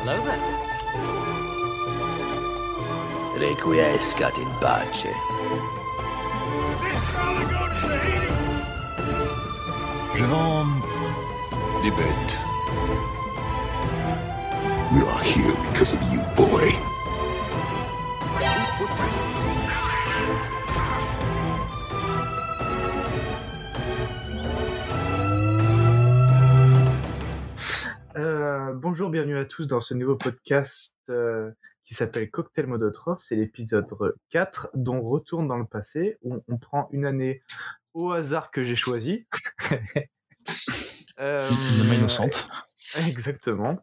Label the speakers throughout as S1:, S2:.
S1: over.
S2: Requiescat in pace.
S3: Je vends des bêtes.
S4: We are here because of you, boy.
S5: Euh, bonjour, bienvenue à tous dans ce nouveau podcast euh, qui s'appelle Cocktail Molotov. C'est l'épisode 4 dont on retourne dans le passé où on prend une année au hasard que j'ai choisi. Euh,
S6: Une main innocente.
S5: Exactement.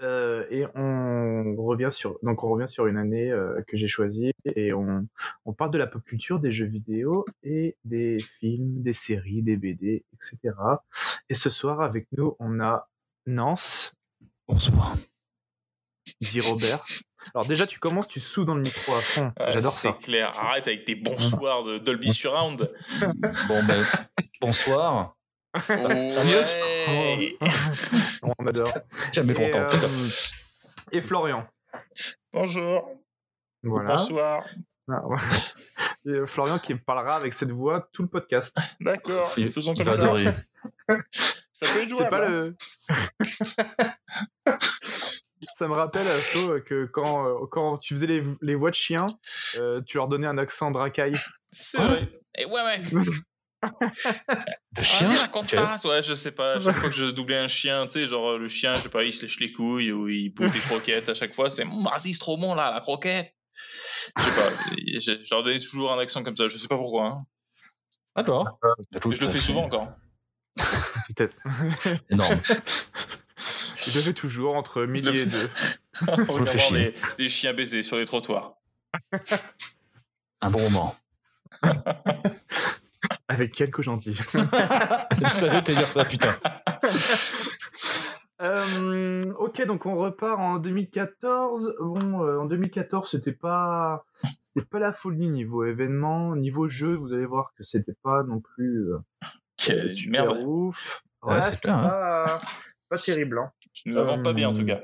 S5: Euh, et on revient sur donc on revient sur une année euh, que j'ai choisie et on, on parle de la pop culture, des jeux vidéo et des films, des séries, des BD, etc. Et ce soir avec nous on a Nance,
S6: Bonsoir.
S5: dit Robert. Alors déjà tu commences, tu sous dans le micro à fond.
S6: Ah,
S7: Ouais,
S5: J'adore
S7: c'est
S5: ça.
S7: clair. Arrête avec tes bonsoirs de Dolby Surround.
S6: Bon ben, bonsoir.
S7: Ouais.
S5: On adore.
S6: Jamais
S5: Et,
S6: content,
S5: euh,
S6: putain.
S5: et Florian.
S7: Bonjour.
S5: Voilà.
S7: Bonsoir.
S5: Ah, ouais. Et, euh, Florian qui parlera avec cette voix tout le podcast.
S7: D'accord.
S6: Il,
S7: Faisons
S6: il
S7: comme
S6: va
S7: ça.
S6: adorer.
S7: Ça peut être
S5: C'est
S7: jouable.
S5: pas
S7: hein.
S5: le. hein. Ça me rappelle, euh, Flo, euh, que quand, euh, quand tu faisais les, les voix de chiens, euh, tu leur donnais un accent dracaille.
S7: C'est vrai. Et ouais, ouais.
S6: Le chien
S7: Vas-y, raconte
S6: Ok.
S7: ça. Ouais, je sais pas. À chaque fois que je doublais un chien, tu sais, genre le chien, je sais pas, il se lèche les couilles ou il bouffe des croquettes à chaque fois. C'est Mmm, vas-y, c'est trop bon là, la croquette. Je sais pas. et Je, je leur donnais toujours un accent comme ça. Je sais pas pourquoi. hein.
S6: D'accord.
S7: Mais je le fais souvent encore.
S5: C'est peut-être.
S6: Énorme.
S5: Je le fais toujours entre mille et deux.
S7: En regardant
S6: chier.
S7: les, les chiens baisés sur les trottoirs.
S6: Un bon moment.
S5: Avec quelques gentils.
S6: Je savais te dire ça, putain.
S5: Euh, ok, donc on repart en 2014. Bon, euh, en 2014, c'était pas, c'était pas la folie niveau événement, niveau jeu. Vous allez voir que c'était pas non plus euh,
S7: Quelle
S5: super
S7: merde.
S5: ouf.
S6: Ouais, c'est
S5: c'était
S6: clair, hein.
S5: pas, pas terrible. hein.
S7: Tu ne la vends pas bien en tout cas.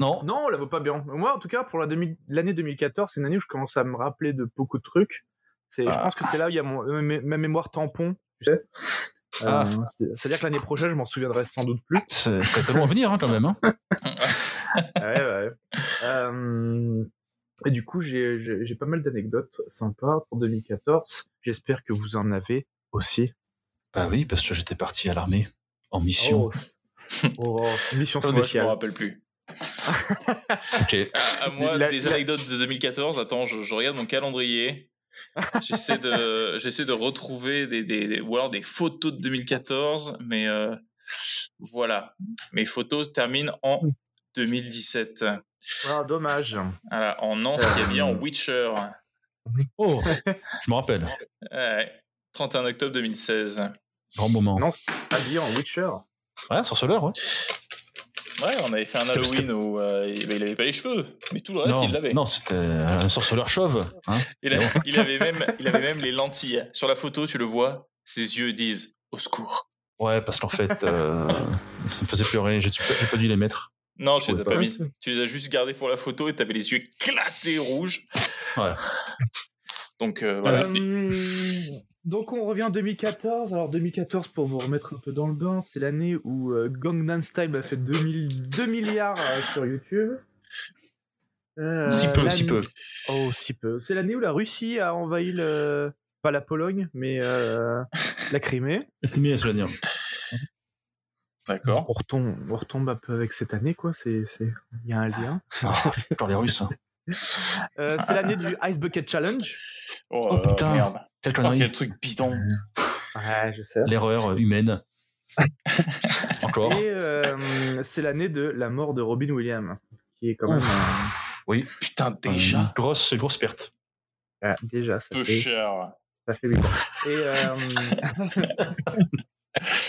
S6: Non.
S5: Non, on la vaut pas bien. Moi, en tout cas, pour la 2000 l'année 2014, c'est une année où je commence à me rappeler de beaucoup de trucs. C'est, Je
S6: Ah.
S5: pense que c'est là où il y a mon, euh, mé- ma mémoire tampon, tu sais. Euh,
S6: Ah.
S5: c'est- C'est-à-dire que l'année prochaine, je m'en souviendrai sans doute plus.
S6: C'est c'est long à venir hein, quand même. hein.
S5: ouais, ouais. Euh, et du coup, j'ai- j'ai j'ai pas mal d'anecdotes sympas pour 2014. J'espère que vous en avez aussi.
S6: Bah oui, parce que j'étais parti à l'armée en mission.
S5: Oh, oh, mission
S7: Moi, je me
S5: spéciale.
S7: rappelle plus.
S6: Ok.
S7: À, à moi,
S5: La-
S7: des
S5: la-
S7: anecdotes de 2014. Attends, je, je regarde mon calendrier. J'essaie de, j'essaie de retrouver des, des, des- ou alors des photos de 2014, mais euh, voilà. Mes photos se terminent en
S5: Hum.
S7: 2017.
S5: Ah, dommage.
S7: Voilà, en Nantes, il y a bien
S5: Euh.
S7: en Witcher.
S6: Oh, je me rappelle.
S7: Ouais, 31 octobre 2016.
S6: Grand moment.
S5: Non, c'est habillé en Witcher.
S6: Ouais, sorceleur, ouais.
S7: Ouais, on avait fait un
S6: C'était- c'était-
S7: Halloween où euh, il ben, il avait pas les cheveux, mais tout le reste,
S6: non,
S7: il l'avait.
S6: non, c'était un sorceleur chauve. hein.
S7: Il, a- il avait même, il avait même les lentilles. Sur la photo, tu le vois, ses yeux disent au secours.
S6: Ouais, parce qu'en fait, euh, ça me faisait pleurer. J'ai j'ai pas dû les mettre.
S7: Non,
S6: Je
S7: tu les as
S6: pouvais
S7: pas
S6: pas.
S7: mis. Tu les as juste gardés pour la photo et t'avais les yeux éclatés rouges.
S6: Ouais.
S7: Donc euh, voilà. Et-
S5: Euh, donc on revient en 2014. Alors 2014, pour vous remettre un peu dans le bain, c'est l'année où euh, Gangnam Style a fait 2000 2 milliards euh, sur YouTube. Euh,
S6: si peu,
S5: l'année-
S6: si peu.
S5: Oh, si peu. C'est l'année où la Russie a envahi le... Pas la Pologne, mais euh, la Crimée.
S6: Mais je veux dire.
S7: D'accord.
S5: On retombe, on retombe un peu avec cette année, quoi. C'est, c'est... Il y a un lien.
S6: Ah, encore les Russes. hein.
S5: Euh, c'est l'année du Ice Bucket Challenge.
S7: Oh,
S6: Oh,
S7: euh,
S6: putain.
S7: merde.
S6: Quelle
S7: Oh,
S6: connerie. Euh,
S7: quel truc bidon.
S5: Ouais, je sais.
S6: L'erreur humaine. Encore.
S5: Et euh, c'est l'année de la mort de Robin Williams, qui est quand même... un-
S6: Oui.
S7: Putain, déjà.
S6: Une Grosse, grosse perte.
S5: Ah, déjà, ça
S7: Peu
S5: fait,
S7: cher.
S5: ça fait huit ans. Et euh,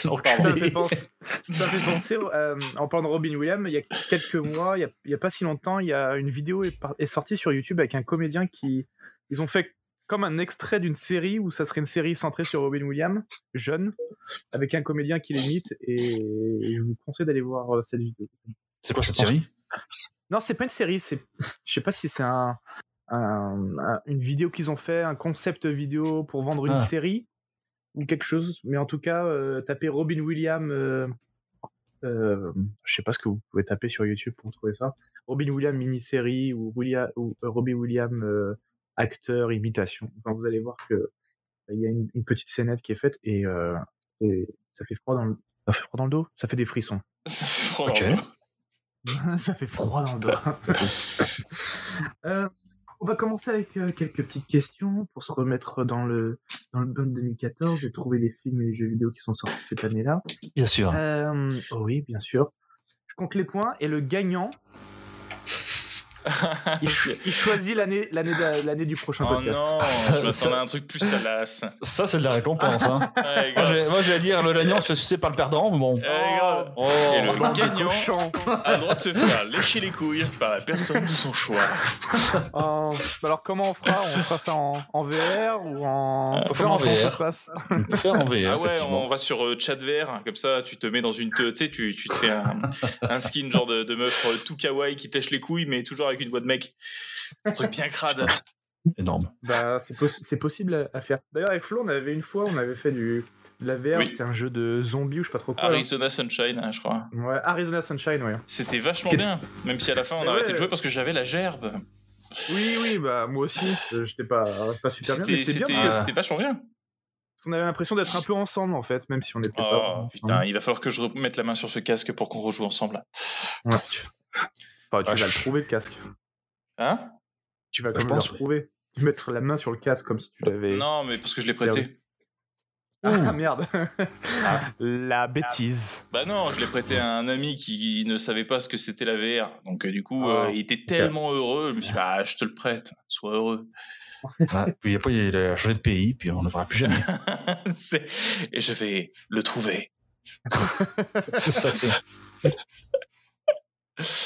S7: Oh,
S6: Encore.
S5: ça, me fait penser, ça me fait penser, euh, en parlant de Robin Williams, il y a quelques mois, il y a- il y a, pas si longtemps, il y a une vidéo est, par- est sortie sur YouTube avec un comédien qui. Ils ont fait comme un extrait d'une série où ça serait une série centrée sur Robin Williams, jeune, avec un comédien qui l'imite, et je vous conseille d'aller voir euh, cette vidéo.
S6: C'est quoi cette
S5: pense-
S6: série
S5: Non, c'est pas une série, c'est. Je sais pas si c'est un, un- un- une vidéo qu'ils ont fait, un concept vidéo pour vendre une
S6: Ah.
S5: série ou quelque chose. Mais en tout cas, euh, tapez Robin Williams. euh, euh, je sais pas ce que vous pouvez taper sur YouTube pour trouver ça. Robin Williams mini-série ou, William, ou euh, Robin Williams euh, acteur imitation. Enfin, vous allez voir que euh, il y a une, une petite scénette qui est faite et, euh, et ça fait froid dans le ça fait froid dans le dos, ça fait des frissons.
S7: Ça fait froid dans
S6: Ok.
S5: Ça fait froid dans le
S7: le dos.
S5: dos. Euh, on va commencer avec euh, quelques petites questions pour se remettre dans le, dans le bon 2014 J'ai trouvé les films et les jeux vidéo qui sont sortis cette année-là.
S6: Bien sûr.
S5: Euh, oh oui, bien sûr. Je compte les points et le gagnant, il, cho- il choisit l'année l'année d'a- l'année du prochain
S7: Oh
S5: podcast.
S7: non,
S6: Ça-
S7: je m'attendais
S6: ça-
S7: à un truc plus salace.
S6: Ça, c'est de la récompense. Hein.
S7: Ouais,
S6: moi,
S7: grave.
S6: je- moi, je vais dire le gagnant se sucer par le perdant, mais bon.
S7: Ouais, grave.
S6: Oh.
S7: Et le
S5: Bande de
S7: gagnant
S5: cochons.
S7: a le droit de se faire lécher les couilles par la personne de son choix.
S5: Oh, bah alors comment on fera On fera ça en, en VR ou
S7: Euh,
S5: en...
S6: Faut faire
S5: comment
S6: en
S5: ça
S6: VR.
S5: se passe
S6: On peut faire en VR,
S7: Ah ouais,
S6: effectivement.
S7: on va sur euh, chat vert, comme ça tu te mets dans une. te- Tu sais, tu, tu te fais un, un skin genre de, de meuf euh, tout kawaii qui tèche les couilles, mais toujours avec une voix de mec. Un truc bien crade.
S6: Énorme.
S5: Bah, c'est possi- c'est possible à, à faire. D'ailleurs, avec Flo, on avait une fois, on avait fait du de la VR,
S7: Oui.
S5: c'était un jeu de zombies ou je sais pas trop quoi. là.
S7: Arizona Sunshine, hein, je crois.
S5: Ouais, Arizona Sunshine, ouais.
S7: C'était vachement
S5: Qu'est-
S7: bien, même si à la fin on
S5: Mais
S7: a arrêté
S5: Eh ouais.
S7: de jouer parce que j'avais la gerbe.
S5: Oui, oui, bah moi aussi, euh, j'étais pas, pas super bien, mais
S7: C'était
S5: c'était bien
S7: c'était-
S5: parce que-
S7: c'était vachement bien.
S5: parce qu'on avait l'impression d'être un peu ensemble en fait, même si on n'était pas.
S7: Oh
S5: vraiment
S7: putain, il va falloir que je remette la main sur ce casque pour qu'on rejoue ensemble.
S5: ensemble. Ouais, tu- Enfin, tu
S6: Ah,
S5: vas
S6: je-
S5: le trouver le casque.
S7: Hein
S5: Tu vas
S6: Bah,
S5: quand
S6: je
S5: même le
S6: pense, oui.
S5: retrouver. Tu Mettre la main sur le casque comme si tu l'avais.
S7: Non, mais parce que je l'ai prêté.
S5: Ah merde La bêtise.
S7: Bah non, je l'ai prêté à un ami qui ne savait pas ce que c'était la VR. Donc euh, du coup,
S5: Ah.
S7: euh, il était tellement heureux. Je me suis dit, bah, je te le prête, sois heureux.
S6: Ouais, puis après, il a changé de pays, puis on ne le verra plus jamais.
S7: C'est- Et je vais le trouver.
S6: c'est ça, c'est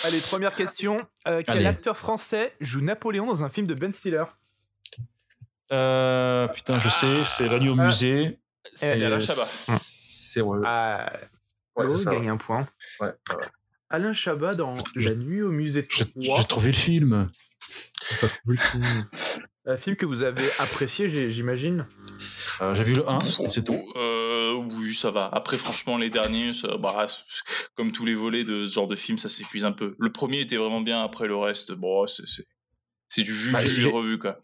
S5: Allez, première question. Euh, quel
S6: Allez.
S5: acteur français joue Napoléon dans un film de Ben Stiller
S6: Euh, putain, je sais, c'est l'agneau au
S5: Ah.
S6: musée.
S7: C'est Alain Chabat.
S6: C'est ouais.
S5: Ah,
S6: Ouais, c'est ça,
S5: gagne un point.
S6: Ouais.
S5: Alain Chabat dans
S6: Je-
S5: La nuit au musée
S6: J'ai
S5: 3.
S6: j'ai trouvé le film.
S5: Un film que vous avez apprécié, j'ai- j'imagine.
S6: Euh, J'ai vu le 1, et c'est tout.
S7: Euh, oui, ça va. Après, franchement, les derniers, ça- bah, c'est- comme tous les volets de ce genre de film, ça s'épuise un peu. Le premier était vraiment bien. Après, le reste, bon, c'est c'est- c'est du vu,
S6: Bah,
S7: vu et
S6: j'ai-
S7: revu quoi.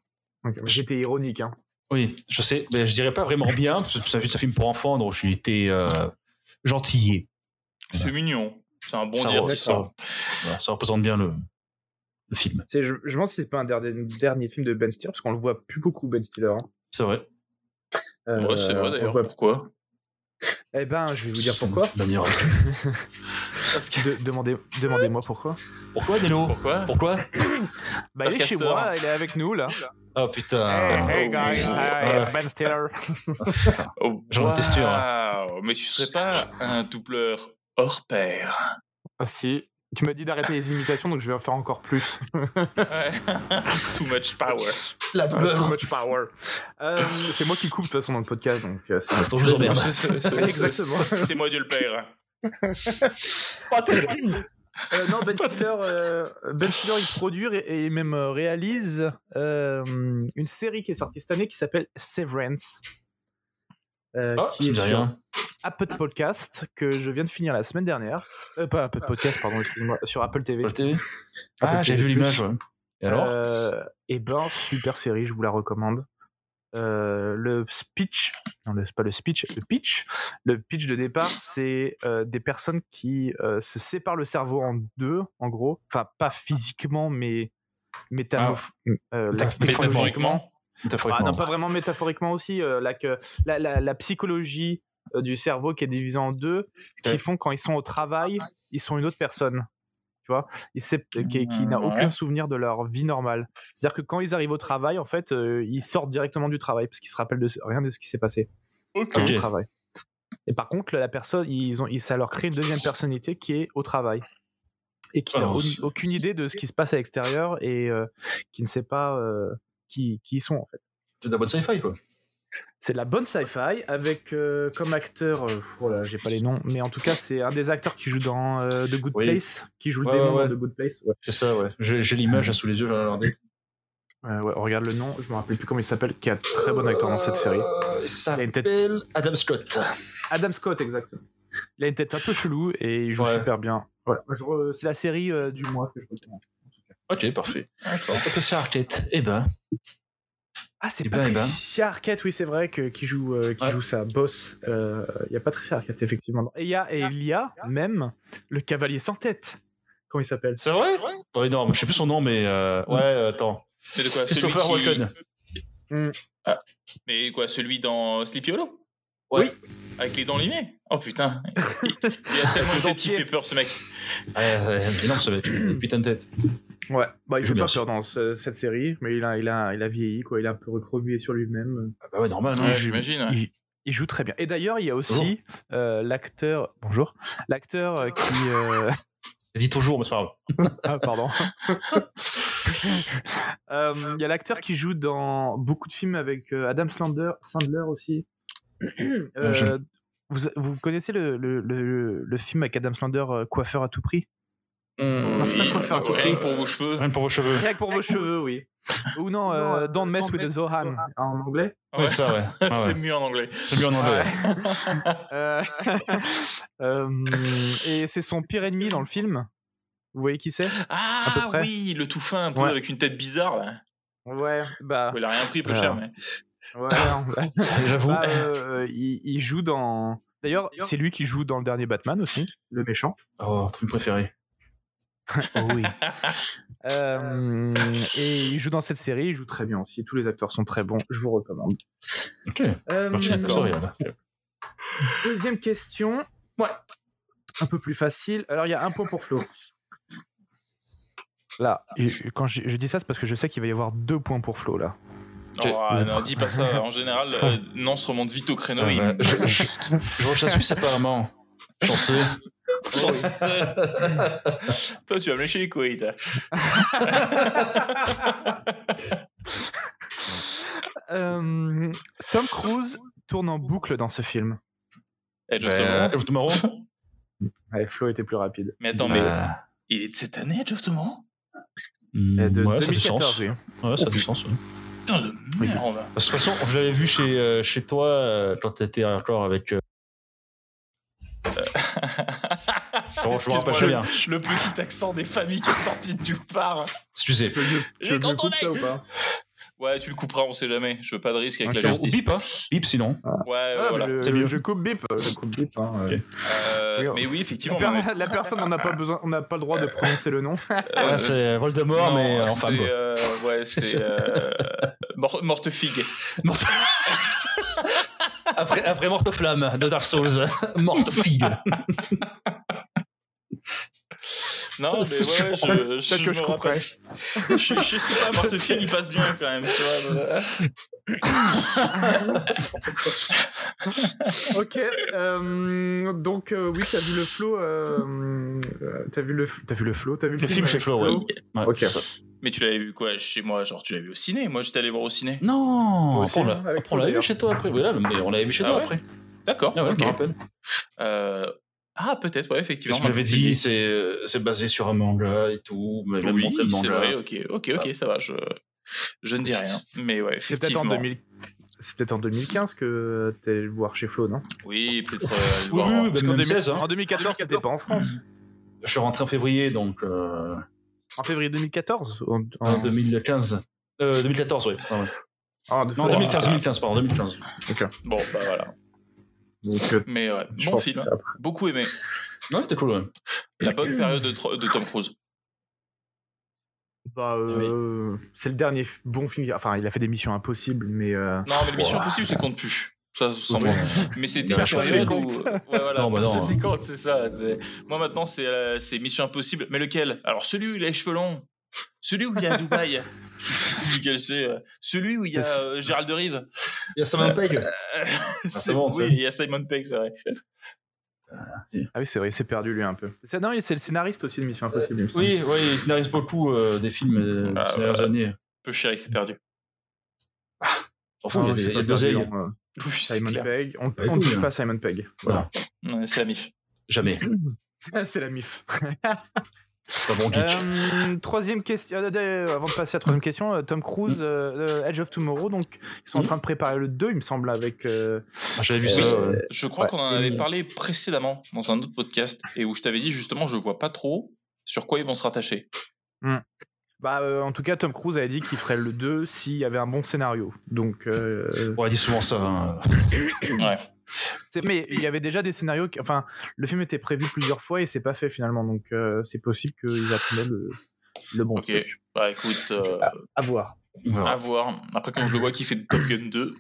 S5: Donc, J'étais ironique. Hein.
S6: Oui, je sais, mais je dirais pas vraiment bien, parce que c'est juste un film pour enfants, donc j'ai été euh, gentillé.
S7: C'est mignon. C'est un bon
S6: Bah. ça, re-
S7: divertissement.
S6: ça- voilà, ça représente bien le, le film.
S5: C'est- Je, je pense que c'est pas un dernier, dernier film de Ben Stiller, parce qu'on le voit plus beaucoup, Ben Stiller. hein.
S6: C'est vrai.
S5: Euh,
S7: Ouais, c'est
S5: on
S7: vrai
S5: le
S7: d'ailleurs.
S5: voit-
S7: Pourquoi
S5: Eh ben, je vais vous dire pourquoi.
S6: Damien,
S7: Parce que-
S5: De- demandez- Demandez-moi pourquoi.
S6: Pourquoi, Délo
S7: Pourquoi
S6: Pourquoi
S5: Bah, il est chez
S7: Podcaster.
S5: moi, il est avec nous, là.
S6: Oh putain.
S5: Eh,
S7: hey, guys,
S6: hi, it's
S5: Ben Stiller.
S6: Putain.
S7: Oh,
S6: J'en étais sûr, hein.
S7: waouh, Mais tu serais pas un doubleur hors pair.
S5: Ah si, tu m'as dit d'arrêter les imitations, donc je vais en faire encore plus.
S7: Ouais. Too much power.
S6: La
S5: Too much power. Euh, c'est moi qui coupe, de toute façon, dans le podcast, donc... euh, c'est-
S6: Attends, je vous emmerde.
S5: Exactement.
S7: C'est- C'est moi Dieu le père.
S5: Euh, non, Ben Stiller, euh, Ben Stiller, il produit et, et même euh, réalise euh, une série qui est sortie cette année qui s'appelle Severance. Euh,
S6: Ah, ça
S5: qui est
S6: me dit
S5: sur
S6: rien.
S5: Apple Podcast que je viens de finir la semaine dernière. Euh, pas Apple Podcast, pardon, excusez-moi, sur Apple TV.
S6: Sur la TV Ah, j'ai
S5: TV+.
S6: vu l'image, ouais. Et alors
S5: Euh, et ben, super série, je vous la recommande. Euh, le speech, non, le, pas le speech, le pitch. Le pitch de départ, c'est euh, des personnes qui euh, se séparent le cerveau en deux, en gros. Enfin, pas physiquement, mais métamorph-
S6: Ah,
S5: euh, la-
S6: Méta-
S5: technologiquement. Ah,
S6: Métaphoriquement.
S5: non, pas vraiment métaphoriquement aussi. euh, la, que- la, la- la psychologie euh, du cerveau qui est divisée en deux, ce
S6: Ouais.
S5: qui font quand ils sont au travail, ils sont une autre personne. Tu vois ils sait, qui, qui
S7: Mm,
S5: n'a
S7: ouais.
S5: aucun souvenir de leur vie normale. C'est-à-dire que quand ils arrivent au travail, en fait, euh, ils sortent directement du travail parce qu'ils se rappellent de ce- rien de ce qui s'est passé
S7: Ok.
S5: avant
S6: Ok.
S5: le travail. Et par contre, la personne, ils ont, ils- ça leur crée une deuxième personnalité qui est au travail et qui
S6: Ah,
S5: n'a
S6: non,
S5: au-
S6: c'est-
S5: aucune idée de ce qui se passe à l'extérieur et euh, qui ne sait pas euh, qui, qui ils sont.
S6: C'est de la bonne sci-fi, quoi.
S5: C'est de la bonne sci-fi avec euh, comme acteur, euh, voilà, j'ai pas les noms, mais en tout cas c'est un des acteurs qui joue dans euh, The Good
S6: Oui.
S5: Place, qui joue le
S6: Ouais,
S5: démon
S6: ouais, ouais.
S5: dans The Good Place. Ouais.
S6: C'est ça, ouais. J'ai j'ai l'image là sous les yeux, j'en ai regardé.
S5: Euh, ouais, on regarde le nom, je me rappelle plus comment il s'appelle, qui est un très bon acteur dans cette série.
S6: Euh, Il
S5: a une tête-
S6: s'appelle Adam Scott.
S5: Adam Scott, exactement. Il a une tête un peu chelou et il joue
S6: Ouais.
S5: super bien. Voilà, moi, je re- c'est la série euh, du mois que je recommande.
S6: Ok, parfait. Patricia Arquette. Eh ben,
S5: Ah, c'est
S6: Eh ben,
S5: Patricia Arquette, oui, c'est vrai, que, qui, joue, euh, qui
S6: Ouais.
S5: joue sa boss. Euh, Il y a Patricia Arquette, effectivement. Et il y a, et il y a même le cavalier sans tête. Comment il s'appelle
S6: c'est vrai Pas énorme. Je sais plus son nom, mais euh, ouais, euh, attends.
S7: C'est de quoi celui
S6: Christopher
S7: qui-
S6: Walken.
S7: Mais quoi, celui dans euh, Sleepy Hollow
S6: Ouais.
S7: Avec les dents limées Oh putain Il, il a tellement de tête qui
S5: Dentier.
S7: fait peur ce mec.
S6: Ouais, ouais, énorme, Euh, ça va être une putain de tête.
S5: Ouais, bah, il
S6: Je
S5: joue
S6: bien
S5: pas
S6: sûr.
S5: peur dans ce- cette série, mais il a, il a, il a vieilli, quoi. Il a un peu recrobué sur lui-même.
S6: Ah bah ouais, normal, non
S7: Ouais,
S6: J'ai-
S7: J'imagine. ouais.
S5: Il, il joue très bien. Et d'ailleurs, il y a aussi euh, l'acteur. Bonjour. L'acteur euh, qui. euh,
S6: Vas-y toujours, mais c'est pas grave.
S5: Ah, pardon. Euh, Il y a l'acteur qui joue dans beaucoup de films avec euh, Adam Sandler, Sandler aussi. Euh,
S6: Euh, je-
S5: vous, vous connaissez le, le, le, le film avec Adam Sandler, euh, Coiffeur à tout prix non, c'est pas
S7: Oui,
S5: quoi faire un truc.
S7: Rien que pour vos cheveux.
S6: Rien que pour vos cheveux.
S5: Rien que pour vos cheveux, oui. Ou non, euh, Don't Mess with the Zohan en anglais.
S6: Ouais, ça, ouais. Ah ouais.
S7: C'est mieux en anglais.
S6: C'est mieux en anglais.
S5: Euh, euh, et c'est son pire ennemi dans le film. Vous voyez qui c'est À peu
S7: Ah
S5: près.
S7: oui, le tout fin un peu
S5: Ouais.
S7: avec une tête bizarre là.
S5: Ouais, bah.
S6: Ah.
S7: Ouais, Il a rien pris peu
S5: Ouais.
S7: cher, mais.
S5: Ouais,
S6: J'avoue.
S5: Bah, euh, il, il joue dans. D'ailleurs, c'est lui qui joue dans le dernier Batman aussi, le méchant.
S6: Oh, ton film préféré.
S5: Oh oui. Euh, et il joue dans cette série, il joue très bien aussi. Tous les acteurs sont très bons, je vous recommande.
S6: Ok.
S5: Euh,
S6: Martin Sorry, là.
S5: deuxième question. Ouais. Un peu plus facile. Alors, il y a un point pour Flo. Là, je- quand je, je dis ça, c'est parce que je sais qu'il va y avoir deux points pour Flo là.
S7: Oh, non, dis pas ça. En général, euh, non, se remonte vite au créneau. il-
S6: Ah bah, je, je, je vois que ça suisse apparemment. Chanceux.
S7: Chanceux. Toi, tu vas me lâcher les couilles. toi.
S5: Euh, Tom Cruise tourne en boucle dans ce film.
S7: Eh, Jeff
S6: Euh,
S7: Tomorrow.
S6: Elf Tomorrow
S5: Ouais, Flo était plus rapide.
S7: Mais attends, mais
S6: Bah,
S7: il est de cette année, Jeff Tomorrow
S6: hmm,
S5: Euh, de
S6: ouais, ça a du
S5: 2014,
S6: sens. Euh,
S5: oui.
S6: Ouais, ça a du sens. ouais.
S7: Putain de merde.
S6: De toute façon, je l'avais vu chez, euh, chez toi euh, quand t'étais encore avec. euh, Bon, je me rappelle très
S7: Excuse-moi,
S6: bien.
S7: Le petit accent des familles qui est sorti de nulle part.
S6: Excusez.
S7: J'ai quand on aille- Ouais, tu le couperas, on sait jamais. Je veux pas de risque avec la
S6: Non,
S7: justice.
S6: bip, hein. Bip, sinon.
S7: Ouais, ouais,
S5: Ah,
S7: voilà.
S5: mais
S6: c'est
S5: je,
S6: mieux.
S5: je coupe bip. Je coupe bip. hein, ouais.
S7: Euh, mais oui,
S5: La,
S7: effectivement.
S5: per-
S7: mais-
S5: la personne, on n'a pas besoin, on n'a pas le droit de prononcer le nom.
S7: euh,
S6: Ouais, c'est Voldemort,
S7: non,
S6: mais euh, enfin.
S7: c'est,
S6: bon.
S7: euh, ouais, c'est euh, mor- Mortefigue.
S6: Morte- après, après Morte Flamme de Dark Souls. Morte Figue.
S7: Non, mais ouais,
S6: C'est
S7: ouais,
S6: sûr.
S7: je, je,
S5: Peut-être que
S7: me
S5: je
S7: rappelle.
S5: couperai.
S7: Je, je sais pas, Mortefigue, il passe bien quand même. Tu vois, voilà.
S5: ok. euh, donc euh, oui, t'as vu le flow. Euh, euh, t'as vu le, f- t'as vu le flow. T'as vu le,
S6: Le film chez
S5: avec
S6: Flo, ouais. Ouais,
S5: Ok.
S6: c'est ça.
S7: Mais tu l'avais vu quoi chez moi Genre, tu l'avais vu au ciné Moi, j'étais allé voir au ciné.
S6: Non, après,
S5: Moi aussi,
S6: on l'a-
S5: hein, avec
S6: après, on l'avait
S5: Flo,
S6: vu chez toi après. Voilà, mais on l'avait vu chez
S7: Ah
S6: toi
S7: ouais
S6: après.
S7: D'accord.
S6: Ah ouais,
S7: ok.
S6: je me rappelle.
S7: Euh, ah, peut-être, ouais, effectivement.
S6: Tu m'avais dit, c'est euh, c'est basé sur un manga et tout, mais même
S7: Oui,
S6: montré le
S7: c'est
S6: manga.
S7: vrai, ok, ok, ok, ça va, je, je ne dis rien. Mais ouais,
S5: C'est peut-être en
S7: effectivement.
S5: 2000. C'est peut-être en 2015 que t'es allé le voir chez Flo, non
S7: Oui, peut-être. euh, le
S6: Oui,
S7: voir.
S6: oui, oui, parce qu'en 2016, hein.
S5: En 2014, c'était pas en France.
S6: je suis rentré en février, donc euh,
S5: En février 2014 en,
S6: en
S5: en-
S6: 2015. Euh, 2014, oui. Ah ouais.
S5: en-
S6: Non,
S5: en-
S6: 2015, 2015, pardon, 2015.
S7: Bon, bah voilà.
S5: Donc, euh,
S7: Mais ouais,
S5: je
S7: bon
S5: pense que
S7: film. hein.
S5: c'est après.
S7: Beaucoup aimé.
S6: Ouais, c'était cool, ouais.
S7: La bonne période de, Tro- de Tom Cruise.
S5: Bah, euh, c'est le dernier f- bon film. Enfin, il a fait des missions impossibles, mais euh,
S7: Non, mais l'émission Impossible, je les compte plus. Ça, ça
S6: Ouais.
S7: semble. Mais c'était
S6: Non,
S7: la
S6: je fais
S7: période
S6: les
S7: où. Ouais, voilà,
S6: Non, bah
S7: personne
S6: non.
S7: les compte, c'est ça. c'est- Moi, maintenant, c'est euh, c'est Mission Impossible. Mais lequel Alors, celui où il a les cheveux longs. Celui où il y a Dubaï. Je sais plus lequel c'est. euh, Celui où il y a
S6: C'est-
S7: euh, Gérald de Rive.
S6: Il y a Simon
S5: Euh,
S6: Pegg.
S7: C'est
S6: bon, ça.
S7: oui, il y a Simon Pegg, c'est vrai.
S5: Ah oui, c'est vrai, il s'est perdu lui un peu. C'est, non, il- c'est le scénariste aussi de Mission Impossible. il me semble.
S6: Oui, oui, il scénarise beaucoup euh, des films euh,
S7: Ah,
S6: ces dernières années.
S7: Peu cher, il s'est perdu.
S6: S'en fout, il y a
S5: Ah,
S6: des-
S5: c'est
S6: il y a
S5: pas
S6: des ailes.
S5: Babylon, euh,
S7: Oui, c'est
S5: Simon
S7: clair.
S5: Pegg. On
S8: Vas-y,
S5: on ne touche
S8: hein.
S5: pas à Simon Pegg. Voilà.
S7: Ouais, C'est la MIF.
S6: Jamais.
S5: c'est la mif.
S6: C'est pas bon geek.
S5: Euh, troisième question. euh, euh, avant de passer à la troisième question, euh, Tom Cruise, euh, euh, Edge of Tomorrow. Donc, ils sont en
S6: Mm.
S5: train de préparer le 2, il me semble, avec. euh,
S6: J'avais vu
S5: euh,
S6: ça.
S5: euh,
S6: ouais.
S7: Je crois
S5: Ouais.
S7: qu'on en avait parlé précédemment dans un autre podcast et où je t'avais dit justement, je vois pas trop sur quoi ils vont se rattacher.
S5: Bah, euh, en tout cas, Tom Cruise avait dit qu'il ferait le 2 s'il y avait un bon scénario. Donc, euh,
S6: On dit souvent ça. hein.
S7: Ouais.
S5: c'est- mais il y avait déjà des scénarios. Qui... Enfin, le film était prévu plusieurs fois et c'est pas fait finalement. Donc, euh, c'est possible qu'ils attendaient le, le bon
S7: Ok.
S5: truc.
S7: Bah écoute, euh,
S5: Ah, à voir.
S7: à
S6: Voilà.
S7: voir. Après, quand je le vois qui fait de Top Gun 2,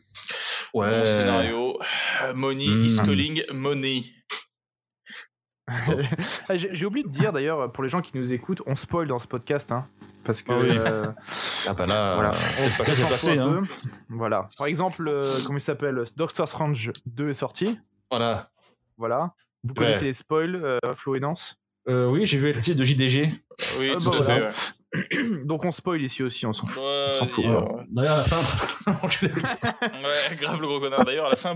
S6: Ouais.
S7: bon scénario, euh, Money is
S6: Mm.
S7: calling Money.
S5: Ah, J'ai j'ai oublié de dire d'ailleurs, pour les gens qui nous écoutent, on spoil dans ce podcast. hein, parce que.
S6: Ah oui.
S5: euh,
S6: Ah bah là,
S5: Voilà.
S6: c'est
S5: On
S6: passé, c'est
S5: s'en
S6: passé.
S5: fout un
S6: hein.
S5: peu. Voilà. Par exemple, euh, comment il s'appelle Doctor Strange 2 est sorti.
S6: Voilà.
S5: Voilà. Vous
S6: Ouais.
S5: connaissez les spoils, euh, Flo et Nance.
S6: Euh, oui, j'ai vu le titre de JDG.
S7: Oui,
S5: Ah, bah
S7: tout à fait.
S5: voilà. Donc on spoil ici aussi, on s'en fout.
S7: Ouais,
S5: S'en
S7: vas-y,
S5: fout,
S7: euh,
S6: D'ailleurs, à la fin. on te l'a dit.
S7: ouais. Ouais, grave le gros connard. D'ailleurs, à la fin,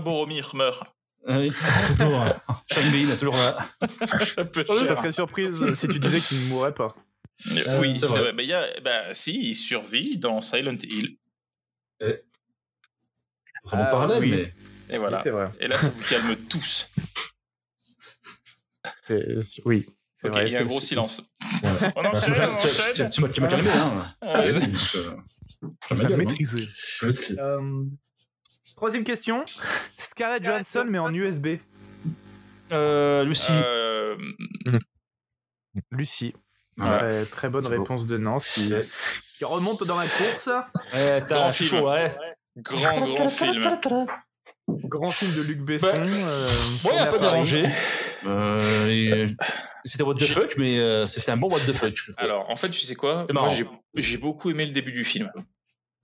S7: Boromir meurt.
S6: Ah oui, toujours. hein. Sean Bean, toujours là.
S7: Un peu
S5: Ça
S7: cher.
S5: serait une surprise si tu disais qu'il ne mourrait pas.
S6: Euh,
S7: oui,
S6: c'est
S7: c'est
S6: vrai.
S7: vrai. Bah, il y a, bah, si, il survit dans Silent Hill.
S6: On en
S5: Ah,
S6: parlait,
S5: oui.
S6: mais.
S7: Et voilà.
S5: Oui, C'est vrai.
S7: Et là, ça vous calme tous.
S5: C'est- Oui. C'est
S7: Ok,
S5: vrai,
S7: il y a
S5: c'est-
S7: un gros
S5: c'est-
S7: silence.
S6: Voilà.
S7: On
S6: Bah, tu
S7: enchaîne,
S6: m'as
S7: on
S6: calmé- tu- tu-
S7: enchaîne.
S6: tu m'as tu m'as calmé, hein.
S5: Ah
S7: Ouais.
S6: Donc, euh, tu m'as
S5: Ça
S6: calmé,
S5: maîtrisé.
S6: hein.
S5: Euh, Troisième question. Scarlett Johansson, mais en USB.
S6: Euh, Lucie.
S7: Euh,
S5: Lucie.
S6: Voilà.
S5: Euh, très bonne
S6: C'est beau.
S5: réponse de Nance qui, qui remonte dans la course.
S6: Ouais,
S7: Grand
S6: t'as
S7: film.
S6: chaud, ouais.
S7: grand, grand film.
S5: Grand film de Luc Besson.
S6: Bah,
S5: euh,
S6: Ouais,
S5: tourné
S6: un
S5: à
S6: peu
S5: Paris.
S6: dérangé. Euh, et- C'était what the
S7: J'ai-
S6: fuck, mais euh, c'était un bon what the fuck.
S7: Alors, en fait, tu sais quoi
S6: C'est
S7: Moi,
S6: marrant.
S7: j'ai j'ai beaucoup aimé le début du film.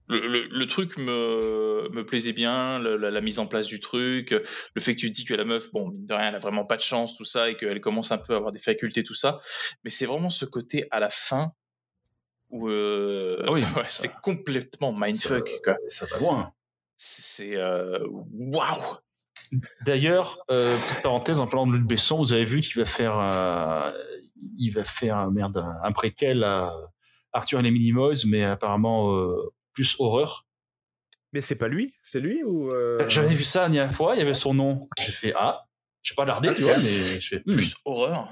S7: Le, le- le truc me, me plaisait bien, le- la, la mise en place du truc, le fait que tu te dis que la meuf, bon, mine de rien, elle a vraiment pas de chance, tout ça, et qu'elle commence un peu à avoir des facultés, tout ça. Mais c'est vraiment ce côté à la fin où euh,
S6: Ah oui.
S7: ouais, c'est complètement mindfuck, quoi.
S6: ça va loin.
S7: C'est. euh, Waouh
S6: D'ailleurs, euh, petite parenthèse, en parlant de Luc Besson, vous avez vu qu'il va faire, euh, il va faire euh, merde, un- un préquel à Arthur et les Minimoys, mais apparemment euh, plus horreur.
S5: Mais c'est pas lui, c'est lui ou euh,
S6: J'avais vu ça la dernière fois, il y avait son nom. J'ai fait ah, j'ai pas lardé, tu vois, mais je fais plus.
S7: Plus horreur.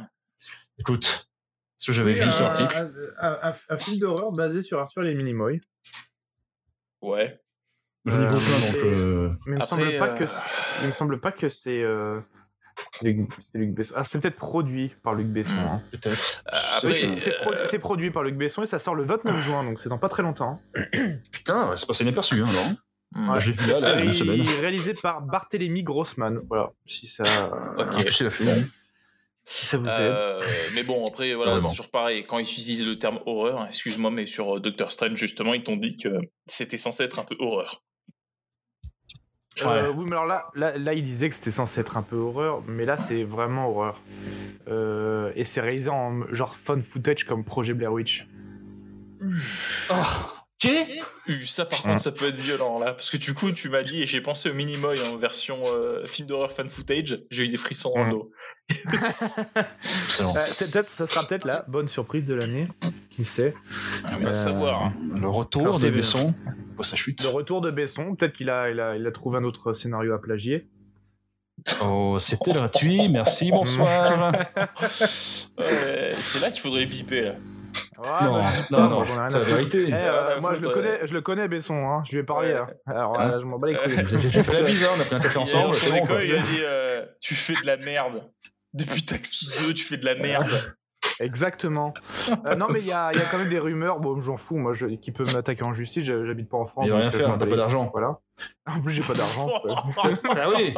S6: Écoute, ce que j'avais
S5: Oui, euh,
S6: vu sur
S5: un-
S6: l'article.
S5: Un, un- un film d'horreur basé sur Arthur et les Minimoys.
S7: Ouais.
S6: Je n'y vois pas,
S5: euh,
S6: donc. euh,
S5: Mais il me
S7: Après,
S5: semble pas
S7: euh,
S5: que c'est- il me semble pas que c'est euh, Luc, c'est Luc Besson. Ah, c'est peut-être produit par Luc Besson.
S6: Hmm.
S5: hein.
S6: Peut-être.
S7: Euh,
S6: C'est
S7: après,
S6: ça.
S7: euh,
S5: C'est pro- c'est produit par Luc Besson et ça sort le 29 juin, donc c'est dans pas très longtemps.
S6: Putain, c'est passé inaperçu, hein, alors.
S7: hmm,
S6: Je l'ai vu là, là, il y a une semaine.
S5: Série réalisée par Barthélemy Grossman. Voilà, si ça,
S7: Ok.
S6: Ah, Je sais la film.
S5: si ça vous aide.
S7: Euh, mais bon, après, voilà,
S6: Vraiment.
S7: c'est toujours pareil. Quand ils utilisent le terme horreur, excuse-moi, mais sur euh, Doctor Strange, justement, ils t'ont dit que c'était censé être un peu horreur.
S5: Euh, oui, mais alors là, là, là, il disait que c'était censé être un peu horreur, mais là, c'est vraiment horreur. Euh, et c'est réalisé en genre fun footage comme Projet Blair Witch.
S6: Ok.
S7: Euh, ça, par
S5: Mm.
S7: contre, ça peut être violent, là. Parce que du coup, tu m'as dit, et j'ai pensé au Minimoy en version euh, film d'horreur fan footage, j'ai eu des frissons
S6: Mmh.
S7: dans le
S5: Mm.
S7: dos.
S6: Excellent.
S5: Euh, c'est peut-être, ça sera peut-être la bonne surprise de l'année, qui sait.
S7: On va
S5: Euh,
S7: savoir.
S6: Le retour
S5: Alors,
S6: des
S5: c'est-
S6: Besson. Pour sa Oh, chute.
S5: Le retour de Besson, peut-être qu'il a, il a, il a trouvé un autre scénario à plagier.
S6: Oh, c'était gratuit. Merci, bonsoir.
S7: Ouais, c'est là qu'il faudrait biper, là.
S5: Ah,
S6: non,
S5: bah, je dis pas,
S6: non,
S5: moi,
S6: non,
S5: j'en ai rien
S6: c'est
S5: à
S6: la
S5: foutre.
S6: vérité.
S5: Eh, euh,
S7: Ouais,
S5: moi,
S7: bah,
S5: je le,
S7: faut,
S5: connais,
S7: euh,
S5: je le connais, Besson. Hein. Je lui ai parlé.
S7: Ouais.
S5: hein. Alors,
S6: Hein
S5: euh, je m'en bats les couilles.
S6: J'ai j'ai fait la bise, hein, on a pris un café
S7: Hier,
S6: ensemble.
S7: sur
S6: c'est bon,
S7: l'école,
S6: quoi.
S7: euh, il a dit, euh, tu fais de la merde. Depuis Taxi 2, tu fais de la merde.
S5: Exactement. Euh, non, mais il y a, il y a quand même des rumeurs. Bon, j'en fous. Moi, je, qui peut m'attaquer en justice je- J'habite pas en France.
S6: Il va
S5: donc,
S6: rien
S5: euh, je
S6: faire,
S5: m'en
S6: t'as
S5: bats
S6: pas
S5: les-
S6: d'argent.
S5: Voilà. En plus, j'ai pas d'argent. quoi.
S6: Ah oui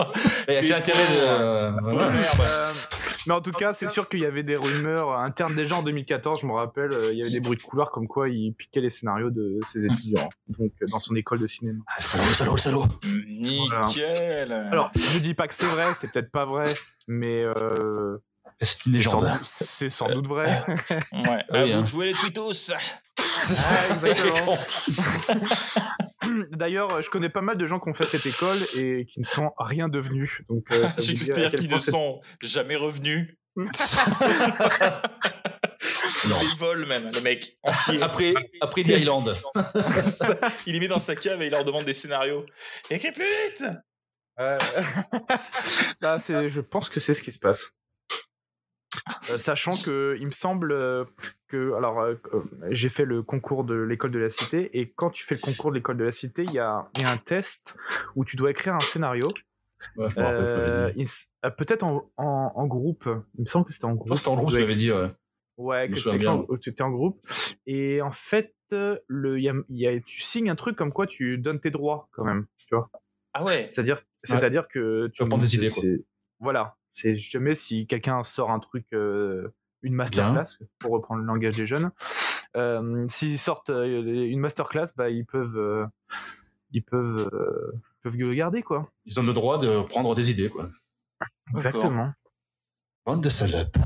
S6: Mais quel
S7: Des
S6: intérêt de. euh, voilà.
S5: Euh, mais en tout cas, c'est sûr qu'il y avait des rumeurs internes déjà en 2014. Je me rappelle, euh, il y avait des bruits de couloir comme quoi il piquait les scénarios de ses étudiants, donc euh, dans son école de cinéma.
S6: Ah, le salaud, le salaud, le salaud.
S7: Nickel.
S5: Alors, je dis pas que c'est vrai, c'est peut-être pas vrai, mais euh,
S6: C'est une
S5: c'est sans,
S6: légende.
S5: c'est sans doute vrai.
S7: Ouais,
S6: Ah oui,
S7: à euh, vous
S6: hein.
S7: de jouer les twittos.
S5: exactement. D'ailleurs, je connais pas mal de gens qui ont fait cette école et qui ne sont rien devenus. Donc, euh, ça
S7: J'ai
S5: vous
S7: cru
S5: dit à
S7: dire
S5: quel
S7: qu'ils
S5: point
S7: ne
S5: c'est-
S7: sont jamais revenus.
S6: Non.
S7: Il les vole même, le mec entier.
S6: Après, après The Island.
S7: il les met dans sa cave et il leur demande des scénarios. Écris plus vite
S5: Euh, bah, c'est- je pense que c'est ce qui se passe. Euh, sachant que il me semble euh, que alors euh, euh, j'ai fait le concours de l'école de la cité et quand tu fais le concours de l'école de la cité, il y a, il y a un test où tu dois écrire un scénario.
S6: Ouais, je
S5: Euh, il s- euh, Peut-être en, en- en groupe. Il me semble que c'était en groupe.
S6: Toi, c'était en groupe,
S5: Tu
S6: tu
S5: dois
S6: m'avais dit. euh, ouais.
S5: Ouais,
S6: Je me
S5: que
S6: souviens
S5: t'étais
S6: bien,
S5: en, tu étais en groupe. Et en fait, euh, le, y a- y a- tu signes un truc comme quoi tu donnes tes droits quand même.
S7: Ah ouais
S5: C'est-à-dire c'est-à-dire que tu
S6: vas prendre des idées, quoi.
S5: c'est- Voilà. C'est jamais si quelqu'un sort un truc, euh, une masterclass, pour reprendre le langage des jeunes. euh, S'ils sortent euh, une masterclass, bah, ils peuvent. euh, ils peuvent. euh, ils peuvent le garder, quoi.
S6: Ils ont le droit de prendre des idées, quoi.
S7: D'accord.
S5: Exactement.
S6: Bande de salopes.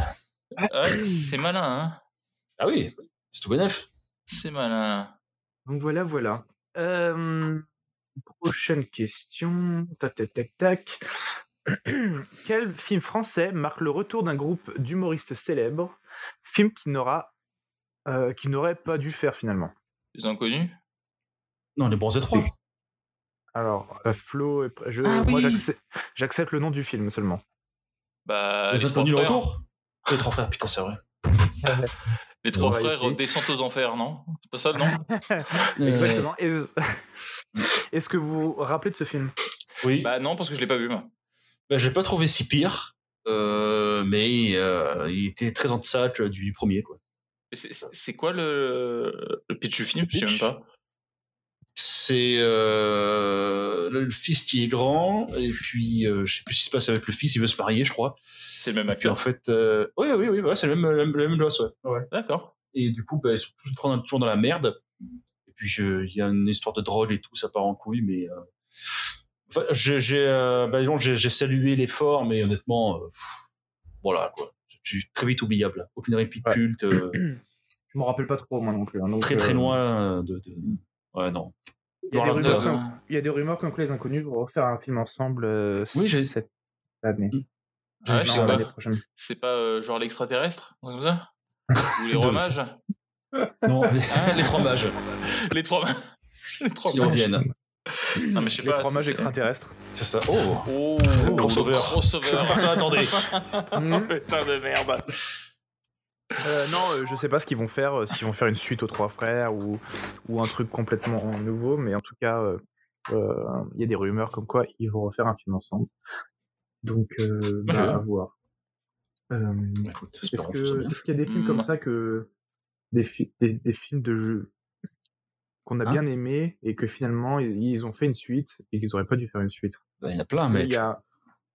S7: ah Ouais, C'est malin, hein
S6: Ah oui, c'est tout bénef.
S7: C'est malin.
S5: Donc voilà, voilà. Euh, prochaine question. Tac, tac, tac, tac. Quel film français marque le retour d'un groupe d'humoristes célèbres Film qui n'aura, euh, qui n'aurait pas dû faire finalement.
S7: Les inconnus
S6: Non, les bronzés 3.
S5: Alors, euh, Flo, est pr- je,
S6: Ah
S5: moi
S6: oui.
S5: j'accep- j'accepte le nom du film seulement.
S7: Bah,
S6: les
S7: les, trois
S6: inconnus le
S7: frères,
S6: retour. Les trois frères, putain, c'est vrai.
S7: les trois
S5: On va
S7: frères
S5: essayer.
S7: descendent aux enfers, non C'est pas ça, non
S6: Euh,
S5: Exactement. Est-ce est-ce que vous vous rappelez de ce film
S6: Oui.
S7: Bah non, parce que je l'ai pas vu, moi.
S6: Bah, j'ai pas trouvé si pire, euh, mais euh, il était très en deçà que du premier. Quoi.
S7: Mais c'est- C'est c'est quoi le, le pitch du film Je sais même
S6: pitch
S7: pas.
S6: C'est euh, le le fils qui est grand, et puis euh, je sais plus ce qui se passe avec le fils, il veut se marier, je crois.
S7: C'est le même
S6: Et puis en
S7: acteur.
S6: fait, euh, oui, oui, oui, voilà, c'est le même, le même, le même gosse, ouais.
S7: D'accord.
S6: Et du coup, bah, ils sont tous les trois dans- toujours dans la merde. Et puis je- il y a une histoire de drogue et tout, ça part en couille, mais. euh, enfin, j'ai, j'ai, euh, bah, disons, j'ai, j'ai salué l'effort, mais honnêtement, euh, pff, voilà quoi. Je suis très vite oubliable. Aucune réplique
S5: Ouais.
S6: culte. euh,
S5: Je m'en rappelle pas trop moi non plus. hein, donc,
S6: très très
S5: euh,
S6: loin euh, de, de... ouais non
S5: Il y, a des
S6: Dans la-
S5: rumeurs
S6: euh,
S5: comme- il y a des rumeurs comme que les inconnus vont refaire un film ensemble euh,
S6: Oui, j'ai-
S5: cette année.
S7: Ah ouais, je
S5: Non,
S7: sais pas.
S5: l'année prochaine.
S7: C'est pas euh, genre l'extraterrestre un truc comme ça Ou les
S6: Deux.
S7: trois mages
S5: hein.
S6: non les,
S5: Ah,
S6: les trois mages
S7: Les trois mages. Les trois
S6: qui
S7: mages.
S6: reviennent
S7: Non, mais je sais
S5: Les
S7: pas.
S5: trois
S7: c'est-
S5: mages
S7: c'est-
S5: extraterrestres.
S6: c'est ça oh
S7: Oh,
S6: crossover.
S7: le crossover.
S6: ça attendez Hmm.
S5: Mhm.
S7: Oh, Putain de merde.
S5: Euh, non, euh, je sais pas ce qu'ils vont faire, euh, s'ils vont faire une suite aux trois frères ou, ou un truc complètement nouveau, mais en tout cas, euh, euh, il y a des rumeurs comme quoi ils vont refaire un film ensemble. Donc, euh,
S6: Ah,
S5: bah,
S6: je veux.
S5: à voir. Euh,
S6: écoute
S5: Est-ce
S6: espérons que ça soit
S5: que-
S6: bien.
S5: est-ce qu'il y a des films comme
S7: Mm.
S5: ça que des, fi- des, des films de jeux qu'on a
S6: Hein
S5: bien aimés et que finalement ils- ils ont fait une suite et qu'ils auraient pas dû faire une suite
S6: Bah, il y en a plein
S5: Ah, Mais il
S6: mec
S5: y a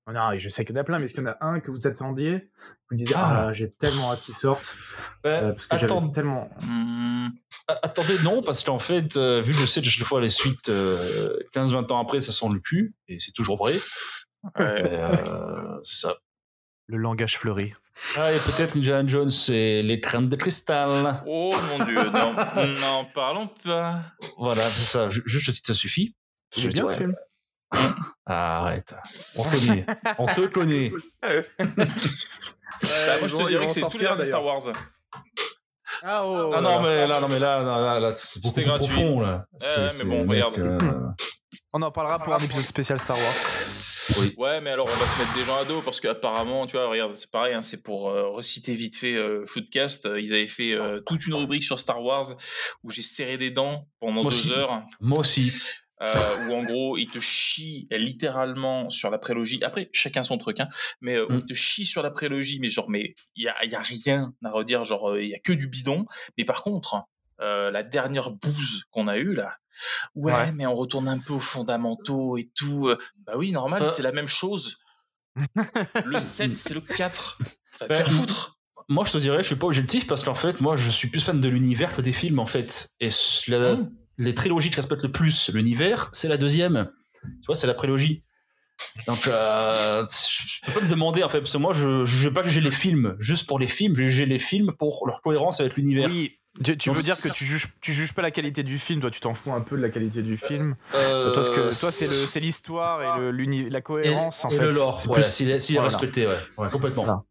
S5: Oh non, je sais qu'il y en a plein, mais est-ce qu'il y en a un que vous attendiez Vous disiez
S6: Ah.
S5: ah, j'ai tellement hâte qu'il sorte
S6: Ouais,
S5: euh, parce que j'avais
S6: attends-
S5: tellement
S7: Hmm,
S6: a- attendez non parce qu'en fait euh, vu que je sais que chaque fois les suites euh, 15-20 ans après ça sent le cul et c'est toujours vrai
S7: ouais.
S6: euh, c'est ça
S5: le langage fleuri.
S6: ah et peut-être Indiana Jones c'est les crânes de cristal
S7: Oh mon dieu, non, n'en parlons pas.
S6: voilà c'est ça Ju- juste le titre ça suffit
S5: Il est bien ce
S6: Ouais.
S5: film.
S6: Ah, arrête on te connaît on te connaît
S7: Bah, moi, je
S5: ils vont-
S7: te
S5: ils
S7: dirais
S5: vont
S7: que c'est
S5: s'en
S7: tous les
S5: faire,
S7: derniers Star Wars.
S5: Ah, oh,
S6: Ah non, mais là, non, mais là, là, là, là, c'est beaucoup
S7: C'était
S6: plus
S7: gratuit.
S6: profond, là.
S7: ouais, mais bon, regarde.
S6: euh,
S5: On en parlera Ah, pour un épisode spécial Star Wars.
S7: Ouais, mais alors on va se mettre des gens à dos parce qu'apparemment, tu vois, regarde, c'est pareil, hein, c'est pour euh, reciter vite fait euh, Foodcast. euh, Ils avaient fait euh, toute une rubrique sur Star Wars où j'ai serré des dents pendant
S6: Moi
S7: deux
S6: aussi.
S7: heures.
S6: Moi aussi.
S7: euh, où en gros, ils te chient littéralement sur la prélogie. Après, chacun son truc, hein, mais euh, où
S6: Mm.
S7: ils te chient sur la prélogie, mais genre, mais il y a, y a rien à redire, genre, euh, il y a que du bidon. Mais par contre, euh, la dernière bouse qu'on a eue là, ouais,
S5: Ouais.
S7: mais on retourne un peu aux fondamentaux et tout. euh, Bah oui, normal,
S6: Euh.
S7: c'est la même chose. le 7, c'est le 4. Enfin, te
S5: Bah,
S6: Ouais.
S7: faire foutre.
S6: Moi, je te dirais, je suis pas objectif parce qu'en fait, moi, je suis plus fan de l'univers que des films, en fait. Et c- la-
S5: Ah.
S7: Mm.
S6: les trilogies qui respectent le plus l'univers, c'est la deuxième. Tu vois, c'est la prélogie. Donc, euh, je peux pas me demander, en fait, parce que moi, je, je vais pas juger les films juste pour les films, je vais juger les films pour leur cohérence avec l'univers.
S5: Oui. Tu, tu
S6: Donc,
S5: veux dire que
S6: ça-
S5: tu juges, tu juges pas la qualité du film, toi tu t'en fous un peu de la qualité du film.
S6: Euh,
S5: toi, ce que- toi, c'est le- c'est l'histoire et le- l'uni- la
S6: et,
S5: cohérence en
S6: et
S5: fait.
S6: le lore,
S5: C'est
S6: voilà,
S5: plus-
S6: s'il est, s'il est
S5: voilà.
S6: respecté, ouais, ouais, complètement.
S5: Voilà.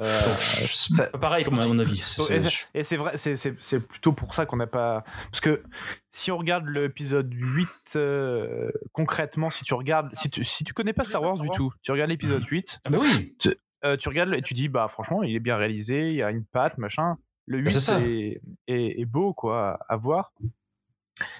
S5: Euh,
S6: Donc, je-
S5: ça-
S6: c'est pas pareil, comme à mon avis. C'est-
S5: Donc,
S6: c'est-
S5: et c'est- Et c'est vrai, c'est- c'est c'est plutôt pour ça qu'on n'a pas. Parce que si on regarde l'épisode 8, euh, concrètement, si tu regardes. Si tu, si tu connais pas Star Wars du tout, tu regardes l'épisode 8,
S6: Ah, bah oui!
S5: euh, tu regardes le- et tu dis, bah franchement, il est bien réalisé, il y a une patte, machin. Le 8
S6: Bah, c'est ça.
S5: est, est- est beau, quoi, à voir.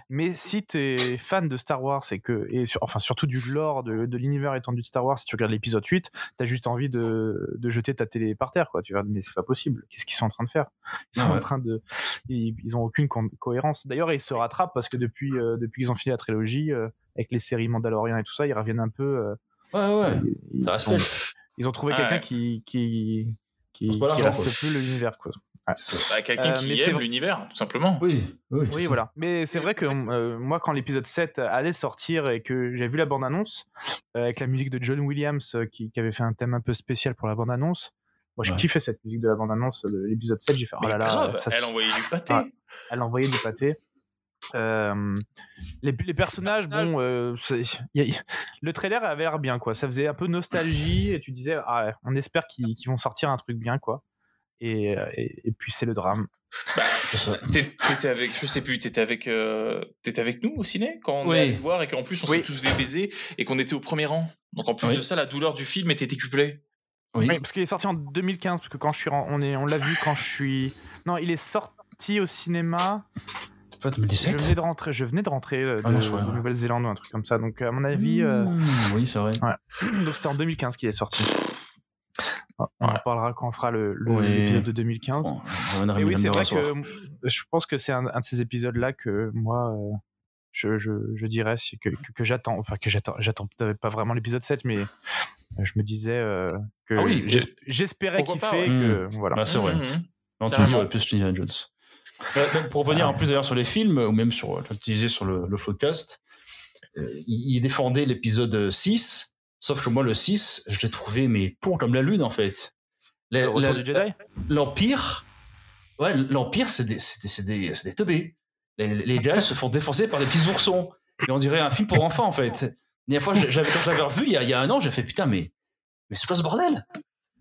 S5: Mais si tu es fan de Star Wars et que. Et sur- enfin, surtout du lore, de, de l'univers étendu de Star Wars, si tu regardes l'épisode 8, t'as juste envie de, de jeter ta télé par terre, quoi. Tu vas, mais c'est pas possible. Qu'est-ce qu'ils sont en train de faire Ils sont
S6: Ah ouais.
S5: en train de. Ils, ils ont aucune con- cohérence. D'ailleurs, ils se rattrapent parce que depuis, euh, depuis qu'ils ont fini la trilogie, euh, avec les séries Mandalorian et tout ça, ils reviennent un peu. euh,
S6: Ouais, ouais,
S5: ils-
S6: ça
S5: ils ont-
S6: respecte.
S5: ils ont trouvé
S7: Ah
S5: quelqu'un
S7: ouais.
S5: qui qui qui,
S6: C'est pas
S5: qui
S6: l'argent,
S5: reste
S6: quoi.
S5: plus l'univers quoi.
S7: Bah, quelqu'un
S5: Euh,
S7: qui
S5: mais c'est
S7: aime
S5: vrai-
S7: l'univers, tout simplement.
S6: Oui, oui.
S5: Oui voilà. Mais c'est vrai que euh, moi quand l'épisode 7 allait sortir et que j'ai vu la bande annonce avec la musique de John Williams euh, qui, qui avait fait un thème un peu spécial pour la bande annonce. Moi j'ai
S6: Ouais.
S5: kiffé cette musique de la bande annonce de l'épisode 7, j'ai fait oh
S7: Mais
S5: là là,
S7: grave,
S5: ça
S7: elle
S5: se-
S7: envoyait du pâté.
S5: Ah. elle envoyait du pâté. Euh, les, les personnages, bon, euh, c'est- y a- y- le trailer avait l'air bien, quoi. Ça faisait un peu nostalgie et tu disais, ah, ouais, on espère qu'ils qu'ils vont sortir un truc bien, quoi. Et, euh, et, et puis c'est le drame.
S6: C'est ça.
S7: T'es- T'étais avec, je sais plus, t'étais avec, euh, t'étais avec nous au ciné quand on
S6: Oui.
S7: est allé voir et qu'en plus on
S5: Oui.
S7: s'est tous fait baiser et qu'on était au premier rang. Donc en plus
S6: Oui.
S7: de ça, la douleur du film était décuplée.
S6: Oui.
S5: Oui, parce qu'il est sorti en 2015, parce que quand je suis, en- on est, on l'a vu quand je suis. Non, il est sorti au cinéma.
S6: C'est pas
S5: Je
S6: 2017?
S5: venais de rentrer, je venais de rentrer euh, de,
S6: Ah non, je vois,
S5: de
S6: ouais.
S5: Nouvelle-Zélande ou un truc comme ça. Donc à mon avis, euh,
S6: Mmh, oui, c'est vrai.
S5: donc c'était en 2015 qu'il est sorti. On en
S6: Mmh. Ouais.
S5: parlera quand on fera le- le-
S6: Oui.
S5: l'épisode de 2015.
S6: Bon, on reviendra
S5: Et oui,
S6: Ah, Madame
S5: c'est vrai
S6: Dora
S5: que je pense que c'est un, un de ces épisodes-là que moi, euh, je, je, je dirais c'est que, que, que j'attends, enfin que j'attends, j'attends peut-être pas vraiment l'épisode 7, mais euh, je me disais euh, que
S6: Ah oui,
S5: j'es- j'espérais
S7: pourquoi
S5: qu'il
S7: pas,
S5: fait
S6: ouais.
S5: que Mmh. voilà.
S6: Bah, c'est vrai.
S7: Mhm, mhm.
S6: Non, tu
S7: Carrément.
S6: dis, ouais, plus Indiana Jones. Euh, donc, pour
S5: Ah.
S6: revenir en plus d'ailleurs sur les films, ou même sur, tu le disais sur le, le podcast, euh, il, il défendait l'épisode 6, sauf que moi, le 6, je l'ai trouvé, mais pont comme la lune, en fait. La-
S5: Le retour
S6: la-
S5: du Jedi.
S6: L'Empire, ouais, l'Empire, c'est des, c'est des, c'est des, c'est des teubés. Les, les gars se font défoncer par des petits oursons. Et on dirait un film pour enfants, en fait. La dernière fois, j'avais, quand j'avais revu, il y, a, il y a un an, j'ai fait putain, mais, mais c'est quoi ce bordel?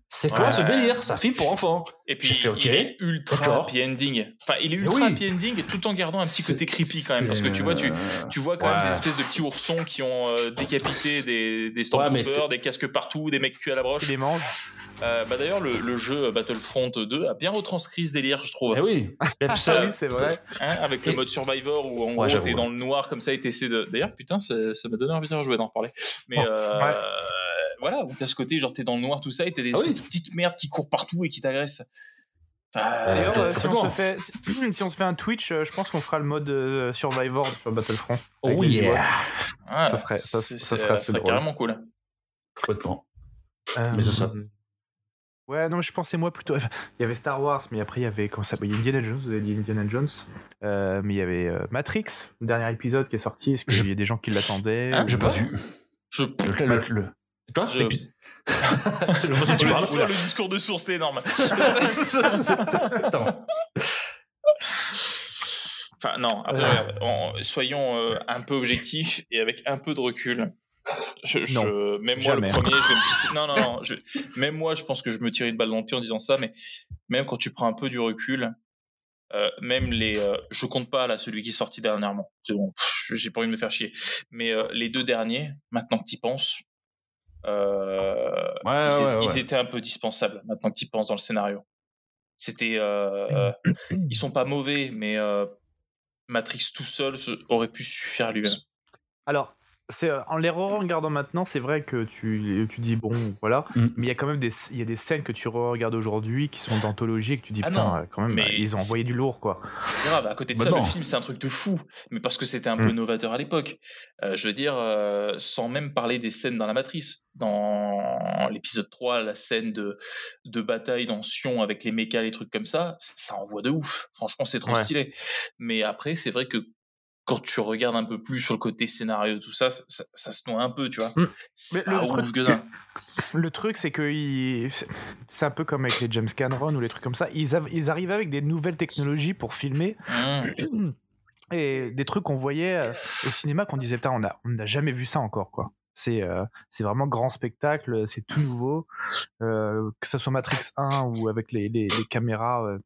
S6: C'est quoi
S7: Ouais.
S6: ce délire? C'est un film pour enfants.
S7: Et puis
S6: J'ai fait, ok,
S7: il est ultra
S6: d'accord.
S7: happy ending. Enfin, il est
S6: Mais
S7: ultra
S6: oui.
S7: happy ending tout en gardant un petit
S6: C'est-
S7: côté creepy quand même parce que tu vois, tu,
S6: c'est, euh,
S7: tu vois quand
S6: Ouais.
S7: même des espèces de petits oursons qui ont euh, décapité des, des stormtroopers,
S6: t'es-
S7: des casques partout, des mecs cul à la broche.
S5: Il les mange.
S7: Euh, bah d'ailleurs, le, le jeu Battlefront 2 a bien retranscrit ce délire, je trouve.
S6: Eh oui. Mais puis
S7: Ah
S6: ça,
S7: oui,
S5: c'est vrai.
S6: bah,
S7: Hein, avec le
S6: Et-
S7: mode Survivor où en gros
S6: j'avoue,
S7: t'es
S6: ouais.
S5: hein.
S7: dans le noir comme ça et t'essaies de. D'ailleurs, putain, ça ça m'a donné envie de rejouer d'en reparler. Mais euh,
S5: Oh, ouais.
S7: voilà, où t'as ce côté genre t'es dans le noir tout ça et t'as des
S6: Ah oui.
S7: espèces de petites merdes qui courent partout et qui t'agressent. Enfin,
S5: D'ailleurs, euh, si on se
S6: complètement.
S5: fait, si on se fait un Twitch, euh, je pense qu'on fera le mode euh, Survivor sur Battlefront.
S6: Oh
S5: Avec les
S6: yeah.
S5: doigts.
S7: voilà,
S5: ça serait- ça-
S7: c'est-
S5: ça
S7: c'est-
S5: serait assez drôle.
S7: carrément cool.
S6: complètement.
S5: Euh,
S6: Mais c'est ça.
S5: Ouais, non, je pensais moi plutôt. Il y avait Star Wars, mais après il y avait comment ça s'appelle, Il y a Indiana Jones, vous avez dit Indiana Jones. Euh, mais il y avait euh, Matrix, le dernier épisode qui est sorti. Est-ce qu'il
S6: Je-
S5: y a des gens qui l'attendaient
S7: Hein,
S5: ou-
S6: J'ai pas vu.
S7: Je.
S6: Le, le, le- Quoi
S7: je-
S6: L'épi- Je vois de quoi tu
S7: Le
S6: parles.
S7: discours, le discours de source, c'était énorme.
S6: Attends.
S7: Enfin, non, après, regarde, on- soyons euh, un peu objectifs et avec un peu de recul. Je, je- même moi,
S5: jamais.
S7: le premier, je vais me pisser- Non, non, non. je- même moi, je pense que je me tirais une balle dans le pied en disant ça, mais même quand tu prends un peu du recul, euh, même les. euh, je compte pas, là, celui qui est sorti dernièrement. C'est bon, pff, j'ai pas envie de me faire chier. Mais euh, les deux derniers, maintenant que tu penses, euh,
S6: Ouais, ouais,
S7: ils,
S6: ouais,
S7: ils
S6: ouais.
S7: étaient un peu dispensables, maintenant que tu penses dans le scénario. C'était. euh, euh, ils sont pas mauvais, mais euh, Matrix tout seul se- aurait pu suffire à lui-même.
S5: Alors, c'est euh, en les regardant maintenant, c'est vrai que tu, tu dis bon, voilà.
S6: Mm.
S5: Mais il y a quand même des, il y a des scènes que tu regardes aujourd'hui qui sont d'anthologie et que tu dis
S7: Ah
S5: putain,
S7: non,
S5: euh, quand même,
S7: mais
S5: euh, ils ont
S7: c'est-
S5: envoyé du lourd quoi.
S7: C'est grave, à côté de
S6: Bah
S7: ça,
S6: non.
S7: le film, c'est un truc de fou, mais parce que c'était un
S5: Mm.
S7: peu novateur à l'époque. Euh, je veux dire, euh, sans même parler des scènes dans la Matrice. Dans l'épisode 3, la scène de, de bataille dans Sion avec les mécas, les trucs comme ça, c- ça envoie de ouf. Franchement, c'est trop
S5: Ouais.
S7: stylé. Mais après, c'est vrai que quand tu regardes un peu plus sur le côté scénario, tout ça, ça, ça- ça se noie un peu, tu vois.
S5: Mm.
S7: C'est
S5: Mais
S7: pas
S5: le
S7: ouf
S5: truc-
S7: que ça.
S5: Le truc, c'est que ils- c'est un peu comme avec les James Cameron ou les trucs comme ça. Ils, av- ils arrivent avec des nouvelles technologies pour filmer
S7: Mm.
S5: et des trucs qu'on voyait euh, au cinéma qu'on disait, putain, on a- on n'a jamais vu ça encore, quoi. C'est euh, c'est vraiment grand spectacle, c'est tout nouveau. Euh, que ça soit Matrix 1 ou avec les, les- les caméras euh,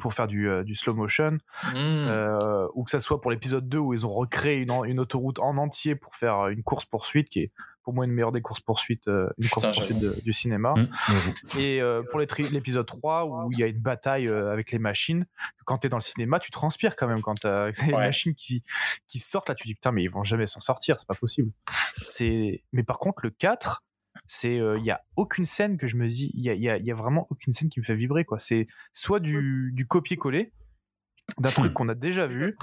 S5: pour faire du, euh, du slow motion,
S7: Mm.
S5: euh, ou que ça soit pour l'épisode 2 où ils ont recréé une, en- une autoroute en entier pour faire euh, une course poursuite qui est pour moi une meilleure des courses poursuites une course poursuite du cinéma
S6: Mm.
S5: et euh, pour les tri- l'épisode 3 où il y a une bataille euh, avec les machines que quand t'es dans le cinéma tu transpires quand même quand t'as les
S7: Ouais.
S5: machines qui qui sortent là tu dis putain mais ils vont jamais s'en sortir c'est pas possible c'est mais par contre le 4 c'est euh, il y a aucune scène que je me dis il y a, y a- y a vraiment aucune scène qui me fait vibrer quoi c'est soit du, du copier-coller d'un truc qu'on a déjà vu,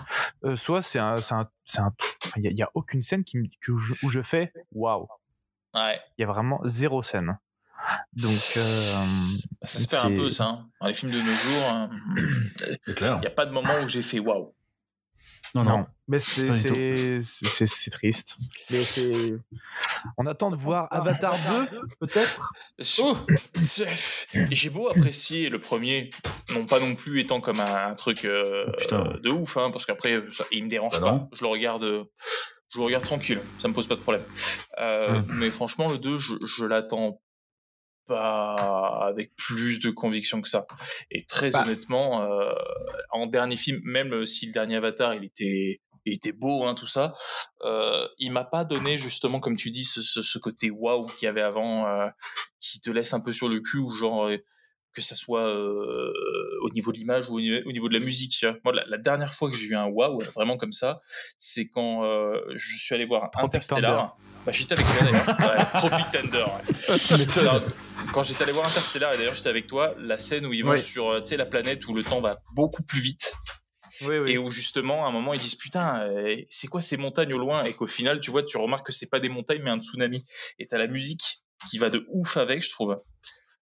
S5: euh, soit c'est un, c'est un, c'est un, enfin, il y, a- y a aucune scène qui me- que je- où je fais waouh,
S7: Ouais,
S5: il y a vraiment zéro scène. Donc euh,
S7: ça se
S5: C'est-
S7: perd un peu, ça. hein. Dans les films de nos jours, hein,
S6: C'est clair.
S7: il n'y a pas de moment où j'ai fait waouh.
S6: Non, non.
S5: non, mais c'est
S6: Pas du tout.
S5: c'est- c'est c'est triste.
S9: Mais c'est.
S5: On attend de voir Avatar 2 peut-être.
S7: Je- je- J'ai beau apprécier le premier, non pas non plus étant comme un, un truc euh,
S6: Putain.
S7: euh, de ouf, hein, parce qu'après ça- il me dérange
S6: Bah non.
S7: pas. Je le regarde, euh, je le regarde tranquille, ça me pose pas de problème. Euh,
S6: Hum.
S7: Mais franchement le 2, je, je l'attends pas avec plus de conviction que ça. Et très
S6: Bah.
S7: honnêtement, euh, en dernier film, même si le dernier Avatar il était il était beau, hein, tout ça. Euh, il m'a pas donné justement, comme tu dis, ce, ce- ce côté waouh qu'il y avait avant. euh, qui te laisse un peu sur le cul ou genre euh, que ça soit euh, au niveau de l'image ou au niveau, au niveau de la musique. tu vois. Moi, la, la dernière fois que j'ai eu un waouh vraiment comme ça, c'est quand euh, je suis allé voir
S5: Tropic
S7: Interstellar. Bah, j'étais avec toi d'ailleurs. Ouais, Tropic Thunder. ouais. Alors, Quand j'étais allé voir Interstellar, et d'ailleurs j'étais avec toi, la scène où ils vont
S5: Oui.
S7: sur euh, tu sais, la planète où le temps va beaucoup plus vite
S5: Oui
S7: et où justement à un moment ils disent putain euh, c'est quoi ces montagnes au loin et qu'au final tu vois tu remarques que c'est pas des montagnes mais un tsunami et t'as la musique qui va de ouf avec je trouve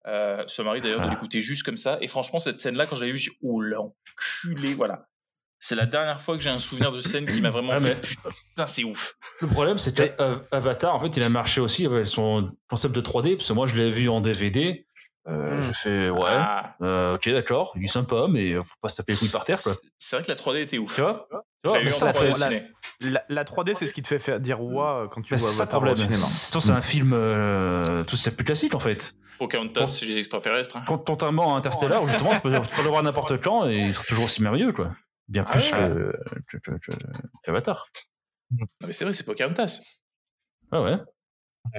S7: euh, ce mari d'ailleurs
S6: Ah.
S7: de l'écouter juste comme ça et franchement cette scène là quand j'avais vu j'ai dit, oh l'enculé voilà c'est la dernière fois que j'ai un souvenir de scène qui m'a vraiment
S6: Ah,
S7: fait
S6: mais-
S7: putain c'est ouf
S6: Le problème, c'est que Av- Avatar, en fait, il a marché aussi avec son concept de 3D, parce que moi, je l'ai vu en DVD. Euh,
S5: Hmm.
S6: J'ai fait, ouais,
S7: Ah,
S6: euh, ok, d'accord, il est sympa, mais faut pas se taper les couilles par terre, quoi.
S7: c'est c'est vrai que la 3D était ouf
S6: Tu vois Tu
S7: Je
S6: vois,
S7: l'ai
S6: mais
S7: eu en
S6: ça,
S7: 3D au
S6: c'est-
S7: ciné.
S5: La, la 3D c'est ce qui te fait faire dire waouh quand tu
S6: mais
S5: vois
S6: bah, c'est ça le
S5: Avatar au
S6: problème.
S5: cinéma.
S6: Surtout, c'est un film, euh, tout c'est plus classique, en fait.
S7: Pocahontas c'est les extraterrestres hein.
S6: Con- Contrairement à Interstellar, où justement, tu peux, tu peux le voir n'importe quand et il sera toujours aussi merveilleux, quoi. Bien
S7: Ah
S6: plus
S7: ouais.
S6: que, que, que, que- qu'Avatar.
S7: Non, mais c'est vrai c'est Pocahontas
S6: Ah ouais.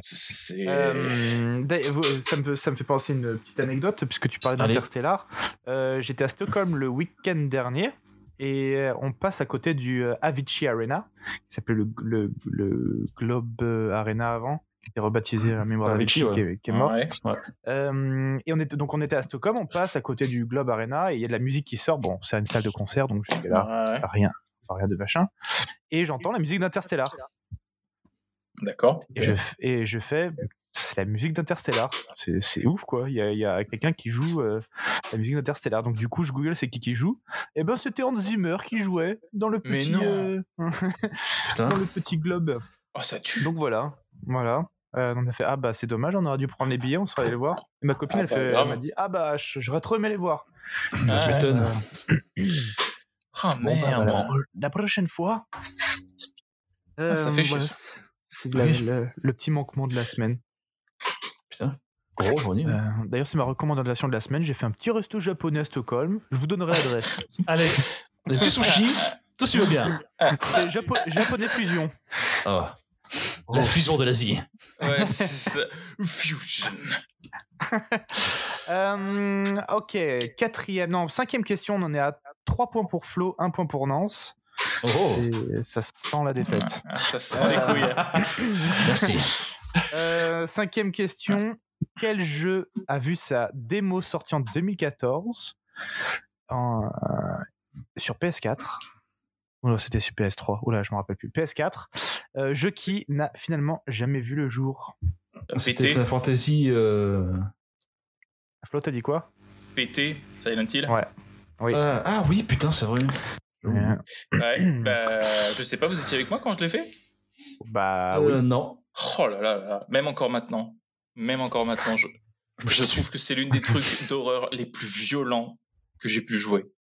S7: c'est
S5: Euh, d'ailleurs, vous- ça, me, ça me fait penser une petite anecdote, puisque tu parlais
S6: Allez.
S5: d'Interstellar. Euh, J'étais à Stockholm le week-end dernier. Et euh, on passe à côté du euh, Avicii Arena, qui s'appelait le, le- le Globe euh, Arena avant, qui était rebaptisé à la mémoire
S6: Avicii,
S5: d'Avicii, qui est- qui est mort.
S7: Ouais.
S5: Euh, et on était, donc on était à Stockholm, on passe à côté du Globe Arena, et il y a de la musique qui sort. Bon, c'est une salle de concert, donc jusqu'à là,
S7: Ouais,
S5: rien, enfin, rien de machin. Et j'entends la musique d'Interstellar.
S7: d'accord
S5: Et, je, f- et je fais, bah, c'est la musique d'Interstellar. C'est c'est ouf, quoi. Il y a, il y a quelqu'un qui joue euh, la musique d'Interstellar. Donc, du coup, je google c'est qui qui joue. Et ben, c'était Hans Zimmer qui jouait dans le
S7: Mais
S5: petit,
S7: non. Hein
S5: euh,
S6: Putain.
S5: dans le petit globe.
S7: oh ça tue
S5: Donc, voilà. Voilà. Euh, on a fait, ah bah, c'est dommage, on aurait dû prendre les billets, on serait allé le voir. Et ma copine,
S7: Ah
S5: elle,
S7: bah,
S5: fait- elle
S7: grave.
S5: m'a dit, ah bah, je- j'aurais trop aimé les voir.
S7: Ah,
S6: Ça
S7: ouais.
S6: m'étonne.
S7: Ah
S5: Bon, bah,
S7: merde.
S5: voilà. La prochaine fois. Euh,
S7: Ah, ça fait chier,
S5: voilà. C'est la-
S7: Oui.
S5: le- le petit manquement de la semaine.
S6: Gros, j'en ai.
S5: Euh, D'ailleurs, c'est ma recommandation de la semaine. J'ai fait un petit resto japonais à Stockholm. Je vous donnerai l'adresse.
S6: Allez. Des petits sushis, tout se veut bien.
S5: C'est Japo- japonais fusion.
S6: Ah. La fusion de l'Asie.
S7: Ouais, c'est ça. Fusion.
S5: Euh, ok, quatrième, non, cinquième question. On en est à 3 points pour Flo, 1 point pour Nance.
S6: Oh,
S5: C'est- Ça sent la défaite.
S7: Ah, ça sent les couilles. hein.
S6: merci.
S5: Euh, cinquième question. Quel jeu a vu sa démo sortie en 2014 en, euh, sur PS4 Oh là, c'était sur PS3. Oula, je me rappelle plus. PS4. Euh, jeu qui n'a finalement jamais vu le jour.
S6: C'était
S7: Pété.
S6: Final Fantasy. euh,
S5: Flo, t'as dit quoi
S7: Pété, Silent Hill.
S5: Ouais. Oui.
S6: euh, ah oui, putain, c'est vrai.
S5: Mais,
S7: Ouais, bah, je sais pas, vous étiez avec moi quand je l'ai fait
S5: bah oui.
S6: Euh, Non.
S7: Oh là là là là, même encore maintenant. Même encore maintenant, je, je trouve que c'est l'une des trucs d'horreur les plus violents que j'ai pu jouer.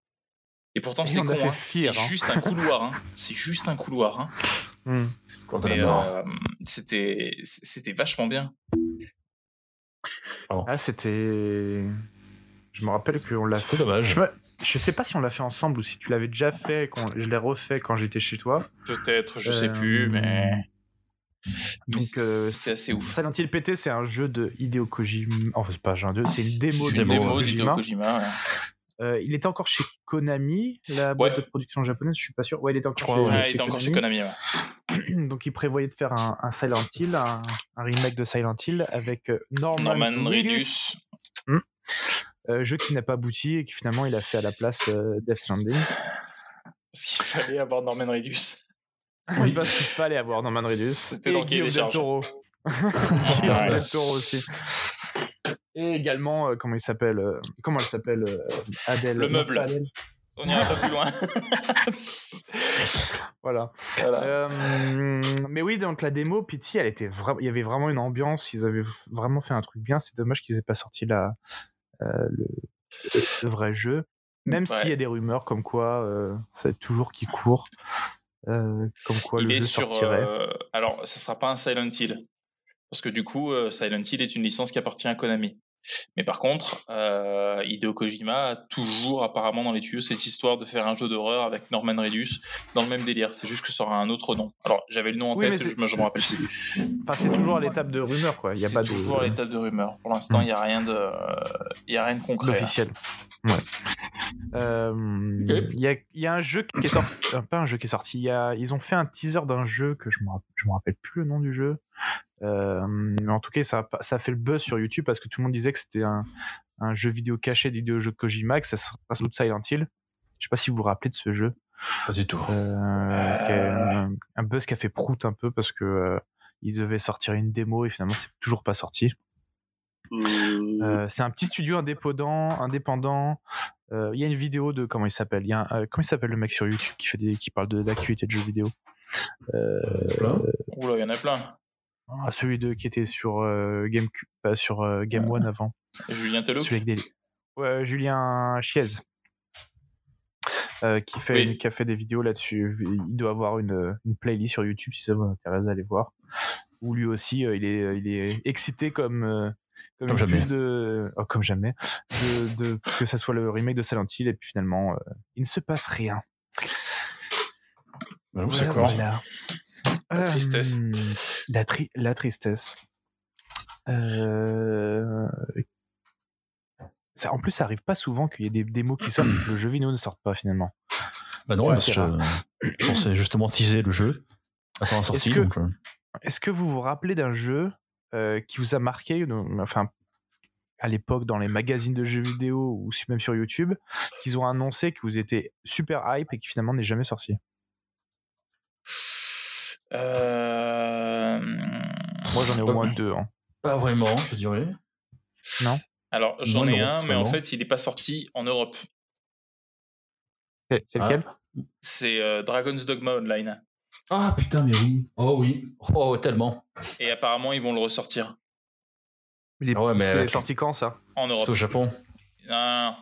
S7: Et pourtant,
S5: Et
S7: c'est
S5: on a
S7: con,
S5: fait
S7: hein.
S5: fuir,
S7: c'est
S5: hein.
S7: juste un couloir. hein. C'est juste un couloir. hein.
S5: Hmm.
S6: Quand à
S7: Mais,
S6: la mort.
S7: euh, c'était c'était vachement bien.
S5: Ah, c'était. Je me rappelle qu'on l'a
S6: C'était
S5: fait.
S6: dommage.
S5: Je, me- je sais pas si on l'a fait ensemble ou si tu l'avais déjà fait, quand je l'ai refait quand j'étais chez toi.
S7: Peut-être, je
S5: Euh,
S7: sais plus, mais.
S5: Donc,
S7: mais c'est-
S5: euh,
S7: c'est assez ouf.
S5: Silent Hill PT, c'est un jeu de Hideo Kojima. Enfin, c'est pas un jeu, c'est une démo
S7: Ah, Une
S5: de
S6: démo,
S5: Hideo
S7: d'Hideo
S5: Kojima.
S7: Kojima, ouais.
S5: Euh, il était encore chez Konami, la boîte
S7: Ouais.
S5: de production japonaise, je suis pas sûr. Ouais, il était encore,
S6: crois,
S5: chez,
S6: ouais.
S7: Ouais, il était encore chez Konami. ouais.
S5: Donc, il prévoyait de faire un, un Silent Hill, un, un remake de Silent Hill avec euh, Norman,
S7: Norman Reedus.
S5: Euh, jeu qui n'a pas abouti et qui finalement il a fait à la place euh, Death Stranding.
S7: Parce qu'il fallait avoir Norman Reedus.
S6: Oui.
S5: Parce qu'il fallait avoir Norman Reedus.
S7: C'était
S5: Et
S7: dans Guillaume
S5: Guillaume Del
S7: Del
S5: Toro. Guillaume
S7: Ouais.
S5: Del Toro aussi. Et également, euh, comment il s'appelle euh, Comment elle s'appelle euh, Adèle.
S7: Le
S5: non,
S7: meuble.
S5: c'est pas Adèle.
S7: On n'ira pas plus loin.
S5: Voilà.
S7: Voilà.
S5: Euh, mais oui, donc la démo, Pity, elle était vra- il y avait vraiment une ambiance. Ils avaient vraiment fait un truc bien. C'est dommage qu'ils aient pas sorti la, euh, le, le vrai jeu. Même
S7: Ouais.
S5: s'il y a des rumeurs comme quoi, euh, c'est toujours qui court, euh, comme quoi
S7: il
S5: le
S7: est
S5: jeu
S7: sur.
S5: sortirait.
S7: euh, alors, ça sera pas un Silent Hill. Parce que du coup, euh, Silent Hill est une licence qui appartient à Konami. Mais par contre, euh, Hideo Kojima a toujours apparemment dans les tuyaux cette histoire de faire un jeu d'horreur avec Norman Reedus dans le même délire. C'est juste que ça aura un autre nom. Alors, j'avais le nom en
S5: Oui, mais
S7: tête,
S5: c'est-
S7: je me, je me rappelle plus.
S5: Enfin, c'est toujours à l'étape de rumeur, quoi. Il y a
S7: C'est
S5: pas de-
S7: toujours à l'étape de rumeur. Pour l'instant, il n'y a rien de, il y a rien de concret.
S5: d'officiel. Ouais. Euh, Il
S6: Ok.
S5: y, a, il y a un jeu qui est sorti, euh, pas un jeu qui est sorti. il Y a, ils ont fait un teaser d'un jeu que je me rapp- je me rappelle plus le nom du jeu. Euh, mais en tout cas, ça a, pas- ça a fait le buzz sur YouTube parce que tout le monde disait que c'était un, un jeu vidéo caché du jeu de Kojima, que ça serait sans doute Silent Hill. Je sais pas si vous vous rappelez de ce jeu.
S6: Pas du tout.
S5: Euh, qui est un, un buzz qui a fait prout un peu parce que euh, il devait sortir une démo et finalement c'est toujours pas sorti. Euh, c'est un petit studio indépendant, indépendant. Euh, Il y a une vidéo de comment il s'appelle. Il y a un- euh, comment il s'appelle le mec sur YouTube qui fait des, qui parle de d'actualité de jeux vidéo. Euh,
S6: Plein.
S7: Oula, il y en a plein.
S5: ah, celui de qui était sur euh, GameCube, pas sur euh, Game One avant.
S7: Julien Tello.
S5: Celui avec des- Ouais, Julien Chiez. Euh, qui, fait
S7: Oui.
S5: une- qui a fait des vidéos là-dessus. Il doit avoir une, une playlist sur YouTube si ça vous intéresse d'aller voir. Où lui aussi, euh, il, est, il est excité comme, euh, comme,
S6: Comme
S5: une
S6: jamais.
S5: puce de. oh, comme jamais. De, de- que ça soit le remake de Silent Hill et puis finalement, euh, il ne se passe rien.
S6: Bah, vous,
S5: Voilà,
S6: c'est quoi
S5: voilà.
S7: La tristesse.
S5: Euh, la, tri- la tristesse. Euh, Ça, en plus, ça arrive pas souvent qu'il y ait des démos qui sortent et que le jeu vidéo ne sorte pas finalement.
S6: Bah
S5: Ça,
S6: non,
S5: c'est
S6: parce que ils sont censés justement teaser le jeu. Attends, la sortie.
S5: que-
S6: donc, euh,
S5: Est-ce que vous vous rappelez d'un jeu euh, qui vous a marqué, euh, enfin, à l'époque dans les magazines de jeux vidéo ou si- même sur YouTube, qu'ils ont annoncé que vous étiez super hype et qui finalement n'est jamais sorti
S7: Euh...
S5: Moi, j'en ai au
S6: Ah
S5: moins
S6: oui.
S5: deux. hein.
S6: Pas vraiment, je dirais.
S7: Alors, j'en
S6: Moi,
S7: ai
S6: non,
S7: un, mais
S6: ça,
S7: en
S6: non.
S7: fait, il n'est pas sorti en Europe.
S5: C'est c'est
S6: Ah.
S5: lequel
S7: C'est euh, Dragon's Dogma Online.
S6: Ah putain, mais oui. Oh oui. Oh, tellement.
S7: Et apparemment, ils vont le ressortir
S5: Il est-
S6: Ah ouais, mais
S5: C'était
S6: avec-
S5: sorti quand ça
S7: en Europe.
S6: C'est au Japon.
S7: Non, non, non.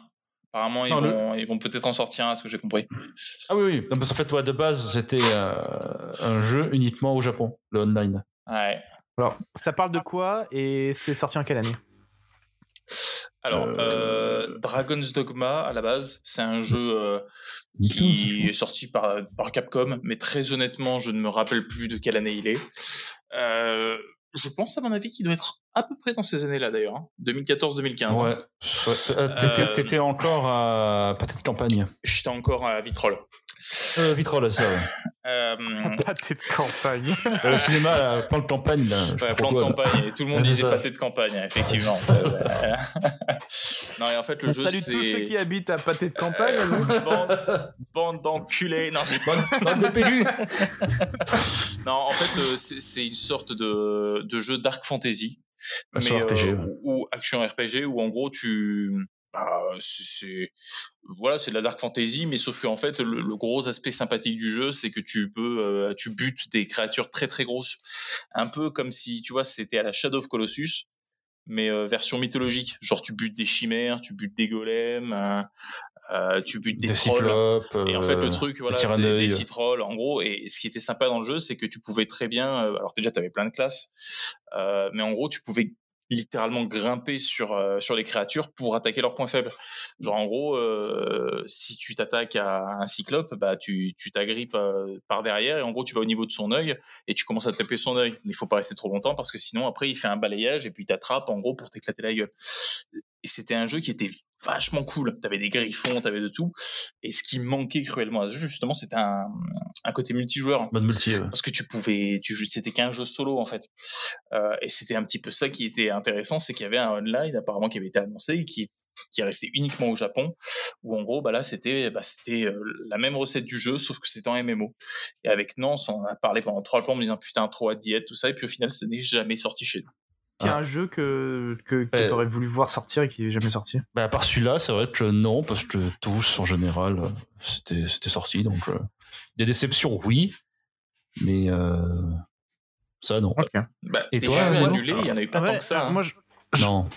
S7: Apparemment, ils
S6: Non, le-
S7: vont, ils vont peut-être en sortir un, à ce que j'ai compris.
S6: Ah oui, oui. Non, parce qu'en fait, toi, de base, c'était euh, un jeu uniquement au Japon, le online.
S7: Ouais.
S5: Alors, ça parle de quoi et c'est sorti en quelle année
S7: Alors,
S6: Euh,
S7: euh, Dragon's Dogma, à la base, c'est un jeu euh,
S6: Putain, c'est
S7: qui
S6: fou.
S7: est sorti par, par Capcom, mais très honnêtement, je ne me rappelle plus de quelle année il est. Euh, je pense, à mon avis, qu'il doit être à peu près dans ces années-là, d'ailleurs. hein. 2014-2015.
S6: Ouais.
S7: hein.
S6: Ouais. Euh, t'étais-
S7: Euh,
S6: T'étais encore à Patate Campagne.
S7: J'étais encore à Vitrolles.
S6: Euh, Vitrolles, ça, ouais.
S7: Euh,
S5: Pâté de campagne.
S6: Euh, Le cinéma, là, plan de campagne, là. je sais
S7: Ouais,
S6: pas
S7: plan de
S6: quoi, là.
S7: campagne. Et tout le monde
S6: Ouais, c'est
S7: disait
S6: ça.
S7: pâté de campagne, hein, effectivement.
S6: C'est ça.
S7: Voilà. non, et en fait, le
S5: On
S7: jeu,
S5: salue
S7: c'est...
S5: Bah, tous ceux qui hein. habitent à pâté de campagne.
S7: Euh,
S5: nous.
S7: bande, bande d'enculés. Non, je-
S6: Bande de pélus.
S7: non, en fait, euh, c'est c'est une sorte de, de jeu dark fantasy. euh,
S6: Action RPG, ouais.
S7: Ou, ou action RPG, où en gros, tu, bah, c'est- c'est voilà, c'est de la dark fantasy, mais sauf qu'en fait, le, le gros aspect sympathique du jeu, c'est que tu peux, euh, tu butes des créatures très très grosses, un peu comme si, tu vois, c'était à la Shadow of Colossus, mais euh, version mythologique. Genre, tu butes des chimères, tu butes des golems, euh, euh, tu butes des,
S6: des
S7: trolls.
S6: cyclopes.
S7: Et en fait,
S6: euh,
S7: le truc, voilà,
S6: tyrannoïdes.
S7: c'est des six trolls, en gros. Et ce qui était sympa dans le jeu, c'est que tu pouvais très bien. euh, alors déjà, tu avais plein de classes, euh, mais en gros, tu pouvais littéralement grimper sur euh, sur les créatures pour attaquer leurs points faibles. Genre en gros, euh, si tu t'attaques à un cyclope, bah tu tu t'agrippes euh, par derrière et en gros tu vas au niveau de son œil et tu commences à taper son œil. Mais il faut pas rester trop longtemps parce que sinon après il fait un balayage et puis il t'attrape en gros pour t'éclater la gueule. Et c'était un jeu qui était vachement cool. T'avais des griffons, t'avais de tout. Et ce qui manquait cruellement à ce jeu, justement, c'était un, un côté multijoueur.
S6: Mode multi. ouais.
S7: Parce que tu pouvais, tu, c'était qu'un jeu solo en fait. Euh, et c'était un petit peu ça qui était intéressant, c'est qu'il y avait un online apparemment qui avait été annoncé et qui, qui est resté uniquement au Japon, où en gros, bah là, c'était, bah, c'était euh, la même recette du jeu, sauf que c'était en MMO. Et avec Nance, on en a parlé pendant trois plans en me disant putain, trop hâte d'y être, tout ça, et puis au final, ce n'est jamais sorti chez nous.
S9: Qui est un jeu que, que, que
S6: Euh,
S9: t'aurais voulu voir sortir et qui n'est jamais sorti.
S6: Bah, à part celui-là, c'est vrai que non, parce que tous, en général, euh, c'était c'était sorti. Donc, euh, des déceptions, oui, mais euh, ça,
S5: Ah,
S6: non.
S7: Bah,
S6: Et
S7: des
S6: toi,
S7: jeux
S6: Manon
S7: annulés, il y en a eu pas
S5: Ouais,
S7: tant que ça.
S5: alors
S7: hein.
S5: Moi, je,
S6: Non.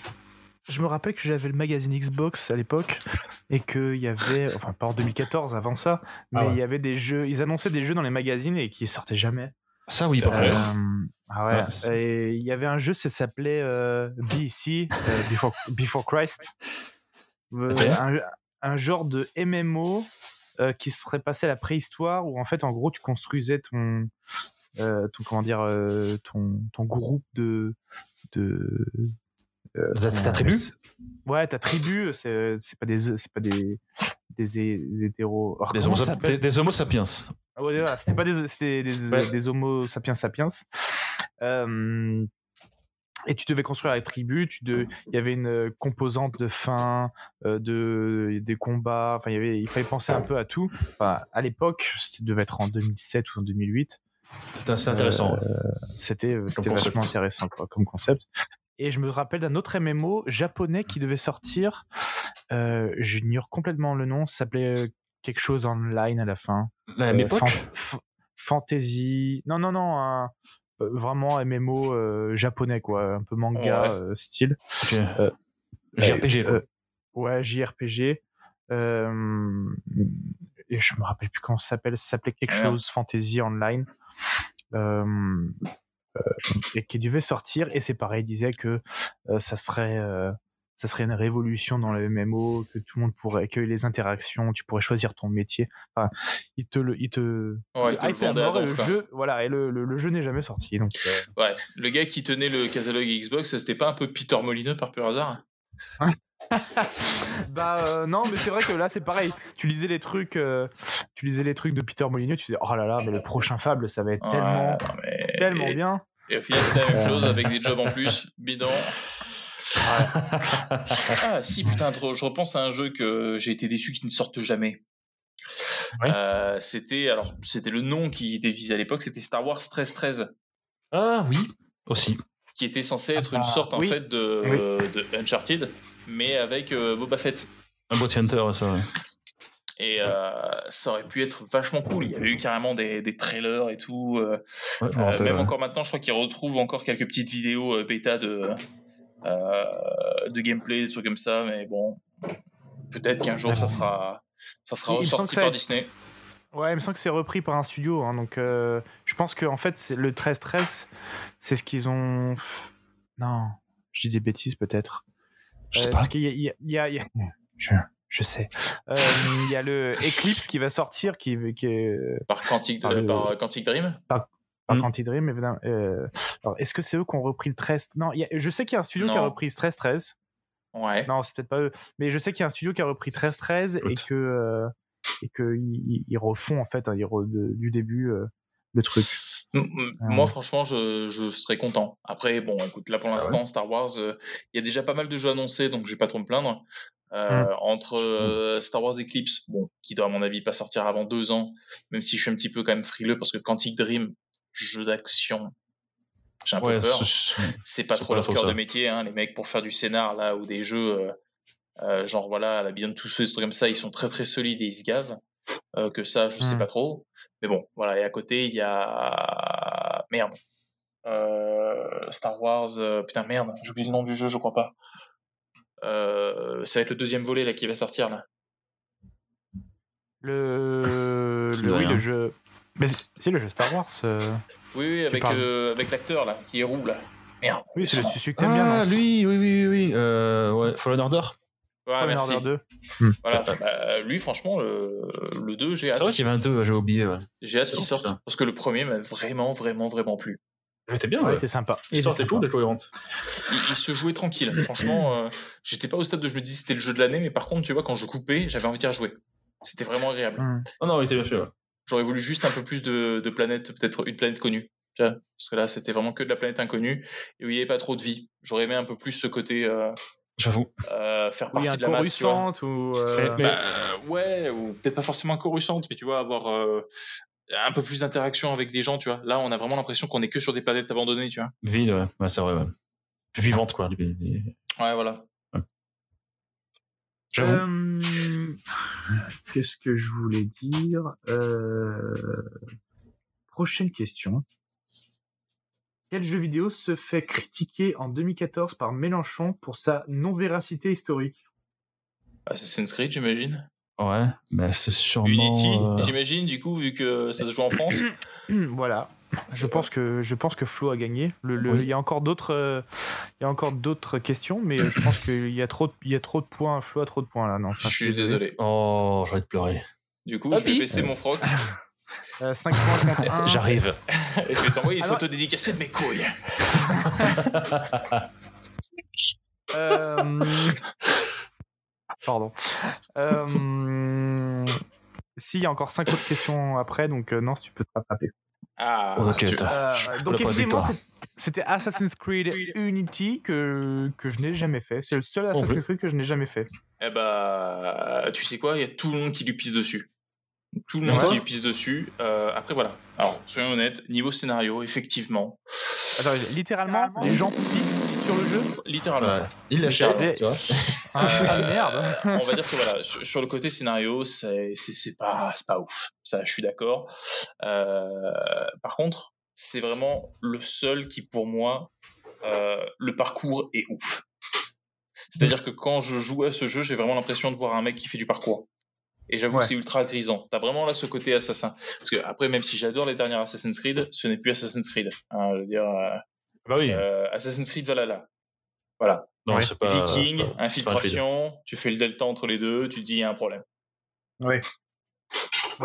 S5: je me rappelle que j'avais le magazine Xbox à l'époque et qu'il y avait, enfin pas en 2014, avant ça, mais
S6: Ah ouais.
S5: il y avait des jeux, ils annonçaient des jeux dans les magazines et qui sortaient jamais.
S6: Ça, oui, par
S5: Euh,
S6: contre.
S5: ah ouais.
S6: Ouais, c'est ça.
S5: et il y avait un jeu, ça s'appelait euh, BC, euh, Before, Before Christ. Euh,
S6: Ok.
S5: un, un genre de MMO euh, qui serait passé à la préhistoire où en fait, en gros, tu construisais ton, euh, ton comment dire, euh, ton, ton groupe de. de euh,
S6: Ta- ta
S5: comment-
S6: tribu
S5: Ouais, ta tribu, c'est c'est pas des c'est pas des des, des hétéros. Alors,
S6: Des
S5: comment
S6: homo,
S5: ça
S6: sap- des-
S5: s'appelle
S6: des homo sapiens.
S5: ah ouais, voilà, c'était pas des, c'était des, euh,
S6: Ouais.
S5: des homo sapiens sapiens. Euh, et tu devais construire la tribu, tu de- il y avait une euh, composante de faim, euh, de, des combats, enfin, il, y avait, il fallait penser un peu à tout. Enfin, à l'époque, c'était devait être en 2007 ou en 2008,
S6: C'était assez intéressant. ouais.
S5: c'était euh, c'était
S6: concept.
S5: vachement intéressant quoi, comme concept. Et je me rappelle d'un autre MMO japonais qui devait sortir, euh, j'ignore complètement le nom, ça s'appelait euh, quelque chose online à la fin.
S6: La
S5: Euh,
S6: même époque
S5: fan- fa- fantasy. Non, non, non. un- euh, vraiment MMO euh, japonais, quoi. Un peu manga
S7: Ouais.
S5: euh, style.
S6: Ok.
S5: euh,
S6: JRPG. quoi.
S5: Euh, ouais, JRPG. Euh, et je me rappelle plus comment ça s'appelle. Ça s'appelait quelque
S7: Ouais.
S5: chose Fantasy Online. Euh, euh, et qui devait sortir. Et c'est pareil, il disait que euh, ça serait. euh, ça serait une révolution dans le MMO, que tout le monde pourrait, que les interactions, tu pourrais choisir ton métier. Enfin, il te le, il te,
S7: Ouais, ils te le
S5: hype à
S7: vendaient à
S5: mort, et
S7: donf,
S5: le
S7: quoi.
S5: jeu, voilà, et le, le- le jeu n'est jamais sorti. Donc, euh,
S7: Ouais, le gars qui tenait le catalogue Xbox, c'était pas un peu Peter Molineux par pur hasard
S5: bah euh, non, mais c'est vrai que là, c'est pareil. Tu lisais les trucs, euh, tu lisais les trucs de Peter Molyneux, tu disais, oh là là, mais le prochain Fable, ça va être tellement,
S7: Ouais, non, mais-
S5: tellement
S7: et,
S5: bien.
S7: Et au final, c'était la même chose avec des jobs en plus, bidon. ah si, putain, trop- je repense à un jeu que j'ai été déçu qui ne sorte jamais.
S5: Ouais.
S7: Euh, c'était alors c'était le nom qui était utilisé à l'époque, c'était Star Wars 1313,
S6: Ah oui, aussi.
S7: qui était censé être
S5: Ah,
S7: une sorte en
S5: oui.
S7: fait de,
S5: Oui.
S7: euh, de Uncharted, mais avec euh, Boba Fett.
S6: Un boîtier hunter, ouais, ça. ouais.
S7: Et euh, ça aurait pu être vachement cool. Il y avait eu carrément des, des trailers et tout. euh,
S6: Ouais, je me
S7: Euh,
S6: rappelle,
S7: même
S6: ouais.
S7: encore maintenant, je crois qu'ils retrouvent encore quelques petites vidéos euh, bêta de, euh, de gameplay, des trucs comme ça, mais bon, peut-être qu'un jour ça sera, ça sera
S5: Il- il me semble
S7: ressorti
S5: que ça
S7: par
S5: a-
S7: Disney.
S5: Ouais, il me semble que c'est repris par un studio, hein, donc euh, je pense que en fait, c'est- le 13-13, c'est ce qu'ils ont. Non, je dis des bêtises peut-être.
S6: Je sais
S5: Euh,
S6: pas.
S5: Parce qu'il y a, il y a- il y a- il y a- Je, je sais. Euh, Il y a le Eclipse qui va sortir, qui, qui est
S7: Par Quantic,
S5: Ah,
S7: euh,
S5: le-
S7: par Quantic Dream
S5: par
S6: Mm.
S5: Quantic Dream, évidemment. Euh, alors, est-ce que c'est eux qui ont repris le 13 Non, il y a- je sais qu'il y a un studio qui a
S7: Non.
S5: repris 13-13.
S7: Ouais.
S5: Non, c'est peut-être pas eux. Mais je sais qu'il y a un studio qui a repris 13-13 et
S6: Écoute.
S5: que euh, et que ils- ils ils refont en fait hein, ils re- de- du début euh, le truc.
S7: M- m-
S5: Ah
S7: Moi, franchement, je, je serais content. Après, bon, écoute, là
S6: Ah
S7: pour l'instant, Star Wars, euh, il y a déjà pas mal de jeux annoncés, donc je vais pas trop me plaindre.
S6: Mmh.
S7: Euh, Entre euh, Star Wars Eclipse, bon, qui doit à mon avis pas sortir avant deux ans, même si je suis un petit peu quand même frileux parce que Quantic Dream, jeu d'action, j'ai un peu
S6: Ouais,
S7: peur.
S6: ce- ce-
S7: C'est pas
S6: c'est
S7: trop
S6: pas
S7: leur
S6: trop
S7: cœur
S6: ça.
S7: de métier, hein, les mecs pour faire du scénar là ou des jeux. euh, Euh, genre voilà, la Beyond Two Souls, des trucs comme ça, ils sont très très solides et ils se gavent. Euh, que ça, je sais
S5: Mm.
S7: pas trop. Mais bon, voilà. Et à côté, il y a merde. Euh, Star Wars, euh, putain merde, j'oublie le nom du jeu, je crois pas. Euh, ça va être le deuxième volet là qui va sortir là.
S5: Le,
S6: Ça me dit
S5: le oui,
S6: rien.
S5: le jeu. Mais c'est c'est le jeu Star Wars. euh.
S7: Oui, oui, avec
S5: parles-
S7: euh, avec l'acteur là qui est roux là. Merde.
S5: Oui, c'est le- c'est celui que t'aimes bien.
S6: Ah,
S5: non
S6: lui, oui, oui, oui, oui. Euh, ouais, Fallen Order. Ah,
S7: Voilà,
S5: Fallen
S7: merci.
S5: Order 2.
S7: Voilà, bah, lui, franchement, le, le 2, j'ai hâte.
S6: C'est vrai qu'il y avait un 2, j'avais oublié. Ouais.
S7: J'ai hâte
S6: C'est
S7: qu'il
S6: bon,
S7: sorte
S6: putain.
S7: parce que le premier m'a vraiment, vraiment, vraiment plu.
S6: Mais t'es bien,
S5: Ouais,
S6: Ah ouais.
S5: t'es sympa.
S6: L'histoire,
S5: Il
S6: c'est
S5: était
S6: cool,
S5: sympa.
S6: est cohérente.
S7: Il, il se jouait tranquille. Franchement, euh, j'étais pas au stade de je me dis c'était le jeu de l'année, mais par contre, tu vois, quand je coupais, j'avais envie d'y rejouer. C'était vraiment agréable.
S5: Mm.
S6: Non, Ah non, il était bien fait, ouais.
S7: J'aurais voulu juste un peu plus de, de planètes, peut-être une planète connue. tu vois. Parce que là, c'était vraiment que de la planète inconnue et où il n'y avait pas trop de vie. J'aurais aimé un peu plus ce côté euh,
S6: J'avoue.
S7: euh, faire
S5: Oui,
S7: partie
S5: un
S7: de la masse. tu vois.
S5: Coruscant ou. euh,
S6: Mais-
S7: Bah, euh, ouais, ou peut-être pas forcément coruscante, mais tu vois, avoir euh, un peu plus d'interaction avec des gens, tu vois. Là, on a vraiment l'impression qu'on est que sur des planètes abandonnées, tu vois.
S6: Ville, ouais. ouais c'est vrai, ouais. Plus vivante, quoi. les- les-
S7: Ouais, voilà.
S6: J'avoue.
S9: Euh, Qu'est-ce que je voulais dire Euh, Prochaine question. Quel jeu vidéo se fait critiquer en 2014 par Mélenchon pour sa non-véracité historique
S7: Assassin's Creed, j'imagine.
S6: Ouais. Bah, c'est sûrement.
S7: Unity,
S6: euh,
S7: j'imagine, du coup, vu que ça se joue en France.
S5: voilà. Je pense que je pense que Flo a gagné. Le, le-
S6: Oui.
S5: Il y a encore d'autres euh, il y a encore d'autres questions, mais je pense qu'il y a trop de- il y a trop de points. Flo a trop de points là. Non,
S7: Je suis désolé.
S6: Oh, j'aurais de pleurer.
S7: Du coup,
S6: Ah,
S7: je vais
S6: puis-
S7: baisser mon froc
S5: 5 Euh, points contre
S6: Ah,
S5: 1.
S6: J'arrive.
S7: et je vais t'envoyer une
S5: Alors-
S7: photo dédicacée de mes couilles.
S5: Euh, Pardon. Euh, S'il y a encore 5 autres questions après, donc euh, non, si tu peux te rattraper.
S7: Ah,
S6: Oh, ok,
S7: tu-
S6: attends.
S5: Euh,
S6: Je suis pour la
S5: donc
S6: bonne
S5: effectivement,
S6: victoire.
S5: c'est- c'était Assassin's Creed Unity que, que je n'ai jamais fait. C'est le seul Assassin's Creed que je n'ai jamais fait.
S7: Eh bah, tu sais quoi, il y a tout le monde qui lui pisse dessus. Tout le
S6: Ouais.
S7: monde qui lui pisse dessus. Euh, après, voilà. Alors, soyons honnêtes, niveau scénario, effectivement,
S5: Attends, littéralement, les gens pissent sur le jeu.
S7: littéralement.
S6: Voilà. Il l'achète,
S5: Mais-
S6: tu vois.
S5: Ah,
S7: Euh,
S5: merde.
S7: on va dire que voilà, sur, sur le côté scénario, c'est c'est- c'est pas, c'est pas ouf. Ça, je suis d'accord. Euh, par contre, c'est vraiment le seul qui, pour moi, euh, le parcours est ouf. C'est-à-dire que quand je joue à ce jeu, j'ai vraiment l'impression de voir un mec qui fait du parcours. Et j'avoue
S5: Ouais.
S7: que c'est ultra grisant. T'as vraiment là ce côté assassin. Parce que après, même si j'adore les dernières Assassin's Creed, ce n'est plus Assassin's Creed. hein, je veux dire, euh,
S6: Bah oui.
S7: euh, Assassin's Creed Valhalla. Voilà.
S6: non,
S5: ouais.
S6: c'est pas.
S7: Viking,
S6: c'est pas- c'est pas un film.
S7: infiltration, tu fais le delta entre les deux, tu te dis il y a un problème.
S5: Moi,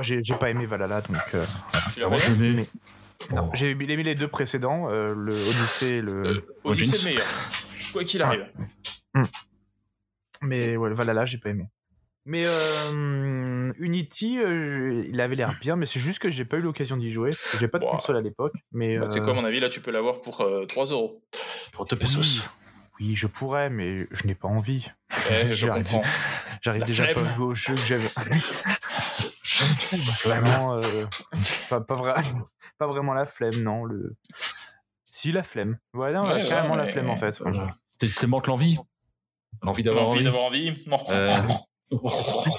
S5: j'ai j'ai pas aimé Valhalla, donc euh,
S7: Tu l'as
S6: Moi, je
S7: revu
S6: l'ai aimé.
S5: non. j'ai aimé j'ai aimé les deux précédents, euh, le Odyssey, et le.
S7: Euh, Odyssey
S6: Origins.
S7: le meilleur. Quoi qu'il arrive.
S5: Mais ouais, le Valhalla, j'ai pas aimé. Mais euh, Unity, euh, je- il avait l'air bien, mais c'est juste que j'ai pas eu l'occasion d'y jouer. J'ai pas de
S7: Bon.
S5: console à l'époque, mais.
S7: Bah, tu sais
S5: euh,
S7: quoi, à mon avis, là, tu peux l'avoir pour euh, 3 euros.
S6: Pour 2
S5: oui,
S6: pesos.
S5: oui, je pourrais, mais je n'ai pas envie.
S7: Eh, je
S5: J'ai
S7: comprends.
S5: J'arrive
S7: La
S5: déjà pas
S7: flemme.
S5: à jouer au jeu que j'avais. vraiment, euh, pas, pas vra- pas vraiment la flemme, non. Le... Si, la flemme. Ouais, non,
S7: Ouais,
S5: carrément
S7: ouais,
S5: la
S7: mais-
S5: flemme, en fait.
S6: Voilà. T'es- Te manque l'envie. L'envie
S7: T'as
S6: d'avoir
S7: envie
S6: envie. Euh,
S7: d'avoir envie Non.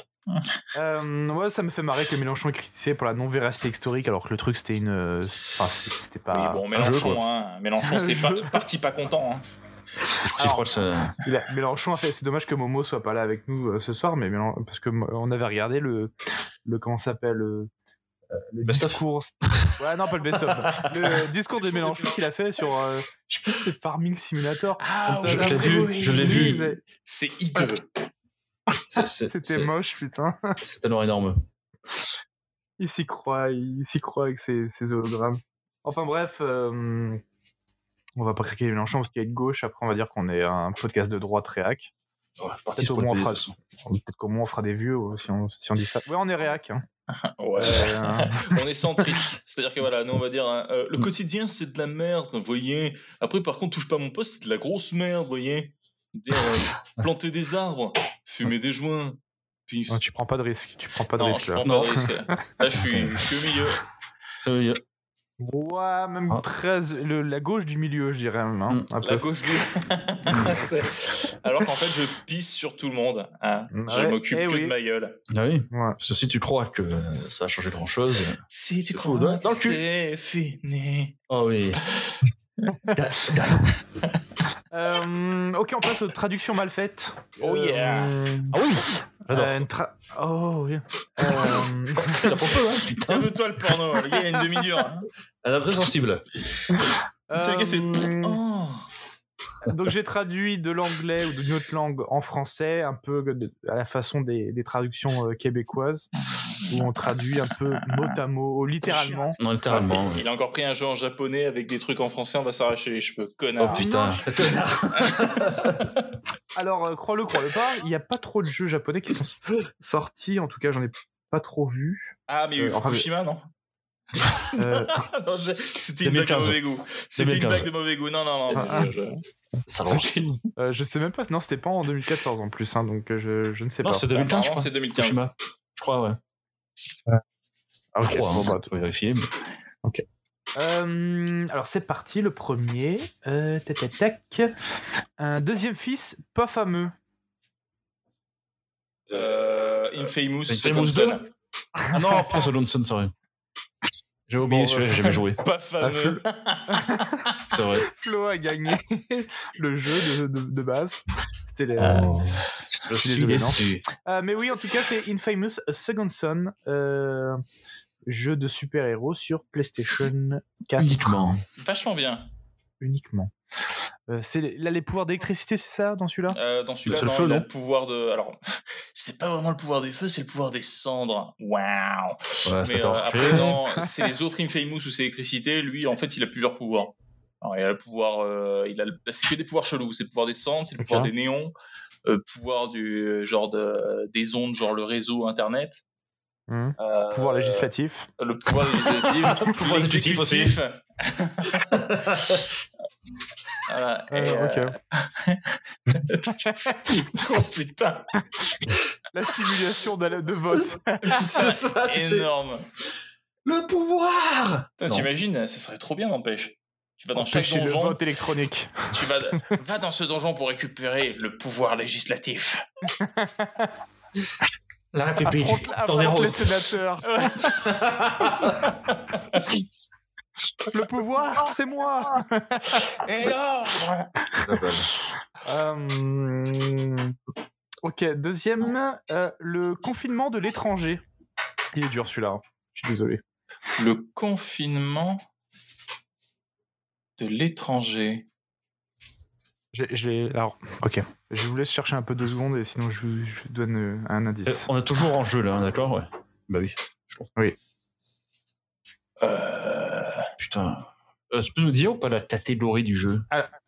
S5: Euh, ouais, ça me fait marrer que Mélenchon est critiqué pour la non-véracité historique, alors que le truc, c'était une... euh, Enfin, bah, c'est- c'était pas...
S7: Oui, bon,
S6: c'est un jeu,
S7: Mélenchon,
S6: quoi.
S7: hein, Mélenchon,
S5: C'est un
S7: c'est pas,
S5: jeu.
S7: parti pas content. hein.
S6: Je crois que ça.
S5: Il a- Mélenchon a fait... C'est dommage que Momo soit pas là avec nous euh, ce soir, mais Mélen- parce que euh, on avait regardé le... le comment ça s'appelle euh, le
S6: Best of.
S5: discours. Ouais, non, pas le best-of. le discours de Mélenchon qu'il a fait sur. euh, je sais plus si c'est Farming Simulator.
S7: Ah,
S5: Je- je
S7: ouais,
S5: l'ai
S6: vu,
S7: oui,
S6: je l'ai
S7: oui,
S6: vu.
S7: mais C'est hideux.
S6: c'est- c'est-
S5: C'était
S6: c'est-
S5: moche, putain.
S6: C'est alors énorme.
S5: Il s'y croit, il s'y croit avec ses, ses hologrammes. Enfin bref, euh, on va pas craquer Mélenchon parce qu'il est de gauche. Après, on va dire qu'on est un podcast de droite réac.
S6: Ouais, parti
S5: Peut-être
S6: pour
S5: au
S6: le
S5: moins on
S6: pays, de
S5: fera-
S6: toute façon.
S5: peut-être qu'au moins on fera des vues euh, si on, si on dit ça. Ouais, on est réac. hein.
S7: Ouais.
S5: Euh,
S7: on est centriste. C'est-à-dire que voilà, nous on va dire hein,
S5: Mm.
S7: euh, le quotidien c'est de la merde, vous voyez. Après par contre touche pas à mon poste, c'est de la grosse merde, vous voyez. Dire euh, planter des arbres, fumer des joints. Puis
S5: non, Ah, tu prends pas de risque. Tu prends pas de
S7: non,
S5: risque
S7: je
S5: là.
S7: prends
S6: Non.
S7: pas de risque. Là je suis, je suis au milieu.
S6: Ça veut dire-
S5: Ouais, même
S6: Ah.
S5: 13, le- la gauche du milieu, je dirais même. hein,
S6: Mm,
S5: un
S7: La
S5: peu.
S7: gauche du. C'est- Alors qu'en fait, je pisse sur tout le monde. hein. Je
S5: Ouais,
S7: m'occupe
S5: eh
S7: que de
S5: oui.
S7: ma gueule.
S6: Ah oui.
S5: Ouais.
S6: Parce que si tu crois que euh, ça a changé grand chose.
S7: Si tu
S6: crois Dans le cul. que
S7: c'est fini.
S6: Oh oui.
S5: Euh, ok, on passe aux traductions mal faites.
S7: Oh yeah.
S6: Ah oui. J'adore.
S5: Euh, une tra- Oh oui. Euh,
S6: Putain, la photo, hein, putain.
S7: Calme-toi le porno. Le gars, il a une demi-dure. hein.
S6: Elle est très sensible.
S7: Tu sais, le gars, c'est.
S5: euh,
S7: Oh.
S5: donc j'ai traduit de l'anglais ou d'une autre langue en français, un peu de- à la façon des, des traductions euh, québécoises, où on traduit un peu mot à mot, oh, littéralement.
S6: Non, littéralement. ouais.
S7: Il a encore pris un jeu en japonais avec des trucs en français. On va s'arracher les cheveux.
S6: Oh
S7: Connard.
S6: putain.
S5: Alors, euh, crois-le, crois-le pas, il n'y a pas trop de jeux japonais qui sont sortis, en tout cas j'en ai pas trop vu.
S7: Ah, mais il y a eu
S5: Euh, enfin,
S7: Fukushima, non
S5: Euh,
S7: Ah, non, j'ai- C'était une blague de
S6: 2015.
S7: mauvais goût. C'était une
S6: 2015.
S7: blague de mauvais goût. Non, non, non.
S5: Ah,
S7: je- je-
S6: Ça lance.
S5: euh, je sais même pas, non c'était pas en 2014 en plus, hein, donc euh, je, je ne sais
S6: Non,
S5: pas.
S6: c'est 2015, je
S7: Apparemment,
S6: crois.
S7: c'est 2015.
S6: Fukushima. Je crois, ouais.
S5: Ah, ok.
S6: Je crois.
S5: Bon,
S6: hein.
S5: bah,
S6: Faut vérifier. mais-
S5: Euh, alors c'est parti, le premier. Euh, tac, tac, tac. Un deuxième fils, pas fameux.
S7: Euh, Infamous.
S6: C'est
S7: comme
S6: Famous
S7: ça,
S6: 2
S7: là.
S6: Ah non, putain, c'est Lonson, sorry. J'ai oublié
S7: Bon,
S6: celui-là, j'ai jamais joué.
S7: Pas
S5: Ah, Flo,
S7: fameux.
S6: C'est vrai.
S5: Flo a gagné le jeu de, de- de base. C'était les-
S6: Oh. Je
S5: suis
S6: suis
S5: désolé,
S6: déçu.
S5: Euh, mais oui, en tout cas, c'est Infamous Second Son, euh, jeu de super-héros sur PlayStation 4
S6: Uniquement.
S7: Vachement bien.
S5: uniquement. Euh, c'est les- là les pouvoirs d'électricité, c'est ça dans celui-là
S7: Euh, dans celui-là,
S6: C'est le
S7: non,
S6: feu,
S7: il a
S6: non
S7: le pouvoir de. Alors, c'est pas vraiment le pouvoir des feux, c'est le pouvoir des cendres. Waouh.
S6: Ouais,
S7: Mais
S6: Ah, ça
S7: euh,
S6: t'a Oh,
S7: après, non, c'est les autres Infamous où c'est électricité. Lui, en fait, il a plusieurs pouvoirs. Alors, il a le pouvoir. euh, il a le- C'est que des pouvoirs chelous. C'est le pouvoir des cendres, c'est le
S5: Ok.
S7: pouvoir des néons, euh, pouvoir du euh, genre de, des ondes, genre le réseau internet.
S5: Hum.
S7: Euh,
S5: Pouvoir législatif.
S7: Le pouvoir législatif.
S6: Pouvoir exécutif aussi.
S7: l'exécutif. voilà.
S5: Euh,
S7: et, euh,
S5: ok.
S7: oh, putain,
S5: La simulation d'aller- de vote.
S6: C'est ça,
S7: énorme.
S6: Ah, Le pouvoir
S7: Putain,
S6: Non.
S7: T'imagines, ça serait trop bien, n'empêche. Tu vas dans
S5: Empêcher
S7: chaque
S5: le
S7: donjon,
S5: vote électronique.
S7: tu vas, va dans ce donjon pour récupérer le pouvoir législatif.
S6: La République,
S5: Affronte-
S6: t'en es
S5: affronte les
S6: route.
S5: sénateurs. Le pouvoir, c'est moi
S7: Et l'ordre
S5: Euh, Ok, deuxième, euh, le confinement de l'étranger. Il est dur celui-là, hein. je suis désolé.
S7: Le confinement de l'étranger.
S5: J'ai- Je l'ai. Alors, ok. Je vous laisse chercher un peu deux secondes et sinon je vous, je vous donne euh, un
S6: Euh,
S5: indice.
S6: On est toujours en jeu là, hein, d'accord ouais. Bah oui.
S7: Euh,
S6: Putain. Euh, tu peux nous dire ou pas la catégorie du jeu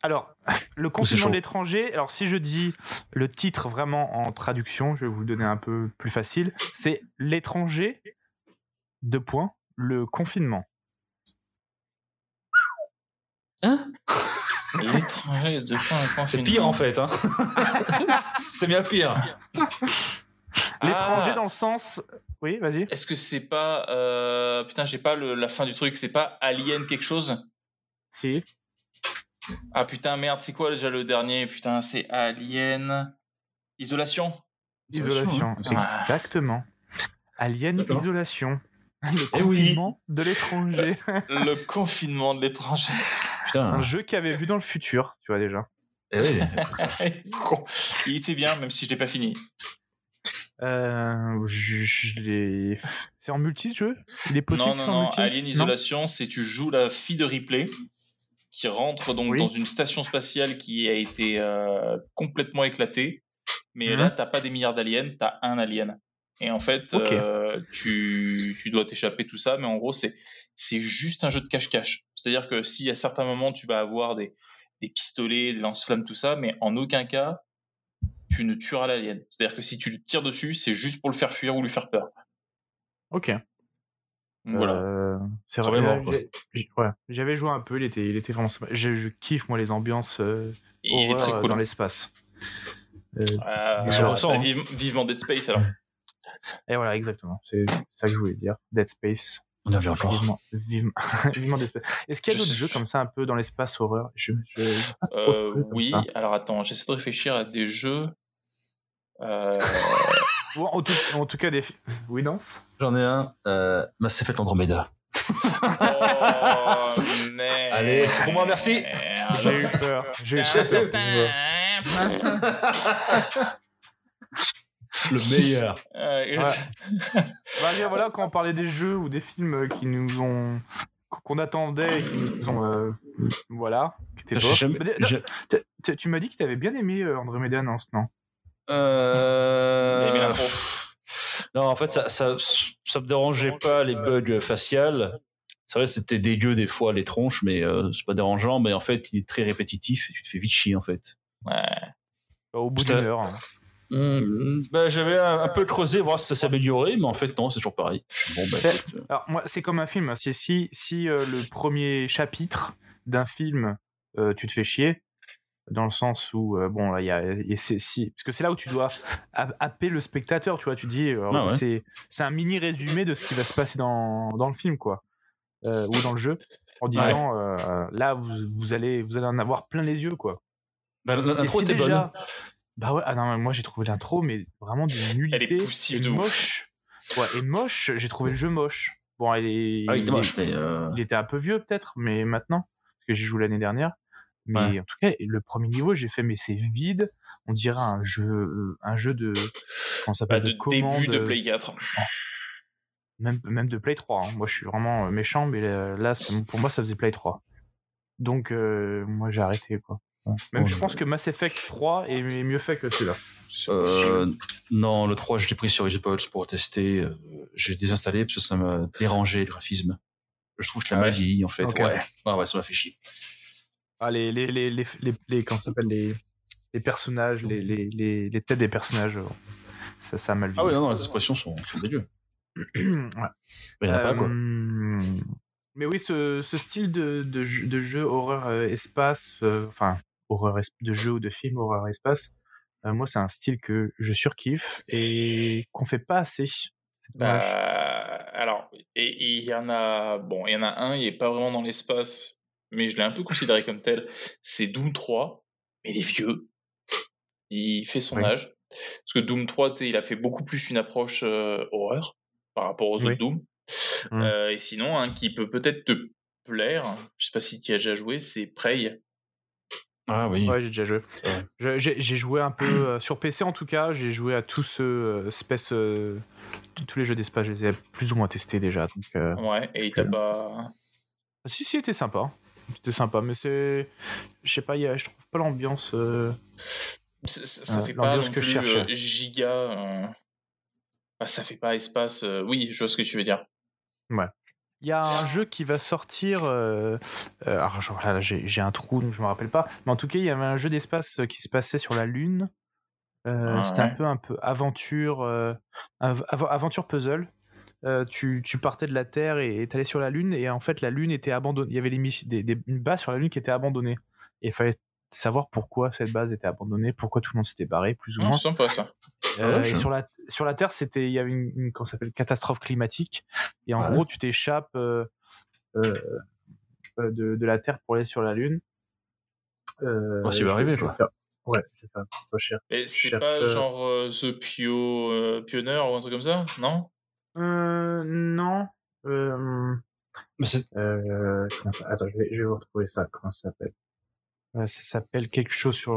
S5: Alors, le
S6: c'est
S5: confinement
S6: chaud.
S5: de l'étranger, alors si je dis le titre vraiment en traduction, je vais vous le donner un peu plus facile, c'est l'étranger, deux points, le confinement.
S7: l'étranger de quoi un
S6: C'est
S7: confinement
S6: pire en fait. Hein. c'est bien pire.
S5: L'étranger
S7: Ah.
S5: dans le sens... Oui, vas-y.
S7: Est-ce que c'est pas euh, putain j'ai pas le- la fin du truc c'est pas Alien quelque chose
S5: Si.
S7: ah putain merde c'est quoi déjà le dernier putain c'est Alien isolation
S5: Isolation,
S7: Isolation, hein.
S5: exactement. Alien
S6: D'accord.
S5: Isolation.
S7: Ah,
S5: Le
S6: Eh oui.
S5: confinement de l'étranger.
S7: le confinement de l'étranger
S5: Un
S6: Putain.
S5: jeu qu'il avait vu dans le futur, tu vois déjà.
S6: Eh oui.
S7: il était bien même si je l'ai pas fini
S5: Euh, je, je l'ai- C'est en multi ce jeu Il est possible
S7: non
S5: que
S7: non
S5: c'est en
S7: non
S5: multi
S7: Alien isolation c'est tu joues la fille de Ripley qui rentre donc
S5: Oui.
S7: dans une station spatiale qui a été euh, complètement éclatée mais
S5: Mhm.
S7: là t'as pas des milliards d'aliens t'as un alien Et en fait,
S5: Ok.
S7: euh, tu, tu dois t'échapper tout ça, mais en gros, c'est c'est juste un jeu de cache-cache. C'est-à-dire que si à certains moments tu vas avoir des, des pistolets, des lance-flammes, tout ça, mais en aucun cas tu ne tueras l'alien. C'est-à-dire que si tu le tires dessus, c'est juste pour le faire fuir ou lui faire peur.
S5: Ok.
S7: Donc Voilà.
S5: Euh, c'est
S6: Sur
S5: vrai.
S6: les morts, quoi.
S5: j'ai- j'ai- ouais. J'avais joué un peu, il était, il était vraiment sympa. Je, je kiffe, moi, les ambiances euh,
S7: Et il est
S5: horreur,
S7: très
S5: euh,
S7: cool.
S5: dans l'espace. Euh,
S7: Euh,
S5: Mais alors,
S7: bah,
S6: ça, hein.
S7: vive- vivement Dead Space alors.
S5: et voilà, exactement. C'est ça que je voulais dire. Dead Space.
S6: On en vient encore.
S5: Vivement, vivement, vivement d'espace. Est-ce qu'il y a
S7: Je
S5: d'autres
S7: sais-
S5: jeux comme ça un peu dans l'espace horreur je, je-
S7: Euh,
S5: Trop cool,
S7: oui,
S5: comme
S7: alors attends, j'essaie de réfléchir à des jeux. Euh,
S5: Ou en, tout, en tout cas, des. fi- Oui, non
S6: J'en ai un. Euh, Mass Effect Andromeda.
S7: oh, merde.
S6: Allez, c'est pour moi, merci.
S5: J'ai eu peur. J'ai eu très Ah, peur.
S7: Euh,
S6: Le meilleur.
S7: Euh,
S5: Ouais. Bah, bien, voilà, quand on parlait des jeux ou des films qui nous ont. qu'on attendait et qui nous ont. euh, Voilà, qui étaient
S6: J'ai
S5: beaux.
S6: jamais-
S5: Mais d-
S6: j'ai-
S5: t- t- Tu m'as dit que t'avais bien aimé euh, Andromeda, non ce- Non.
S6: Euh,
S7: Il a mis l'intro.
S6: Non, en fait, ça, ça, ça me dérangeait pas les bugs faciales. C'est vrai que c'était dégueu des fois les tronches, mais euh, c'est pas dérangeant. Mais en fait, il est très répétitif et tu te fais vite chier en fait.
S5: Au bout
S6: Putain.
S5: d'une heure. hein.
S6: Ben, j'avais un, un peu creusé voir si ça s'améliorait, mais en fait non, c'est toujours pareil. Bon, ben,
S5: C'est-
S6: écoute, euh,
S5: Alors, moi, c'est comme un film. hein. Si, si, si euh, le premier chapitre d'un film, euh, tu te fais chier, dans le sens où, euh, bon, là, il y a. et c'est- si, parce que c'est là où tu dois ha- happer le spectateur, tu vois. Tu dis, euh,
S6: Ah ouais.
S5: c'est c'est un mini résumé de ce qui va se passer dans, dans le film, quoi. Euh, ou dans le jeu. En disant, euh, là, vous, vous, allez, vous allez en avoir plein les yeux, quoi.
S6: ben,
S5: Et
S6: l'intro
S5: si
S6: était
S5: déjà-
S6: bonne. hein.
S5: Bah ouais, ah non, mais moi, j'ai trouvé l'intro, mais vraiment d'une
S7: Elle
S5: nullité.
S7: est poussive
S5: et
S7: de ouf.
S5: moche. Ouais, et moche, j'ai trouvé le jeu moche. Bon, elle est.
S6: Ah, il
S5: il
S6: était
S5: est-
S6: moche, mais euh,
S5: il était un peu vieux peut-être, mais maintenant, parce que j'y joue l'année dernière. Mais
S6: Ouais.
S5: en tout cas, le premier niveau, j'ai fait, mais c'est vide. On dirait un jeu, euh, un jeu de, comment ça
S7: Bah,
S5: s'appelle,
S7: de
S5: commande, euh,
S7: début de Play 4.
S5: Même, même de Play 3. hein. Moi, je suis vraiment euh, méchant, mais euh, là, c'est- pour moi, ça faisait Play 3. Donc, euh, moi, j'ai arrêté, quoi. Même, je pense que Mass Effect 3 est est mieux fait que celui-là.
S6: euh, non, le 3, je l'ai pris sur Xbox pour tester. euh, J'ai désinstallé parce que ça m'a dérangé le graphisme. Je trouve que je l'ai
S7: Ah
S6: mal
S7: ouais.
S6: vieilli en fait.
S5: Ok.
S6: Ouais. ouais, ouais, ça m'a fait chier.
S5: Ah, les, les, les, les, les, les- comment ça s'appelle, les, les personnages, les, les, les, les têtes des personnages, euh, ça, ça a mal vu.
S6: Ah oui, non, non, les expressions sont, sont dégueu. Il y en a pas, quoi.
S5: Euh, Mais oui, ce, ce style de, de, jeu- de jeu horreur-espace, euh, enfin, horreur es- de jeu ou de film horreur-espace, moi, c'est un style que je surkiffe et qu'on fait pas assez. C'est
S7: Bah,
S5: dommage.
S7: Euh, alors, et- et il y en a, bon, il y en a un, il est pas vraiment dans l'espace, mais je l'ai un peu considéré comme tel. C'est Doom 3, mais il est vieux. Il fait son
S5: Oui.
S7: âge. Parce que Doom 3, tu sais, il a fait beaucoup plus une approche euh, horreur par rapport aux
S5: Oui.
S7: autres Doom.
S5: Mm.
S7: Euh, et sinon, un qui peut peut-être te plaire, je sais pas si tu y as déjà joué, c'est Prey.
S6: Ah oui.
S5: Ouais, j'ai déjà joué. Je- J'ai j'ai joué un peu euh, sur PC en tout cas. J'ai joué à tous ceux, euh, space, euh, t- tous les jeux d'espace. Je les ai plus ou moins testés déjà. Donc, euh,
S7: Ouais, et il t'a pas.
S5: Ah, si, si, c'était sympa. C'était sympa, mais c'est, je sais pas, il y a- je trouve pas l'ambiance. euh,
S7: Ça, ça- ça
S5: Euh,
S7: fait pas non
S5: l'ambiance
S7: plus
S5: que je
S7: euh,
S5: cherchais.
S7: giga. euh, bah, ça fait pas espace. euh, Oui, je vois ce que tu veux dire.
S5: Il y a
S7: Ah.
S5: un jeu qui va sortir. euh, euh, alors, je- là, là, j'ai j'ai un trou, donc je me rappelle pas. Mais en tout cas, il y avait un jeu d'espace euh, qui se passait sur la Lune. Euh,
S7: Ah
S5: C'était un
S7: ouais.
S5: peu un peu aventure, euh, av- av- aventure puzzle. Euh, tu, tu partais de la Terre et t'allais sur la Lune, et en fait, la Lune était abandonnée. Il y avait des, miss- des- des- une base sur la Lune qui était abandonnée. Et il fallait savoir pourquoi cette base était abandonnée, pourquoi tout le monde s'était barré, plus ou
S7: Non,
S5: moins.
S7: c'est sympa ça.
S5: Euh,
S6: Ah ouais,
S5: et
S6: je-
S5: sur la sur la Terre, c'était il y avait une, une- qu'on s'appelle catastrophe climatique et en
S6: Ah Ouais.
S5: gros, tu t'échappes euh, euh, euh, de, de la Terre pour aller sur la Lune. Euh,
S6: Oh, ça va
S5: je-
S6: arriver,
S5: je vais
S6: quoi.
S5: faire- Ouais, je vais faire un petit peu cher.
S7: Et c'est
S5: cherche,
S7: pas
S5: euh,
S7: genre euh, The Pio, euh, Pioneer ou un truc comme ça Non
S5: Euh, non. Euh,
S6: Mais c'est-
S5: euh, comment ça- Attends, je vais, je vais vous retrouver ça. Comment ça s'appelle Euh, Ça s'appelle quelque chose sur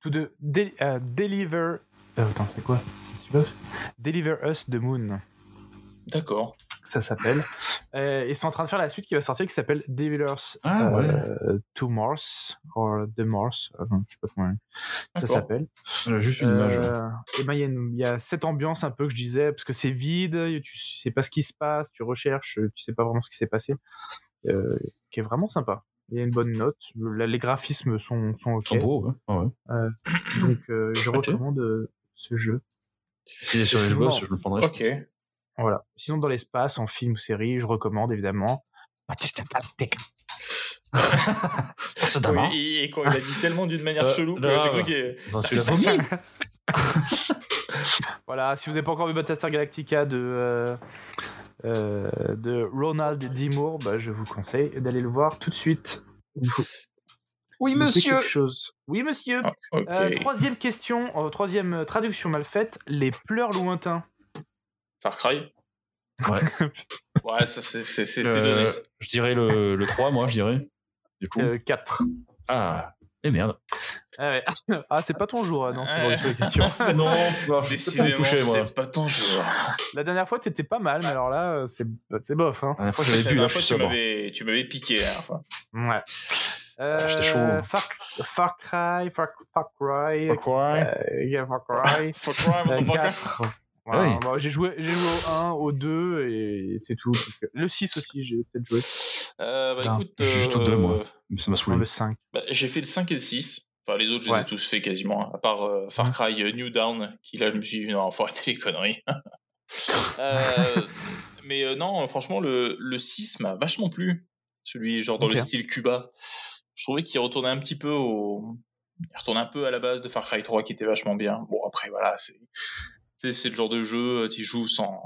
S5: tout de Del- euh, Deliver. Euh, attends, c'est quoi C'est celui-là Deliver Us the Moon.
S7: D'accord.
S5: ça s'appelle. Euh, ils sont en train de faire la suite qui va sortir qui s'appelle Devilers
S6: Ah,
S5: euh, to Mars or The Mars. Euh, non, je sais pas comment ça
S7: D'accord.
S5: s'appelle.
S6: Voilà, juste une image.
S5: Euh, et ben il y a une- il y, a cette ambiance un peu que je disais parce que c'est vide, tu sais pas ce qui se passe, tu recherches, tu sais pas vraiment ce qui s'est passé, euh, qui est vraiment sympa. Il y a une bonne note. Le- les graphismes sont sont ok.
S6: Ils sont beaux, ouais. Ah ouais.
S5: Donc euh, je
S6: Ok.
S5: recommande euh, ce jeu.
S6: S'il est sur les
S5: Effectivement.
S6: boss, je le prendrai. Ah, je
S7: Ok.
S6: pense.
S5: Voilà. Sinon dans l'espace, en film ou série, je recommande évidemment. Batista Galactica.
S6: Ah, ça dame, hein.
S7: Oui, et, et quand il a dit tellement d'une manière
S6: Euh,
S7: chelou que
S6: là,
S7: j'ai cru
S6: ouais.
S7: qu'il-
S6: Dans celui-là, vomi.
S5: Voilà, si vous n'avez pas encore vu Battlestar Galactica de, euh, euh, de Ronald D. Moore, bah, je vous conseille d'aller le voir tout de suite. Il faut-
S6: Oui,
S5: il me fait
S6: monsieur.
S5: quelque chose. Oui, monsieur.
S7: Ah, ok.
S5: Euh, troisième question, euh, troisième euh, traduction mal faite, les pleurs lointains.
S7: Far Cry
S6: Ouais. Euh,
S7: ouais, ça, c'est- c'est- c'était
S6: Le-
S7: donné. Euh. ça.
S6: je dirais le, le 3, moi, je dirais. Du coup.
S5: 4.
S6: Ah, et merde.
S5: Ah, ouais. Ah, c'est pas ton jour, ah, non, c'est
S7: Ouais.
S5: aujourd'hui sur les questions.
S6: non, non, je suis pas me
S7: Décidément,
S6: toucher, moi.
S7: c'est pas ton jour.
S5: La dernière fois, t'étais pas mal, mais alors là, euh, c'est c'est bof. Hein.
S6: La dernière fois, j'avais
S7: La
S6: bu, là,
S7: dernière
S6: je
S7: fois,
S6: suis
S7: tu
S6: sobre.
S7: m'avais- tu m'avais piqué. hein. la dernière fois.
S5: Ouais. Euh,
S6: Ah, c'est chaud.
S5: Far, Far Cry, Far, Far Cry,
S6: Pourquoi
S5: euh, yeah, Far Cry.
S7: Far Cry,
S5: Euh,
S7: Modern Warfare.
S5: quatre. Voilà,
S6: oui.
S5: bah, j'ai joué, j'ai joué au 1, au 2 et c'est tout. parce que- Le 6 aussi, j'ai peut-être joué.
S7: Euh, bah,
S5: Putain,
S7: écoute,
S6: je suis juste au
S7: euh,
S6: deux, moi. Ça m'a
S5: Non,
S6: saoulé.
S5: le 5.
S7: bah, j'ai fait le 5 et le 6. Enfin, les autres, je les
S5: Ouais.
S7: ai tous fait quasiment, hein, à part euh, Far Cry euh, New Down, qui là, je me suis dit, non, faut arrêter les conneries. Euh, mais euh, non, franchement, le, le 6 m'a vachement plu. Celui, genre, dans
S5: Ok.
S7: le style Cuba. Je trouvais qu'il retournait un petit peu au. Il retournait un peu à la base de Far Cry 3, qui était vachement bien. Bon, après, voilà, c'est. tu sais, C'est le genre de jeu, euh, tu joues sans.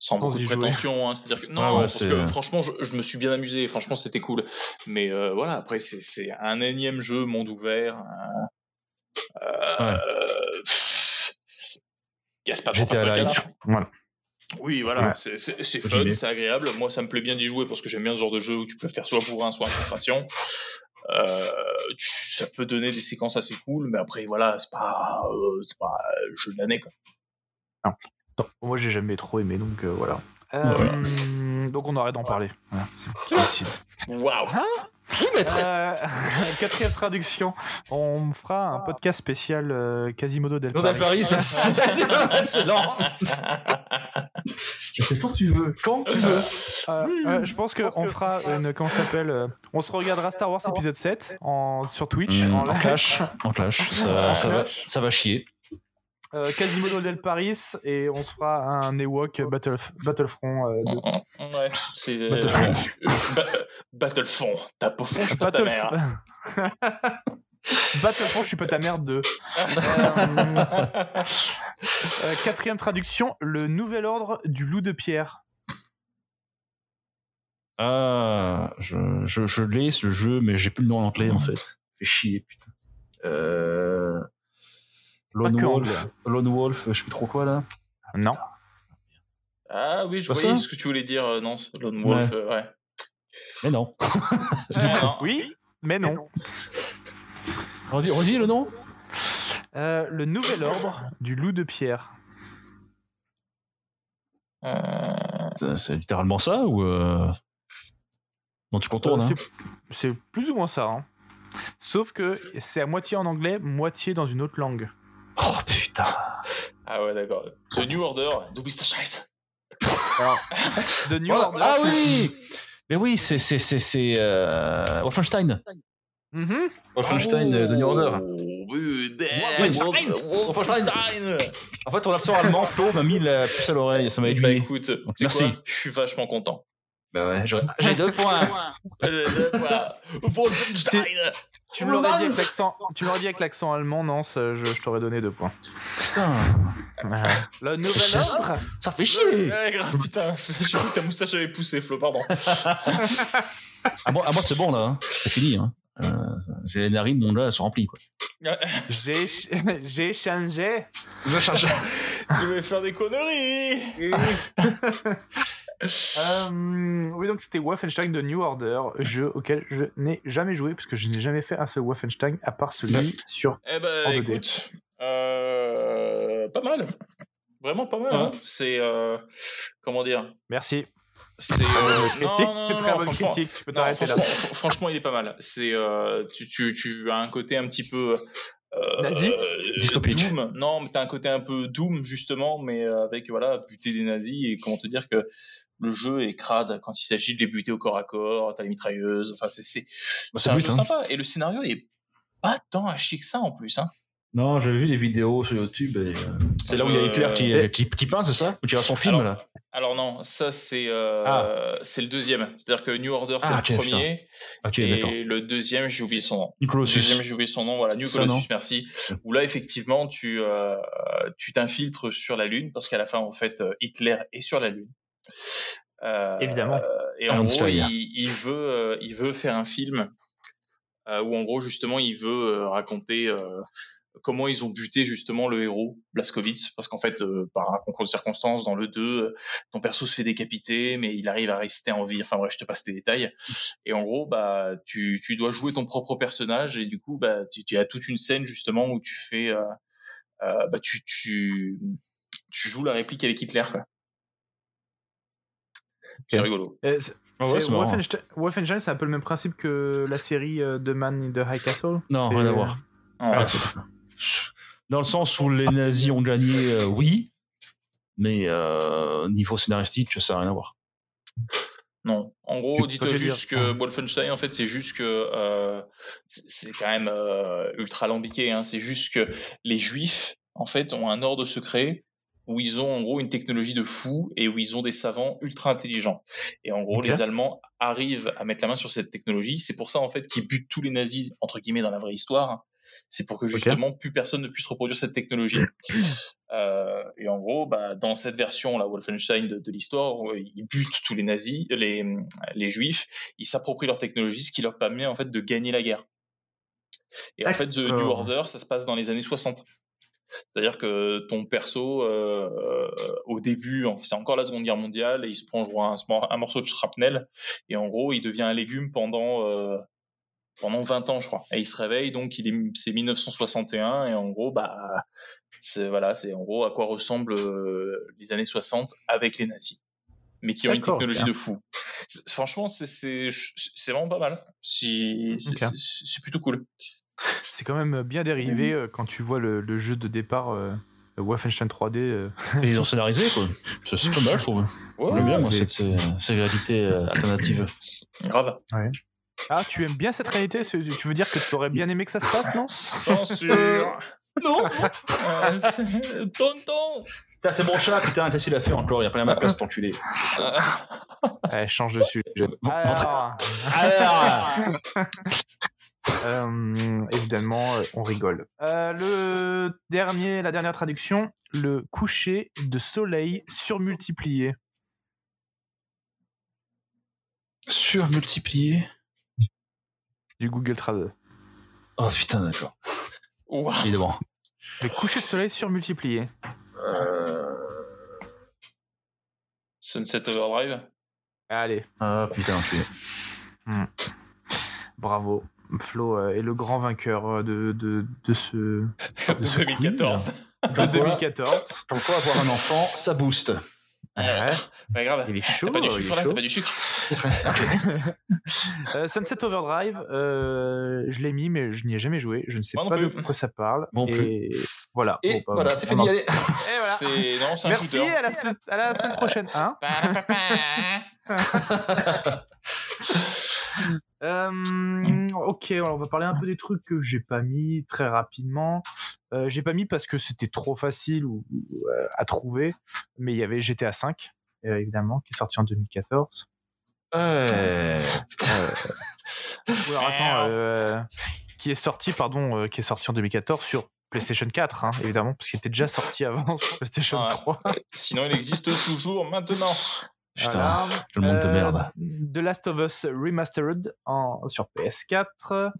S7: Sans,
S5: Sans
S7: beaucoup
S5: y
S7: de
S5: jouer.
S7: prétention, hein. c'est-à-dire que non,
S6: Ouais, ouais,
S7: parce
S6: c'est- euh,
S7: que franchement, je, je me suis bien amusé, franchement, c'était cool. Mais euh, voilà, après, c'est- c'est un énième jeu, monde ouvert. euh, euh, pff, y a pas trop
S6: GTA
S7: de trucs à
S6: like.
S7: la-
S5: Voilà.
S7: Oui, voilà,
S5: Ouais.
S7: c'est- c'est c'est
S6: J'y
S7: fun,
S6: vais.
S7: c'est agréable. Moi, ça me plaît bien d'y jouer parce que j'aime bien ce genre de jeu où tu peux faire soit pour un, soit infiltration. Euh, tu- ça peut donner des séquences assez cool, mais après, voilà, c'est pas, euh, c'est pas euh, le jeu de l'année. quoi.
S5: Non, moi, j'ai jamais trop aimé, donc euh, voilà. Euh, Donc, on arrête d'en parler. Voilà, c'est facile.
S7: Waouh!
S5: Euh, quatrième traduction. On fera un podcast spécial euh, Quasimodo del
S6: Non,
S5: Paris.
S6: Paris, ça c'est excellent. C'est quand tu veux, quand tu veux.
S5: Euh, euh, je pense qu'on fera une. Comment ça s'appelle euh, On se regardera Star Wars épisode 7 en, sur Twitch.
S6: Mm,
S5: en
S6: en
S5: live.
S6: clash, en clash, ça, va- ça va, ça va chier.
S5: Euh, Quasimodo del Paris et on se fera un Ewok Battlef- Battlefront. euh, de-
S7: Mmh, Ouais, c'est. euh,
S6: Battlefront.
S7: Ba- Battlefront. T'as pas
S5: Eh,
S7: fond, je suis pas ta
S5: Battlef-
S7: mère.
S5: Battlefront, je suis pas ta mère de. Euh, euh, quatrième traduction Le nouvel ordre du loup de pierre.
S6: Ah, je, je, je l'ai ce jeu, mais j'ai plus le nom en anglais en fait. Fait chier, putain. Euh... Lone
S5: Pas que
S6: Wolf, Lone Wolf, je sais plus trop quoi là.
S5: Non.
S7: Ah oui, je
S6: Pas
S7: voyais
S6: Bah, ça
S7: ce que tu voulais dire, euh, non, c'est Lone Wolf, euh, ouais.
S6: Mais non.
S7: Ah, non.
S5: Euh, Oui, mais non.
S6: On dit, on dit le nom
S5: Euh, le nouvel ordre du loup de pierre.
S7: Euh,
S6: Putain, C'est littéralement ça ou euh... Non, tu contournes.
S5: Euh,
S6: hein.
S5: c'est- C'est plus ou moins ça. hein. Sauf que c'est à moitié en anglais, moitié dans une autre langue.
S6: Oh putain.
S7: Ah ouais, d'accord. The New Order, du bist Scheiß.
S5: The New
S6: Voilà.
S5: Order.
S6: Ah oui. Mais oui, c'est c'est c'est c'est euh... Wolfenstein.
S5: Mhm.
S6: Wolfenstein de euh, New
S7: Oh,
S6: Order.
S7: Wolfenstein. Wolfenstein.
S6: En fait, ton accent allemand, Flo, m'a mis la puce à l'oreille, ça m'a
S7: Bah
S6: aidé.
S7: écoute, tu sais
S6: Merci.
S7: quoi, je suis vachement content.
S6: Bah ouais, j'aurais- j'ai deux points.
S7: Euh, voilà. Wolfenstein.
S5: Tu me l'aurais dit avec l'accent. Tu me l'aurais dit avec l'accent allemand, non ça, je, je t'aurais donné deux points.
S6: Putain,
S5: Le nouvel
S6: Ça, c'est-
S5: ordre.
S6: ça fait chier.
S7: Ouais, grave, Putain, j'ai cru que ta moustache avait poussé, Flo, pardon.
S6: À moi, à moi c'est bon là, hein. c'est fini. Hein. Euh, j'ai les narines, mon gars, elles sont remplies. Quoi.
S5: J'ai j'ai changé.
S6: Je cherche.
S7: Je vais faire des conneries.
S5: Euh, oui, donc c'était Wolfenstein de New Order, jeu auquel je n'ai jamais joué parce que je n'ai jamais fait un seul Wolfenstein à part celui sur.
S7: Eh ben,
S5: En 2D.
S7: écoute, euh, pas mal. Vraiment pas mal.
S6: Ouais.
S7: hein. C'est. euh, comment dire
S5: Merci.
S7: C'est. euh,
S5: Critique.
S7: non, non,
S5: Très
S7: non,
S5: bonne
S7: franchement-
S5: critique. Je peux
S7: non,
S5: t'arrêter là.
S7: franchement, fr- franchement, il est pas mal. C'est euh, tu, tu, tu as un côté un petit peu euh,
S5: Nazi
S7: euh,
S6: Dystopique.
S7: Doom. Non, mais t'as un côté un peu doom justement, mais euh, avec voilà buter des nazis et comment te dire que le jeu est crade quand il s'agit de les buter au corps à corps. T'as les mitrailleuses. Enfin, c'est c'est
S6: Bah,
S7: c'est
S6: ça
S7: un
S6: bute,
S7: jeu
S6: hein.
S7: sympa et le scénario est pas tant à chier que ça en plus. Hein.
S6: Non, j'avais vu des vidéos sur YouTube. Et, euh, c'est là où il y a Hitler qui,
S7: Euh,
S6: qui, qui peint, c'est ça Ou qui a son film
S7: Alors,
S6: là
S7: Alors non, ça c'est euh, c'est le deuxième. C'est-à-dire que New Order c'est
S6: Ah,
S7: le
S6: ok,
S7: premier
S6: Ah, Ok, d'accord.
S7: et le deuxième j'ai oublié son nom.
S6: Nicolas
S7: Le deuxième j'ai oublié son nom. Voilà, New
S6: Ça,
S7: Colossus,
S6: non.
S7: merci. Où là effectivement tu euh, tu t'infiltres sur la lune parce qu'à la fin en fait euh, Hitler est sur la lune. Euh,
S5: Évidemment.
S7: Et en
S6: Alan
S7: gros,
S6: Slayer.
S7: il, il veut, euh, il veut faire un film euh, où, en gros, justement, il veut euh, raconter euh, comment ils ont buté justement le héros Blazkowicz, parce qu'en fait, euh, par un concours de circonstances, dans le 2, euh, ton perso se fait décapiter, mais il arrive à rester en vie. Enfin bref, je te passe les détails. Et en gros, bah, tu, tu dois jouer ton propre personnage, et du coup, bah, tu, tu as toute une scène justement où tu fais, euh, euh, bah, tu, tu, tu joues la réplique avec Hitler. quoi. C'est
S5: Ok.
S7: rigolo.
S5: Euh, c'est-
S6: Ah ouais,
S5: c'est-
S6: c'est marrant.
S5: Wolfenstein, Wolfenstein, c'est un peu le même principe que la série euh, The Man in the High Castle.
S6: Non,
S5: C'est- euh,
S6: rien à voir.
S7: En
S6: Ah,
S7: vrai.
S6: pff. Dans le sens où les nazis ont gagné, euh, oui, mais euh, niveau scénaristique, ça n'a rien à voir.
S7: Non. En
S5: Tu-
S7: gros,
S5: quand
S7: dites
S5: tu veux
S7: juste
S5: dire-
S7: que Wolfenstein, en fait, c'est juste que euh, c'est c'est quand même euh, ultra alambiqué. hein. C'est juste que les Juifs, en fait, ont un ordre secret où ils ont en gros une technologie de fou et où ils ont des savants ultra intelligents. Et en gros,
S5: Ok.
S7: les Allemands arrivent à mettre la main sur cette technologie. C'est pour ça, en fait, qu'ils butent tous les nazis entre guillemets dans la vraie histoire. hein. C'est pour que justement plus personne ne puisse reproduire cette technologie. Euh, et en gros, bah, dans cette version, la Wolfenstein de, de l'histoire, où ils butent tous les nazis, euh, les, les juifs, ils s'approprient leur technologie, ce qui leur permet en fait de gagner la guerre. Et en fait, The New
S5: D'accord.
S7: Order, ça se passe dans les années 60. C'est-à-dire que ton perso, euh, euh, au début, en- c'est encore la Seconde Guerre mondiale, et il se prend je crois, un, un morceau de shrapnel, et en gros, il devient un légume pendant euh, pendant 20 ans, je crois. Et il se réveille, donc il est, c'est 1961, et en gros, bah, c'est voilà, c'est en gros à quoi ressemblent euh, les années 60 avec les nazis, mais qui ont une
S5: D'accord,
S7: technologie
S5: ok.
S7: de fou. C'est- Franchement, c'est c'est c'est vraiment pas mal. Si c'est
S5: Ok.
S7: c'est- c'est plutôt cool.
S5: C'est quand même bien dérivé euh, quand tu vois le, le jeu de départ euh, Wolfenstein 3D. euh.
S6: Et ils ont scénarisé, quoi. C'est c'est pas mal, je trouve. J'aime bien, moi,
S5: c'est-
S6: cette, euh, cette réalité euh, alternative.
S7: Grave.
S5: Ah, tu aimes bien cette réalité c'est- Tu veux dire que tu aurais bien aimé que ça se passe, non
S7: Censure.
S5: Euh,
S7: Euh,
S6: Non
S7: Tonton.
S6: Putain, c'est mon chat, putain, laissez la faire encore, il a pas la ma place, cet enculé.
S5: Eh, change de sujet. Alors,
S6: Alors
S5: euh, évidemment, euh, on rigole. Euh, le dernier, la dernière traduction, le coucher de soleil surmultiplié.
S6: Surmultiplié
S5: du Google Trad.
S6: Oh putain, d'accord.
S7: Ouah.
S6: Évidemment.
S5: Les couchers de soleil surmultipliés.
S7: Sunset Overdrive.
S5: Allez,
S6: Ah putain, enculé.
S5: bravo. Flo euh, est le grand vainqueur euh, de, de, de ce. de ce quiz.
S7: 2014.
S5: De 2014.
S6: Comme quoi, avoir un enfant, ça booste.
S5: Ouais,
S7: Pas grave.
S5: il est chaud.
S7: T'as pas du
S5: il est
S7: sucre là,
S5: chaud.
S7: t'as pas du sucre.
S5: Euh, Sunset Overdrive, euh, je l'ai mis, mais je n'y ai jamais joué. Je ne sais
S7: Moi non
S5: pas de
S7: plus.
S5: pourquoi ça parle.
S6: Moi non
S5: et voilà.
S6: Et
S5: Bon, bah,
S6: voilà, c'est
S5: on
S6: fini,
S5: en-
S6: allez.
S5: Et voilà.
S7: C'est non, c'est un
S5: Merci,
S7: shooter.
S5: à la, semaine, à la semaine prochaine. Hein Euh, ok, alors on va parler un peu des trucs que j'ai pas mis très rapidement. Euh, j'ai pas mis parce que c'était trop facile ou, ou, euh, à trouver, mais il y avait GTA V, euh, évidemment, qui est sorti en 2014.
S6: Ouais.
S5: Ou alors, attends, euh, qui est sorti, pardon, euh, qui est sorti en 2014 sur PlayStation 4, hein, évidemment, parce qu'il était déjà sorti avant sur PlayStation
S7: Ah ouais.
S5: 3.
S7: Sinon, il existe toujours maintenant.
S6: Putain,
S5: Voilà.
S6: le monde de
S5: Euh,
S6: merde.
S5: The Last of Us Remastered en, sur PS4.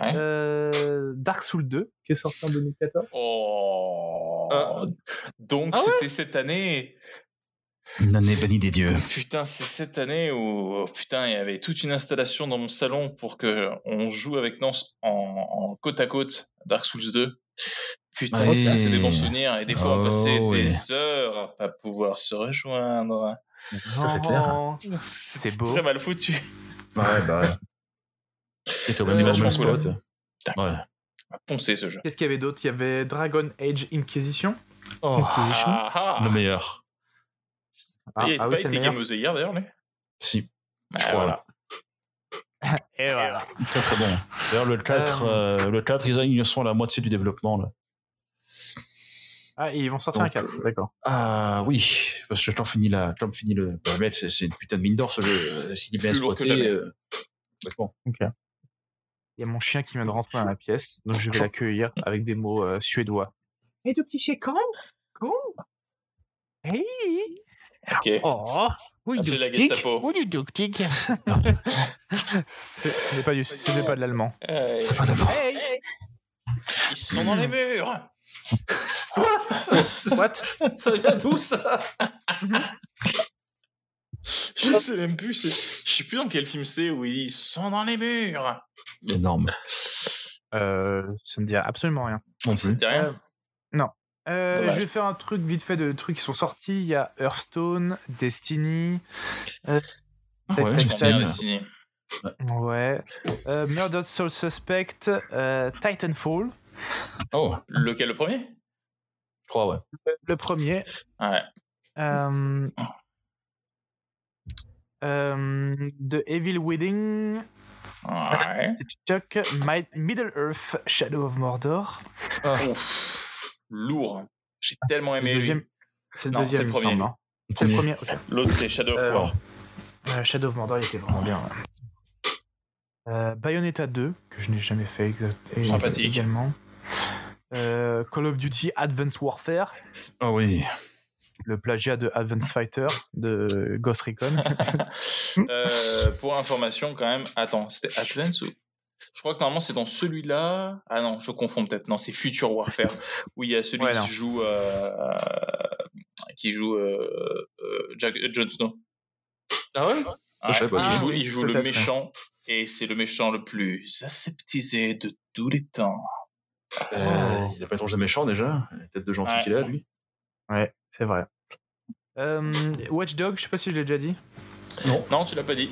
S7: Ouais.
S5: Euh, Dark Souls 2, qui est sorti en 2014.
S7: Oh.
S5: Euh.
S6: Ah.
S7: Donc
S6: Ah ouais
S7: c'était cette année.
S6: Une année bannie des dieux.
S7: Putain, c'est cette année où oh, putain, il y avait toute une installation dans mon salon pour que on joue avec Nance en, en côte à côte Dark Souls 2. Putain,
S6: Ouais.
S7: ça, c'est des bons souvenirs et des fois on
S6: Oh,
S7: passait
S6: ouais.
S7: des heures à pas pouvoir se rejoindre.
S5: c'est
S6: Ah.
S5: clair. C'est beau.
S7: Très mal foutu.
S6: Ouais, bah ouais. C'était au
S7: C'était
S6: même au
S7: vachement
S6: même Euh, spot. Ouais.
S7: Poncé ce jeu.
S5: Qu'est-ce qu'il y avait d'autre Il y avait Dragon Age Inquisition.
S6: Oh,
S5: Inquisition.
S7: Ah, ah.
S6: le meilleur.
S5: Ah,
S7: il
S5: ah
S7: a pas
S5: oui, c'est
S7: été
S5: le meilleur.
S7: Game of the Year d'ailleurs, mais.
S6: Si, je
S7: Ah,
S6: crois.
S7: voilà.
S5: Et voilà.
S6: Très très bon. D'ailleurs, le 4, euh, le 4 ils, ils sont à la moitié du développement. Là.
S5: Ah, et ils vont sortir
S6: Donc,
S5: un 4, d'accord.
S6: Ah oui, parce que quand on finit, la, quand on finit le paramètre, c'est- c'est une putain de mine d'or ce jeu. S'il est bien
S7: Plus lourd que
S6: exploité.
S7: jamais.
S6: euh, complètement.
S5: Il y a mon chien qui vient de rentrer dans la pièce, donc je vais l'accueillir avec des mots euh, suédois. Et tout petit chien, con Con Hey
S7: Ok.
S10: Oh, oui,
S7: C'est la
S10: Duktik.
S7: Gestapo.
S10: Oui, Duktik.
S5: C'est- Ce n'est pas, du- ce n'est pas de l'allemand.
S7: Euh,
S6: C'est pas d'abord.
S7: ils sont dans les murs.
S6: What Ça vient d'où ça
S7: Je sais même plus. c'est- Je sais plus dans quel film c'est où ils sont dans les murs.
S6: Énorme.
S5: Euh, ça me dit absolument rien.
S6: Non plus.
S7: T'as rien
S5: Euh,
S7: Dommage.
S5: je vais faire un truc vite fait de trucs qui sont sortis. Il y a Hearthstone, Destiny, euh,
S6: Ouais,
S5: Tac,
S6: je
S5: tac, Sam.
S7: Bien
S6: sais.
S7: dessiné.
S5: ouais, euh, Murdered Soul Suspect, euh, Titanfall,
S6: Oh,
S7: Lequel le premier
S6: je crois, ouais.
S5: le premier.
S7: Ouais.
S5: Euh, euh, The Evil Wedding,
S7: Ouais.
S5: Chuck, My- Middle Earth, Shadow of Mordor.
S7: Ouf. Lourd. J'ai tellement
S5: Ah. C'est
S7: aimé.
S5: le
S7: lui.
S5: deuxième. C'est le
S7: Non,
S5: deuxième,
S7: c'est le
S5: il me
S7: premier,
S5: semble,
S7: lui.
S5: hein. C'est le premier. ok.
S7: L'autre, c'est Shadow of
S5: Euh,
S7: War.
S5: Euh, Shadow of Mordor, il était vraiment bien. ouais. Euh, Bayonetta 2, que je n'ai jamais fait exactement.
S7: Sympathique.
S5: Également. Euh, Call of Duty Advanced Warfare,
S6: Ah oui.
S5: le plagiat de Advanced Fighter de Ghost Recon.
S7: Euh, pour information, quand même, attends, c'était Advance ou Je crois que normalement c'est dans celui-là. Ah non, je confonds peut-être. Non, c'est Future Warfare où il y a celui
S5: Ouais, non.
S7: qui joue euh, qui joue euh, euh, Jack- euh, Jon Snow.
S6: Ah ouais je
S7: Ouais,
S6: savais pas.
S7: il
S5: Ah
S7: joue,
S5: oui,
S7: il joue le
S5: peut-être,
S7: méchant et c'est le méchant le plus aseptisé de tous les temps.
S6: Euh, Il a pas trop de méchant déjà. La tête de gentil
S7: Ouais.
S6: qu'il a, lui.
S5: ouais, c'est vrai. Euh, Watch Dogs, je sais pas si je l'ai déjà dit.
S7: Non, tu l'as pas dit.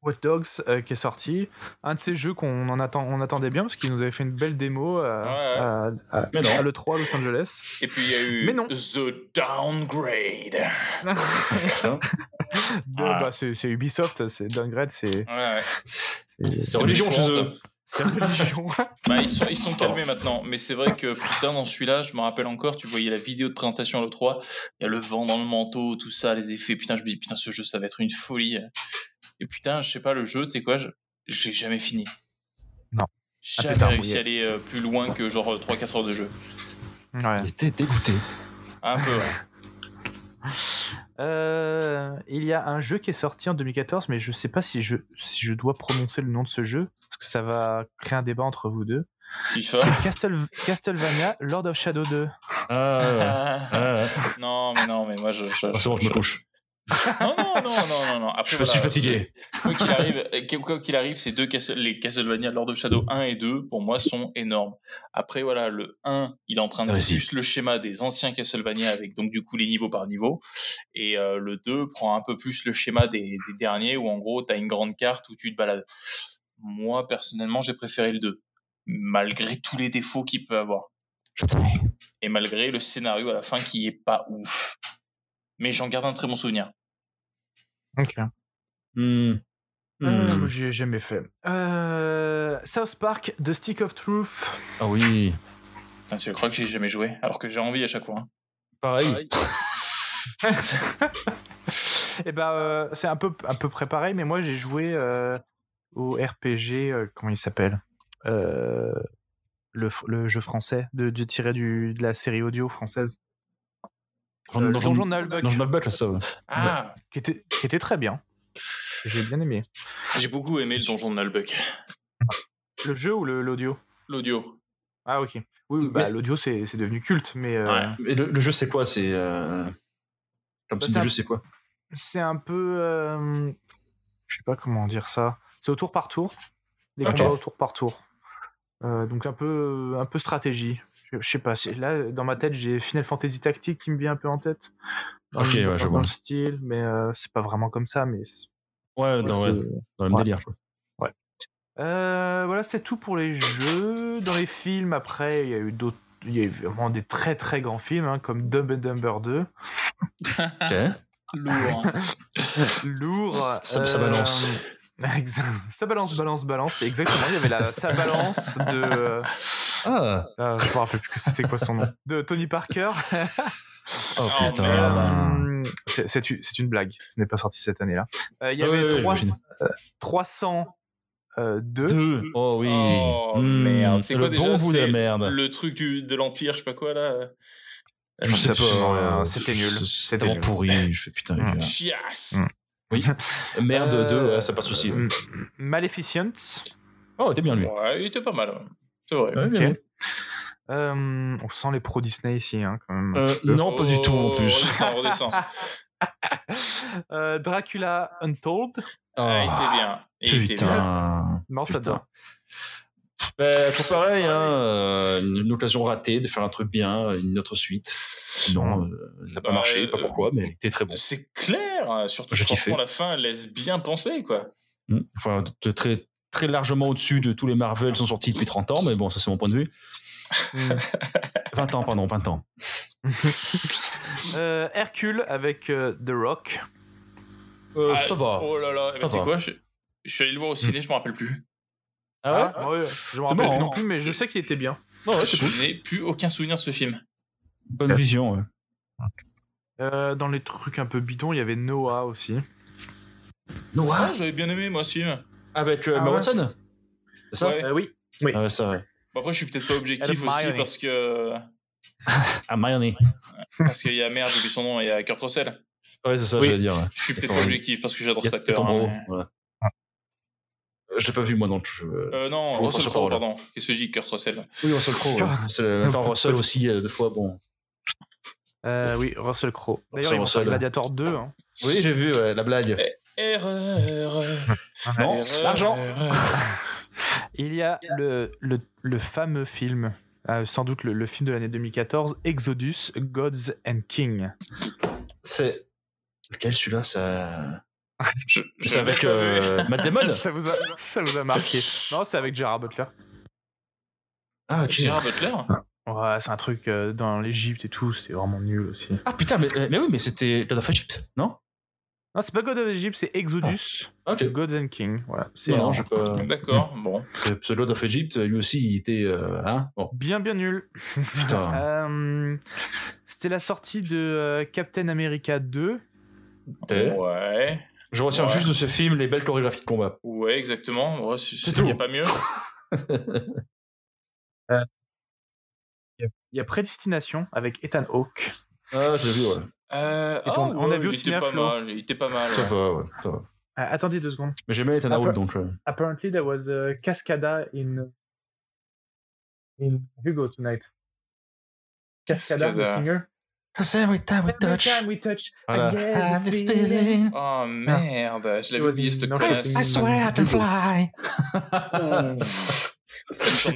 S5: Watch Dogs euh, qui est sorti, un de ces jeux qu'on en attend, on attendait bien parce qu'il nous avait fait une belle démo euh,
S7: Ouais,
S5: à, à-
S6: Mais non.
S5: à l'E3 à Los Angeles.
S7: Et puis il y a
S5: Mais
S7: eu
S5: non.
S7: The Downgrade.
S6: Putain.
S5: De-
S7: Ah.
S5: bah, c'est c'est Ubisoft, c'est Downgrade, c'est
S7: Ouais, ouais.
S6: C'est religion chez eux.
S5: c'est religion.
S7: Bah, ils sont, ils sont
S6: Pardon.
S7: calmés maintenant, mais c'est vrai que putain, dans celui-là, je me rappelle encore, tu voyais la vidéo de présentation à l'E3, il y a le vent dans le manteau, tout ça, les effets, putain, je me dis, putain, ce jeu, ça va être une folie. Et putain, je sais pas, le jeu, tu sais quoi, je- j'ai jamais fini.
S5: Non.
S7: Jamais
S5: pétard
S7: réussi
S5: mouillé.
S7: à aller euh, plus loin que genre euh, 3-4 heures de jeu.
S5: Ouais.
S6: Il était dégoûté.
S7: Un peu, ouais.
S5: Euh, il y a un jeu qui est sorti en 2014, mais je sais pas si je, si je dois prononcer le nom de ce jeu, parce que ça va créer un débat entre vous deux.
S7: FIFA.
S5: C'est Castle, Castlevania Lord of Shadow 2.
S6: Ah,
S7: Ah, non, mais non, mais moi, je. je-
S6: C'est bon, je me couche.
S7: Non, non, non, non, non, non. Après,
S6: Je
S7: voilà,
S6: suis fatigué.
S7: Quoi qu'il arrive, euh, quoi qu'il arrive, ces deux Castle- les Castlevania Lord of Shadow 1 et 2 pour moi sont énormes. Après voilà, le 1, il emprunte
S6: Vas-y.
S7: plus le schéma des anciens Castlevania avec donc du coup les niveaux par niveau et euh, le 2 prend un peu plus le schéma des, des derniers où en gros tu as une grande carte où tu te balades. Moi personnellement, j'ai préféré le 2 malgré tous les défauts qu'il peut avoir
S6: Je t'aimais.
S7: et malgré le scénario à la fin qui est pas ouf. Mais j'en garde un très bon souvenir.
S5: Ok.
S6: Hmm. Hmm.
S5: J'ai Euh, jamais fait. Euh, South Park The Stick of Truth.
S6: Ah oui.
S7: Putain, Je crois que j'ai jamais joué alors que j'ai envie à chaque fois. hein.
S6: Pareil.
S5: Et ben euh, c'est un peu un peu préparé, mais moi j'ai joué euh, au RPG euh, comment il s'appelle Euh, le, f- le jeu français de, de tiré du de la série audio française.
S6: Dans-
S5: Euh,
S6: dans-
S5: Donjon de Nalbuck.
S6: Dans le Malbec, là, ça. ouais.
S7: Ah,
S5: qui était, qui était très bien. J'ai bien aimé.
S7: J'ai beaucoup aimé le donjon de Nalbuck.
S5: Le jeu ou le- l'audio
S7: L'audio.
S5: Ah, ok. Oui, oui, bah, l'audio, c'est c'est devenu culte, mais euh,
S7: Ouais.
S6: Et le, le jeu, c'est quoi C'est. euh, Comme
S5: Bah,
S6: si
S5: c'est
S6: le
S5: un-
S6: jeu, c'est quoi
S5: c'est un peu. euh, Je sais pas comment dire ça. C'est au tour par tour. Les
S6: Ok.
S5: combats au tour par tour. Euh, donc, un peu, un peu stratégie. Je, je sais pas. c'est- Là, dans ma tête, j'ai Final Fantasy Tactique qui me vient un peu en tête. Dans
S6: Ok,
S5: le-
S6: ouais,
S5: dans
S6: je
S5: le
S6: vois.
S5: style, mais euh, c'est pas vraiment comme ça. Mais c'est-
S6: Ouais, dans, ouais,
S5: c'est-
S6: dans le même
S5: ouais.
S6: délire, je crois.
S5: Euh, voilà, c'était tout pour les jeux. Dans les films, après, il y a eu d'autres. Il y a eu vraiment des très très grands films, hein, comme Dumb and Dumber 2.
S6: Ok.
S7: Lourd.
S5: Lourd.
S6: Ça-
S5: Euh,
S6: ça balance.
S5: exa- ça balance, balance, balance. Exactement, il y avait la, ça balance de.
S6: Ah,
S5: euh, je me rappelle plus que c'était quoi son nom. De Tony Parker.
S6: oh
S7: Oh,
S6: putain.
S5: Euh, c'est- C'est une c'est une blague. Ce n'est pas sorti cette année-là. Euh, il y
S6: Ah
S5: avait
S6: ouais, ouais,
S5: trois-
S6: j'imagine.
S5: euh, 302.
S6: Deux. Oh oui.
S7: Oh,
S6: Hmm,
S7: merde. C'est
S6: C'est
S7: quoi
S6: le
S7: déjà,
S6: bon bout de la
S7: c'est
S6: merde.
S7: Le truc du, de l'Empire, je sais pas quoi là.
S6: Je sais
S5: absolument
S6: pas,
S5: rien.
S6: euh,
S5: C'était nul.
S6: c'est- C'est
S5: C'était
S6: tellement
S5: nul.
S6: pourri. Je fais putain. les
S5: Mm.
S6: gars.
S7: Chiasse
S5: Mm.
S6: Merde
S5: Euh,
S6: 2, ouais, ça passe aussi.
S5: M- Maleficent.
S6: Oh, t'es bien lui.
S7: Ouais, il était pas mal. hein. C'est vrai.
S6: Ouais,
S5: ok.
S6: ouais.
S5: Euh, on sent les pros Disney ici, hein, quand même.
S6: Euh, non, pas du tout en
S7: Oh, Ah,
S6: plus.
S7: Redescend, redescend.
S5: Euh, Dracula Untold.
S7: Ah,
S6: Ah,
S7: il était bien. Il était bien.
S6: putain.
S5: Non, ça
S6: Putain.
S5: doit.
S6: Ben, tout pareil, hein, euh, une occasion ratée de faire un truc bien, une autre suite. Non, euh, ça n'a pas
S7: Bah,
S6: marché, pas
S7: euh,
S6: pourquoi, mais t'es très bon.
S7: C'est clair, euh, surtout
S6: J'ai
S7: je
S6: kiffé.
S7: franchement la fin laisse bien penser quoi.
S6: Mm. Enfin, de- de très, très largement au-dessus de tous les Marvel qui sont sortis depuis 30 ans, mais bon, ça c'est mon point de vue. Hmm.
S5: Mm.
S6: 20 ans, pardon, 20 ans.
S5: Euh, Hercule avec euh, The Rock.
S6: Euh,
S7: Ah,
S6: ça va.
S7: Oh là là, eh ben,
S6: Ça
S7: c'est
S6: va. Mm.
S7: quoi je, je suis allé le voir au ciné, je m'en rappelle plus.
S6: Ah ouais
S5: ouais, Je me rappelle
S6: marrant. hein.
S5: plus non plus, mais je sais qu'il était bien.
S6: Non, ouais, c'est
S7: je
S6: cool.
S7: n'ai plus aucun souvenir de ce film.
S6: Bonne vision, ouais.
S5: Euh, dans les trucs un peu bidons, il y avait Noah aussi.
S7: Ah, j'avais bien aimé moi ce film.
S6: Avec euh,
S5: Ah
S6: Emma
S5: ouais.
S6: Watson C'est ça
S7: Ouais.
S9: Euh, oui. Oui.
S6: Ah ouais, ça, ouais.
S7: Bon, après je suis peut-être pas objectif
S5: Adam
S7: aussi
S5: Miley.
S7: parce que euh,
S6: Hermione.
S7: parce qu'il y a merde, j'ai oublié son nom, il y a Kurt Russell.
S6: Ouais, c'est ça,
S5: Oui.
S6: je veux dire. ouais.
S7: Je suis peut-être
S6: Attends,
S7: pas objectif parce que j'adore
S6: Il y
S7: cet
S6: a
S7: acteur.
S6: Tom
S7: hein,
S6: Bravo,
S7: mais-
S6: voilà. Euh, Je l'ai pas vu, moi, non. Je...
S7: Euh, non,
S6: Je vois pas
S7: Russell
S6: ce
S7: Crowe,
S6: Crowe, là.
S7: pardon. Qu'est-ce que je dis, Kurt Russell
S6: Oui, Russell Crowe. ouais. C'est le- Attends, Russell aussi, euh, deux fois, bon.
S5: Euh, oui, Russell Crowe. D'ailleurs,
S6: Russell,
S5: il
S6: Russell.
S5: Gladiator 2. hein.
S6: Oui, j'ai vu ouais, la blague.
S7: Erreur.
S6: Non,
S7: erreur,
S6: l'argent.
S7: erreur.
S5: Il y a le, le, le fameux film, euh, sans doute le, le film de l'année 2014, Exodus, Gods and King.
S6: C'est. Lequel celui-là ça...
S7: Je- je
S6: C'est avec
S7: l'avais pas vu.
S6: euh, Matt Damon
S5: Ça vous a, ça vous a marqué. Non, c'est avec Gerard Butler.
S6: Ah, ok.
S7: Gérard Butler
S5: Ouais, c'est un truc euh, dans l'Egypte et tout, c'était vraiment nul aussi.
S6: Ah putain, mais, euh, mais oui, mais c'était God of Egypt, non
S5: Non, c'est pas God of Egypt, c'est Exodus,
S6: Ok.
S5: Gods and King. Voilà, c'est
S6: Ah. Non, non, je peux. euh,
S7: D'accord, bon.
S6: Ce God of Egypt, lui aussi, il était. euh, hein bon,
S5: bien bien nul.
S6: putain.
S5: Euh, c'était la sortie de euh, Captain America 2.
S6: T'es-
S7: Ouais.
S6: Je retiens
S7: Ouais.
S6: juste de ce film les belles chorégraphies de combat.
S7: Ouais, exactement. Ouais, c'est
S6: C'est
S7: c'est- y a
S6: tout.
S7: pas mieux.
S5: Il y a Prédestination avec Ethan Hawke.
S6: Ah, j'ai vu, ouais.
S7: Euh,
S5: Et ton-
S7: ah,
S5: on a
S7: ouais,
S5: vu au
S7: il
S5: ciné à
S7: était pas
S5: Flo.
S7: mal. Il était pas mal.
S6: Ça
S7: ouais.
S6: va, ouais. ça va.
S5: Ah, attendez deux secondes.
S6: Mais j'aimais Ethan
S5: Ah,
S6: Hawke,
S5: bah-
S6: donc. euh,
S5: Apparently there was a Cascada in in Hugo tonight. Cascada,
S7: Cascada.
S5: the singer. Every time we touch,
S6: Voilà.
S5: I get this feeling.
S7: Oh merde, je l'avais oublié cette connasse.
S5: I swear I can fly.
S7: Elle chante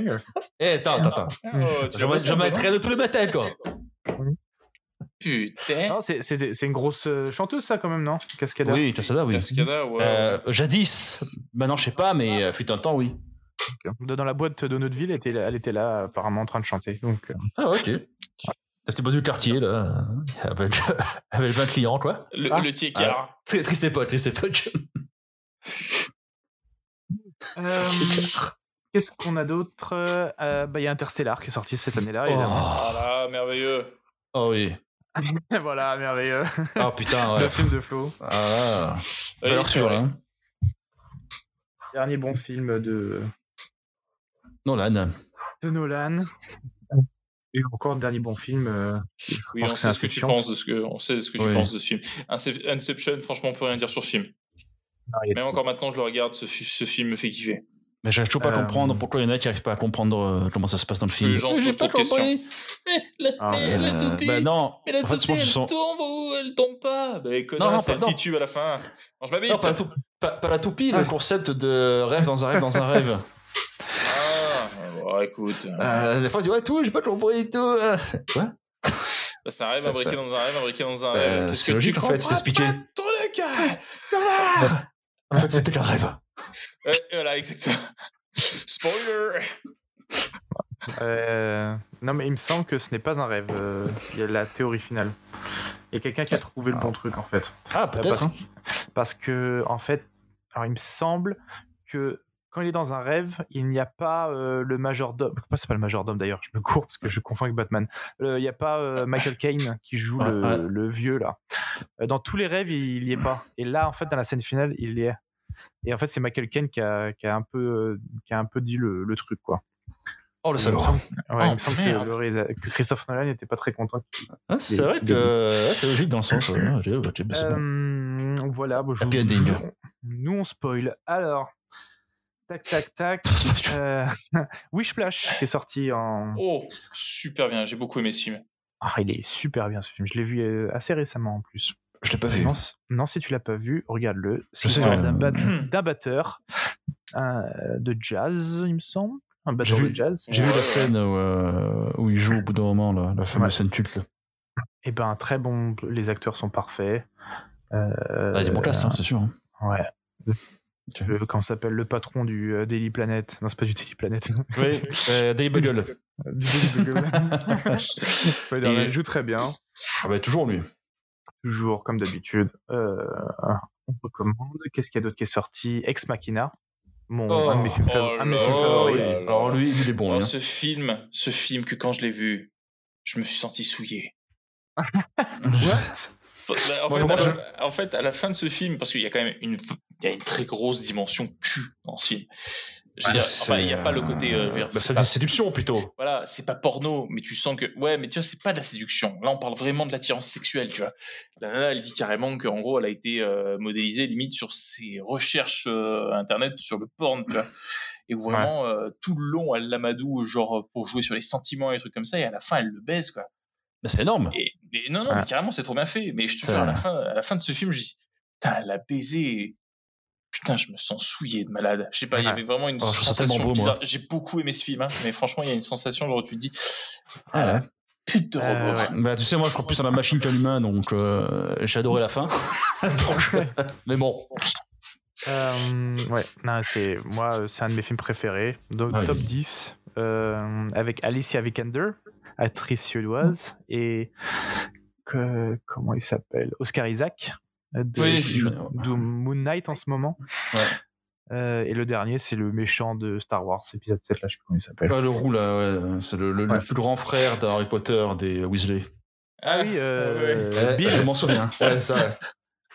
S7: bien,
S6: Eh, attends, attends, attends.
S7: elle. Oh, tu la vois,
S6: Je mettrais de tous les matins, quoi.
S7: Putain.
S5: Non, c'est- c'est c'est une grosse euh, chanteuse, ça, quand même, non Cascada.
S6: Oui, Casada, oui.
S7: Cascada, ouais.
S6: Euh, jadis, maintenant je sais pas, mais euh, fut un temps, oui.
S5: De- Dans la boîte de notre ville, elle était là, elle était là, apparemment, en train de chanter. Donc, euh,
S6: Ah, ok. La petite bosse du quartier, là, avec, avec 20 clients, quoi.
S7: le,
S5: ah.
S7: le petit écart.
S6: Très triste époque, triste époque.
S5: Euh, Qu'est-ce qu'on a d'autre Euh, euh, bah, Il y a Interstellar qui est sorti cette année-là. évidemment.
S6: Oh,
S7: Voilà, merveilleux.
S6: oh oui.
S5: voilà, merveilleux.
S6: Ah putain, ouais.
S5: Le film de Flo.
S6: Ah,
S7: Oui,
S6: valeur
S7: c'est
S6: sûre,
S7: vrai.
S6: là.
S5: Dernier bon film de,
S6: Nolan.
S5: de Nolan. Et encore un dernier bon film. euh, je
S7: Oui,
S5: pense
S7: on
S5: que c'est
S7: sait ce que tu
S5: Inception.
S7: penses de ce que, on sait ce que
S6: Oui.
S7: tu penses de ce film. Incep- Inception, franchement, on peut rien dire sur ce film.
S5: Non, il y a-
S7: Même encore maintenant, je le regarde, ce, fi- ce film me fait kiffer.
S6: Mais j'arrive toujours pas à
S5: Euh,
S6: comprendre pourquoi il y en a qui arrivent pas à comprendre euh, comment ça se passe dans le film.
S7: les gens se
S6: Mais j'ai
S7: posent trop de
S5: Ah,
S6: Euh, bah non, en fait, je pense qu'ils sont-
S7: tombe ou elle tombe pas Bah,
S6: Non, non,
S7: connasse,
S6: pas-
S7: elle
S6: non.
S7: titube à la fin. Non, je m'habille.
S6: Non, pas la, tou- pas- pas la toupie, le concept de rêve dans un rêve dans un rêve.
S7: Ah, bon, écoute.
S6: Euh, des fois, je dis, ouais, tout, j'ai pas compris et tout. euh.
S7: Bah, C'est un rêve
S6: ça-
S7: imbriqué
S6: ça-
S7: dans un rêve, imbriqué dans un
S6: Euh,
S7: rêve. Qu'est-ce
S6: c'est
S7: que
S6: logique,
S7: tu
S6: en fait, c'est
S7: comprends
S6: expliqué.
S7: pas, truc
S6: En fait, c'était qu'un rêve.
S7: Ouais, Euh, Voilà, exactement. Spoiler
S5: Euh, non, mais il me semble que ce n'est pas un rêve. euh, Il y a la théorie finale. Il y a quelqu'un qui
S7: Ah.
S5: a trouvé le bon truc, en fait.
S6: Ah,
S5: Euh, parce,
S6: peut-être. hein.
S5: parce que en fait, alors il me semble que quand il est dans un rêve, il n'y a pas euh, le majordome. Pourquoi c'est pas le majordome d'ailleurs Je me cours parce que je confonds avec Batman. Euh, Il n'y a pas euh, Michael Caine qui joue
S6: Ouais,
S5: le,
S6: ouais.
S5: le vieux là. Euh, Dans tous les rêves, il n'y est pas. Et là, en fait, dans la scène finale, il y est. Et en fait, c'est Michael Caine qui a, qui a un peu, euh, qui a un peu dit le, le truc quoi.
S6: Oh le
S5: Il me
S6: salaud.
S5: semble- ouais, il me
S6: Oh,
S5: semble
S6: merde.
S5: que, le réalisa- que Christophe Nolan n'était pas très content.
S6: Ah, c'est vrai que euh, ouais, c'est logique dans le sens. ouais, ouais, j'ai- j'ai- c'est bon.
S5: Euh, Voilà, bon, je
S6: Happy ending.
S5: nous on spoil. Alors, tac tac tac. euh, Wishplash qui est sorti en.
S7: Oh, super bien, j'ai beaucoup aimé ce film.
S5: Ah, il est super bien ce film. Je l'ai vu euh, assez récemment en plus.
S6: Je l'ai pas vu.
S5: Non, c- non, si tu l'as pas vu, regarde-le. C'est
S6: Je sais
S5: l'histoire
S6: pas.
S5: d'un bat- d'un batteur euh, de jazz, il me semble. Un batteur
S6: J'ai vu-
S5: de jazz.
S6: J'ai vu la
S7: Ouais.
S6: scène où, euh, où il joue au bout d'un moment, là, la fameuse
S5: Ouais.
S6: scène culte. là.
S5: Et ben, très bon. Les acteurs sont parfaits. Euh,
S6: Ah, il est bon classe, hein, c'est sûr. hein.
S5: Ouais.
S6: Ok.
S5: Le, comment ça s'appelle le patron du euh, Daily Planet Non, c'est pas du Daily Planet.
S6: Oui, euh, Daily Bugle.
S5: du Daily Bugle. Spider-Man
S6: Et-
S5: joue très bien.
S6: Ah bah, toujours lui.
S5: Toujours, comme d'habitude. Euh, on recommande. Qu'est-ce qu'il y a d'autre qui est sorti Ex Machina. Mon,
S6: Oh,
S5: un de mes films, fav-
S7: oh
S5: un de mes
S7: là
S5: films
S7: là.
S5: favoris.
S7: oui.
S6: Alors lui, il est bon.
S7: Oh,
S6: lui, hein.
S7: ce film, ce film que quand je l'ai vu, je me suis senti souillé.
S5: What
S7: Bah, En
S5: Moi,
S7: fait,
S5: moi,
S7: à la- en fait, à la fin de ce film, parce qu'il y a quand même une, il y a une très grosse dimension cul dans ce film. Je veux
S6: Ah,
S7: dire,
S6: c'est-
S7: enfin, il n'y a pas le côté. euh, je veux dire,
S6: Bah,
S7: c'est
S6: c'est
S7: pas-
S6: de la séduction plutôt.
S7: voilà, c'est pas porno, mais tu sens que. Ouais, mais tu vois, c'est pas de la séduction. Là, on parle vraiment de l'attirance sexuelle, tu vois. La nana, elle dit carrément qu'en gros, elle a été euh, modélisée limite sur ses recherches euh, internet, sur le porn, tu vois. Et où vraiment, euh, tout le long, elle l'amadoue, genre, euh, pour jouer sur les sentiments et des trucs comme ça, et à la fin, elle le baise, quoi.
S6: Bah, c'est énorme.
S7: Et, et non, non,
S5: Ouais.
S7: mais carrément, c'est trop bien fait. Mais je te
S6: Ça-
S7: jure, à la, fin, à la fin de ce film, je dis, putain, elle a baisé. et- Putain, je me sens souillé de malade. Je sais pas, il y
S5: Ouais.
S7: avait vraiment une
S6: Oh, je trouve ça
S7: sensation
S6: tellement beau, moi.
S7: bizarre. J'ai beaucoup aimé ce film, hein, mais franchement, il y a une sensation, genre, où tu te dis,
S6: Ah, ouais.
S7: pute de robot.
S5: Euh, ouais.
S6: Bah, tu sais, moi, je crois plus à la machine qu'à l'humain, donc euh, j'ai adoré la fin. Donc, euh, mais bon,
S5: Euh, ouais, non, c'est moi, euh, c'est un de mes films préférés. Donc,
S6: Ah oui.
S5: top 10 euh, avec Alicia Vikander, actrice suédoise, et que- comment il s'appelle Oscar Isaac, euh, de,
S6: Oui,
S5: qui joue
S6: je-
S5: de Moon Knight en ce moment.
S6: Ouais.
S5: Euh, et le dernier, c'est le méchant de Star Wars, épisode 7, là, je sais plus comment il s'appelle.
S6: pas euh, le roux là, ouais, c'est le, le- le plus grand frère d'Harry Potter des Weasley.
S5: Ah oui, euh,
S6: Ouais,
S5: Bill,
S6: je m'en souviens. Ouais, ça, ouais.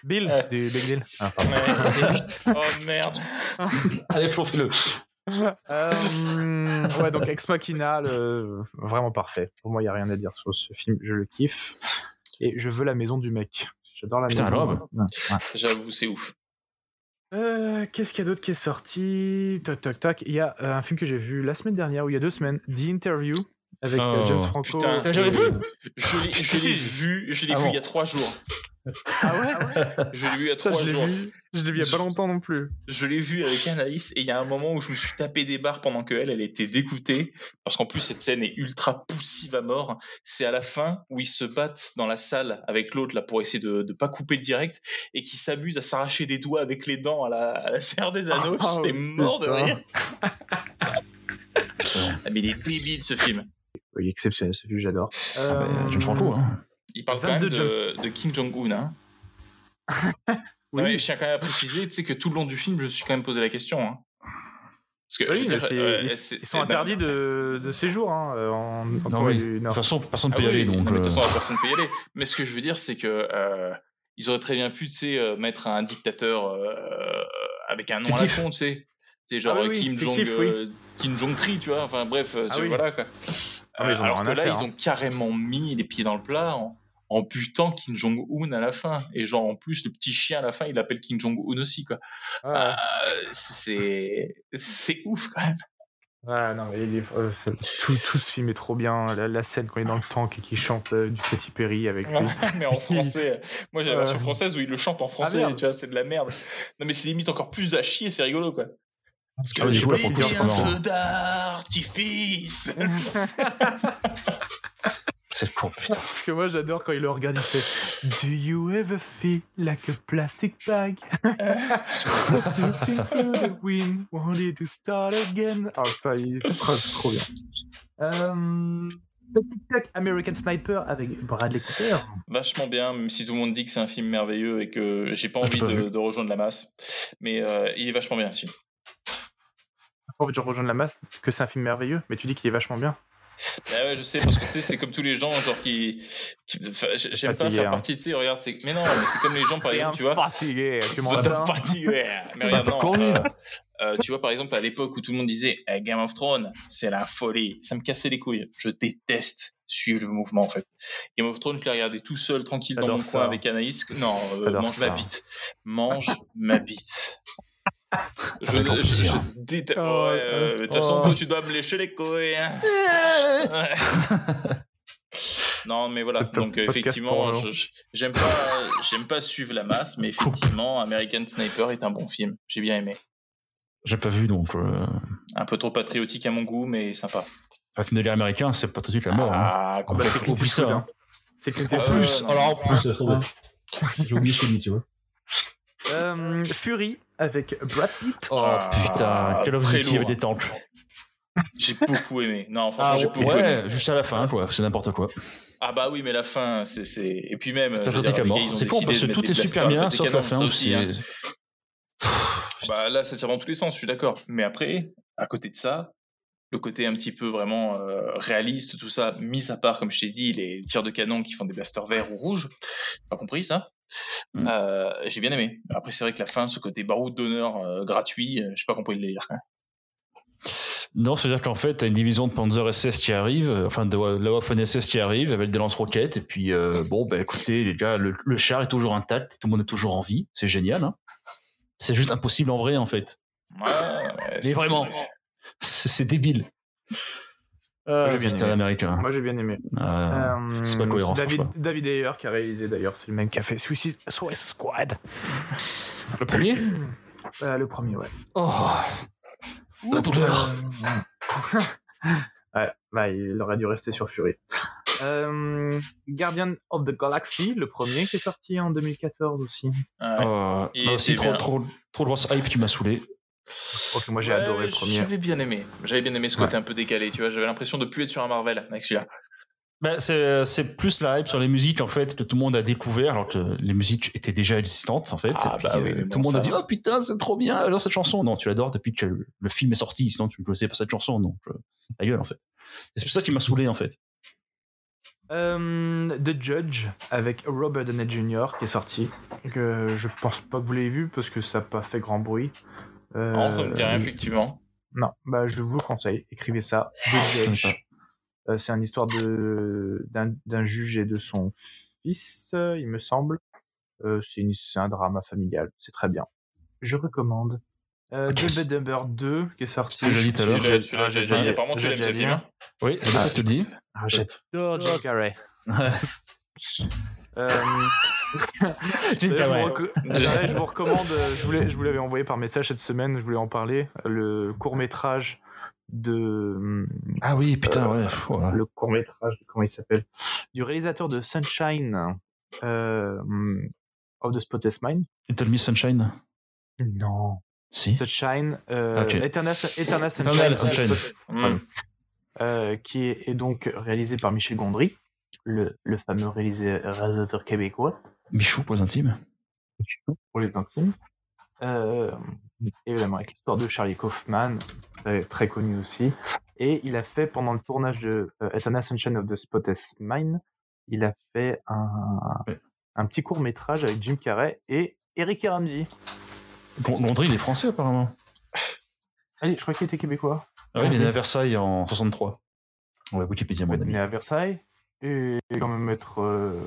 S5: Bill,
S7: Ouais.
S5: du Big Deal.
S7: Ouais. oh merde.
S6: Allez, chauffez-le.
S5: Euh, ouais, donc Ex Machina, le- vraiment parfait. Pour moi, il n'y a rien à dire sur ce film. Je le kiffe. Et je veux la maison du mec. J'adore la
S6: Putain,
S5: maison.
S6: love.
S5: Ouais.
S7: J'avoue, c'est ouf.
S5: Euh, Qu'est-ce qu'il y a d'autre qui est sorti Tac, tac, tac. Il y a euh, un film que j'ai vu la semaine dernière, ou il y a deux semaines, The Interview, avec euh,
S6: Oh.
S5: James Franco.
S7: Putain. T'as
S6: jamais vu
S7: Je l'ai je l'ai
S5: Si.
S7: vu, je l'ai
S6: Ah
S7: vu
S6: bon.
S7: il y a trois jours.
S5: Ah ouais
S7: Je l'ai vu il y a
S5: Ça,
S7: trois
S5: je l'ai
S7: jours.
S5: vu. Je l'ai vu il n'y a pas longtemps non plus.
S7: Je l'ai vu avec Anaïs et il y a un moment où je me suis tapé des barres pendant que elle, elle était dégoûtée parce qu'en plus cette scène est ultra poussive à mort. C'est à la fin où ils se battent dans la salle avec l'autre là pour essayer de ne pas couper le direct et qui s'amusent à s'arracher des doigts avec les dents à la, à la serre des anneaux.
S5: Oh,
S7: J'étais mort de
S5: putain.
S7: rire. Ah, mais il est débile ce film.
S5: Oui, exceptionnel, ce film, j'adore.
S6: Ah, bah,
S5: Euh,
S6: James Franco, hein.
S7: Il parle quand
S5: 22
S7: même de, de Kim Jong-un. Hein. Ah
S5: Oui.
S7: Non, mais je tiens quand même à préciser, tu sais que tout le long du film, je me suis quand même posé la question. Hein. Parce que, je
S5: Oui,
S7: veux
S5: mais
S7: dire,
S5: c'est-
S7: euh,
S5: ils,
S7: c'est-
S5: ils sont
S7: eh ben,
S5: interdits de, de séjour hein, en,
S6: Non,
S5: en Corée
S6: oui.
S5: du
S6: De
S5: Nord.
S6: toute façon, personne ne
S7: Ah
S6: peut y
S7: oui,
S6: aller.
S7: non,
S6: Donc,
S7: mais
S6: euh,
S7: de toute façon, la personne peut y aller. Mais ce que je veux dire, c'est que euh, ils auraient très bien pu, tu sais, euh, mettre un dictateur euh, avec un nom à la
S6: Fictif.
S7: con, tu sais. C'est genre
S5: Ah oui, oui,
S7: Kim Jong
S5: fictif,
S7: euh, Kim Jong Tri, tu vois. Enfin bref, euh,
S5: Ah
S7: tu-
S5: oui.
S7: voilà quoi.
S5: Ah, mais ils en ont
S7: Euh, alors
S5: rien
S7: que
S5: à
S7: là,
S5: faire,
S7: ils
S5: hein.
S7: ont carrément mis les pieds dans le plat en, en butant Kim Jong Un à la fin. Et genre en plus, le petit chien à la fin, il appelle Kim Jong Un aussi quoi.
S5: Ah, ouais.
S7: Euh, c'est c'est ouf quand même.
S5: Ouais, non, mais il est- euh, c'est- tout, tout ce film est trop bien. La, la scène quand il est dans le tank et qu'il chante euh, du Petit Perry avec lui.
S7: mais en français. Moi, j'ai la
S5: Euh.
S7: version française où il le chante en
S6: Ah,
S7: français,
S5: merde.
S7: tu vois, c'est de la merde. Non, mais c'est limite encore plus de la chier, c'est rigolo, quoi. Parce
S6: Ah oui, du coup, la
S7: j'étais
S6: frontière, c'est
S7: un
S6: marrant.
S7: feu d'artifice.
S6: c'est con, putain.
S5: Parce que moi, j'adore quand il le regarde, il fait Do you ever feel like a plastic bag? Drifting through the wind, wanted to start again. Oh putain, il oh, c'est trop bien. Euh, Tic Tac, American Sniper avec Bradley Cooper.
S7: Vachement bien, même si tout le monde dit que c'est un film merveilleux et que j'ai pas
S6: Ah, j'ai
S7: envie
S6: pas
S7: de,
S6: vu.
S7: de rejoindre la masse. Mais euh, il est vachement bien, ce film.
S5: J'ai envie de rejoindre la masse que c'est un film merveilleux, mais tu dis qu'il est vachement bien.
S7: Bah ouais, je sais, parce que tu sais, c'est comme tous les gens, genre qui. qui- enfin, j'ai- J'aime pas
S5: Fatigué,
S7: faire
S5: hein.
S7: partie, tu sais, regarde, c'est. Mais non, mais c'est comme les gens, par exemple, tu vois.
S5: Fatigué, tu m'en
S7: Votre
S5: vas
S7: partie, ouais. Mais
S6: Bah,
S7: regarde, non,
S6: pourquoi
S7: euh, euh, tu vois, par exemple, à l'époque où tout le monde disait Eh, Game of Thrones, c'est la folie, ça me cassait les couilles. Je déteste suivre le mouvement, en fait. Game of Thrones, je l'ai regardé tout seul, tranquille, dans
S5: J'adore
S7: mon
S5: ça.
S7: coin avec Anaïs. Non, euh,
S5: J'adore
S7: mange
S5: ça.
S7: ma bite. Mange ma bite. Je,
S6: Avec grand
S7: je,
S6: plaisir.
S7: je déteste.
S5: Oh,
S7: ouais, euh,
S5: euh,
S7: de toute façon,
S5: oh.
S7: toi, tu dois me lécher les couilles. hein. Ouais. Non, mais voilà.
S5: Le top
S7: Donc euh,
S5: podcast
S7: effectivement,
S5: pour
S7: je- je- j'aime pas, j'aime pas suivre la masse, mais effectivement, American Sniper est un bon film. J'ai bien aimé.
S6: J'ai pas vu donc. Euh...
S7: Un peu trop patriotique à mon goût, mais sympa.
S6: Un film de guerre américain, c'est pas tout de suite la mort. hein.
S7: Ah, complètement.
S6: c'est Clint Eastwood, hein.
S5: C'est Clint
S7: Ah,
S5: Eastwood.
S10: plus,
S7: non.
S10: alors en plus, ça se trouve. J'ai oublié celui, tu vois.
S5: Euh, Fury avec Brad Pitt.
S6: Oh putain, Call of
S7: très
S6: Duty
S7: lourd. Ah,
S6: avec des tanks.
S7: j'ai beaucoup aimé. Non, franchement, j'ai beaucoup aimé.
S6: Ah, ouais, juste à la fin, quoi. C'est n'importe quoi.
S7: Ah bah oui, mais la fin, c'est c'est- et puis même.
S6: C'est
S7: je veux
S6: patriotique
S7: dire,
S6: à
S7: les
S6: mort.
S7: gars, ils ont
S6: C'est con
S7: décidé
S6: parce que
S7: de
S6: tout
S7: mettre
S6: est
S7: des
S6: super
S7: blasters à
S6: bien,
S7: la place des
S6: sauf la
S7: canons,
S6: fin
S7: ça
S6: où c'est.
S7: hein. Bah là, ça tire dans tous les sens, je suis d'accord. Mais après, à côté de ça, le côté un petit peu vraiment euh, réaliste, tout ça, mis à part, comme je t'ai dit, les tirs de canon qui font des blasters verts ou rouges, j'ai pas compris ça.
S6: Mm.
S7: Euh, j'ai bien aimé. Après, c'est vrai que la fin, ce côté baroud d'honneur euh, gratuit, euh, j'ai pas compris le délire. quoi.
S6: Non, c'est-à-dire qu'en fait, t'as une division de Panzer SS qui arrive, euh, enfin de Wa- la Waffen SS qui arrive avec des lance-roquettes, et puis euh, bon, bah écoutez, les gars, le, le char est toujours intact, tout le monde est toujours en vie, c'est génial. hein. C'est juste impossible en vrai, en fait.
S7: Ouais, ouais,
S6: Mais
S7: c'est-
S6: vraiment, c'est c'est débile.
S7: Ah,
S6: Euh,
S5: j'ai bien
S6: putain,
S5: aimé.
S6: l'américain.
S5: Moi j'ai bien aimé.
S6: Euh,
S5: Euh,
S6: c'est pas cohérent,
S5: David,
S6: franchement.
S5: David Ayer qui a réalisé d'ailleurs, c'est le même qui a fait Suicide, Suicide Squad.
S6: Le premier
S5: Euh, le premier, ouais.
S6: Oh La douleur
S5: Ouais, bah, il aurait dû rester sur Fury. Euh, Guardian of the Galaxy, le premier qui est sorti en 2014 aussi.
S7: Ouais.
S6: Euh,
S7: Il
S6: là aussi,
S7: était
S6: trop,
S7: bien.
S6: trop, trop grosse hype qui m'a saoulé.
S5: Ok, moi j'ai
S7: Ouais,
S5: adoré le premier.
S7: J'avais bien aimé. J'avais bien aimé ce côté un peu décalé, tu vois. J'avais l'impression de plus être sur un Marvel avec celui-là.
S6: Ben, c'est c'est plus la hype sur les musiques en fait que tout le monde a découvert alors que les musiques étaient déjà existantes en fait.
S7: Ah,
S6: Et puis,
S7: bah oui,
S6: euh,
S7: mais
S6: tout
S7: bon,
S6: le monde
S7: ça
S6: a dit
S7: va.
S6: oh putain c'est trop bien alors cette chanson non tu l'adores depuis que le film est sorti sinon tu ne connaissais pas cette chanson donc euh, ta gueule en fait. Et C'est pour ça qui m'a saoulé en fait.
S5: Euh, The Judge avec Robert Downey Jr. qui est sorti. Que je pense pas que vous l'ayez vu parce que ça n'a pas fait grand bruit. Euh,
S7: En me dit rien, effectivement.
S5: Non, bah je vous le conseille, écrivez ça.
S6: Ah,
S5: The Judge. Euh, c'est une histoire de d'un d'un juge et de son fils, euh, il me semble. Euh, c'est une- c'est un drama familial, c'est très bien. Je recommande. Euh,
S6: Ok.
S5: The Bad Number 2 qui est sorti.
S6: Tu l'as dit tout à l'heure.
S7: Celui-là, celui-là,
S5: Ah,
S7: j'ai-
S5: j'ai déjà
S7: j'ai-
S5: dit.
S7: Apparemment, tu
S5: J'ai
S7: l'aimes
S5: déjà
S7: ce
S5: dit,
S7: film.
S5: hein.
S7: hein
S6: Oui c'est pour ça que je te le dis.
S5: Ah, j'adore Jim Carrey. Euh,
S6: Jim Carrey.
S5: D'ailleurs, je, vous reco- D'ailleurs, je vous recommande, euh, je, voulais, je vous l'avais envoyé par message cette semaine, je voulais en parler, le court-métrage de... hmm,
S6: Ah oui putain ouais. pff, voilà.
S5: Le court-métrage, comment il s'appelle Du réalisateur de Sunshine, euh, Of the Spotless Mind
S6: Little Miss Sunshine.
S5: Non.
S6: Si.
S5: Sunshine, euh,
S6: Ok.
S5: Eternal, Eternal Sunshine,
S6: Eternal
S5: of the
S6: Sunshine.
S5: Spotless-
S7: Mm.
S5: euh, qui est, est donc réalisé par Michel Gondry, le, le fameux réalisé- euh, réalisateur québécois.
S6: Michou pour les intimes.
S5: pour les intimes. Euh, évidemment, avec l'histoire de Charlie Kaufman, très, très connu aussi. Et il a fait, pendant le tournage de euh, Eternal Sunshine of the Spotless Mind, il a fait un,
S6: Ouais.
S5: un petit court-métrage avec Jim Carrey et Eric et Ramsey.
S6: Londres il est français apparemment.
S5: Allez, je crois qu'il était québécois.
S6: Ah oui il est né à Versailles en 63. Ouais Wikipédia mon ami.
S5: né à Versailles. Et quand même être... euh,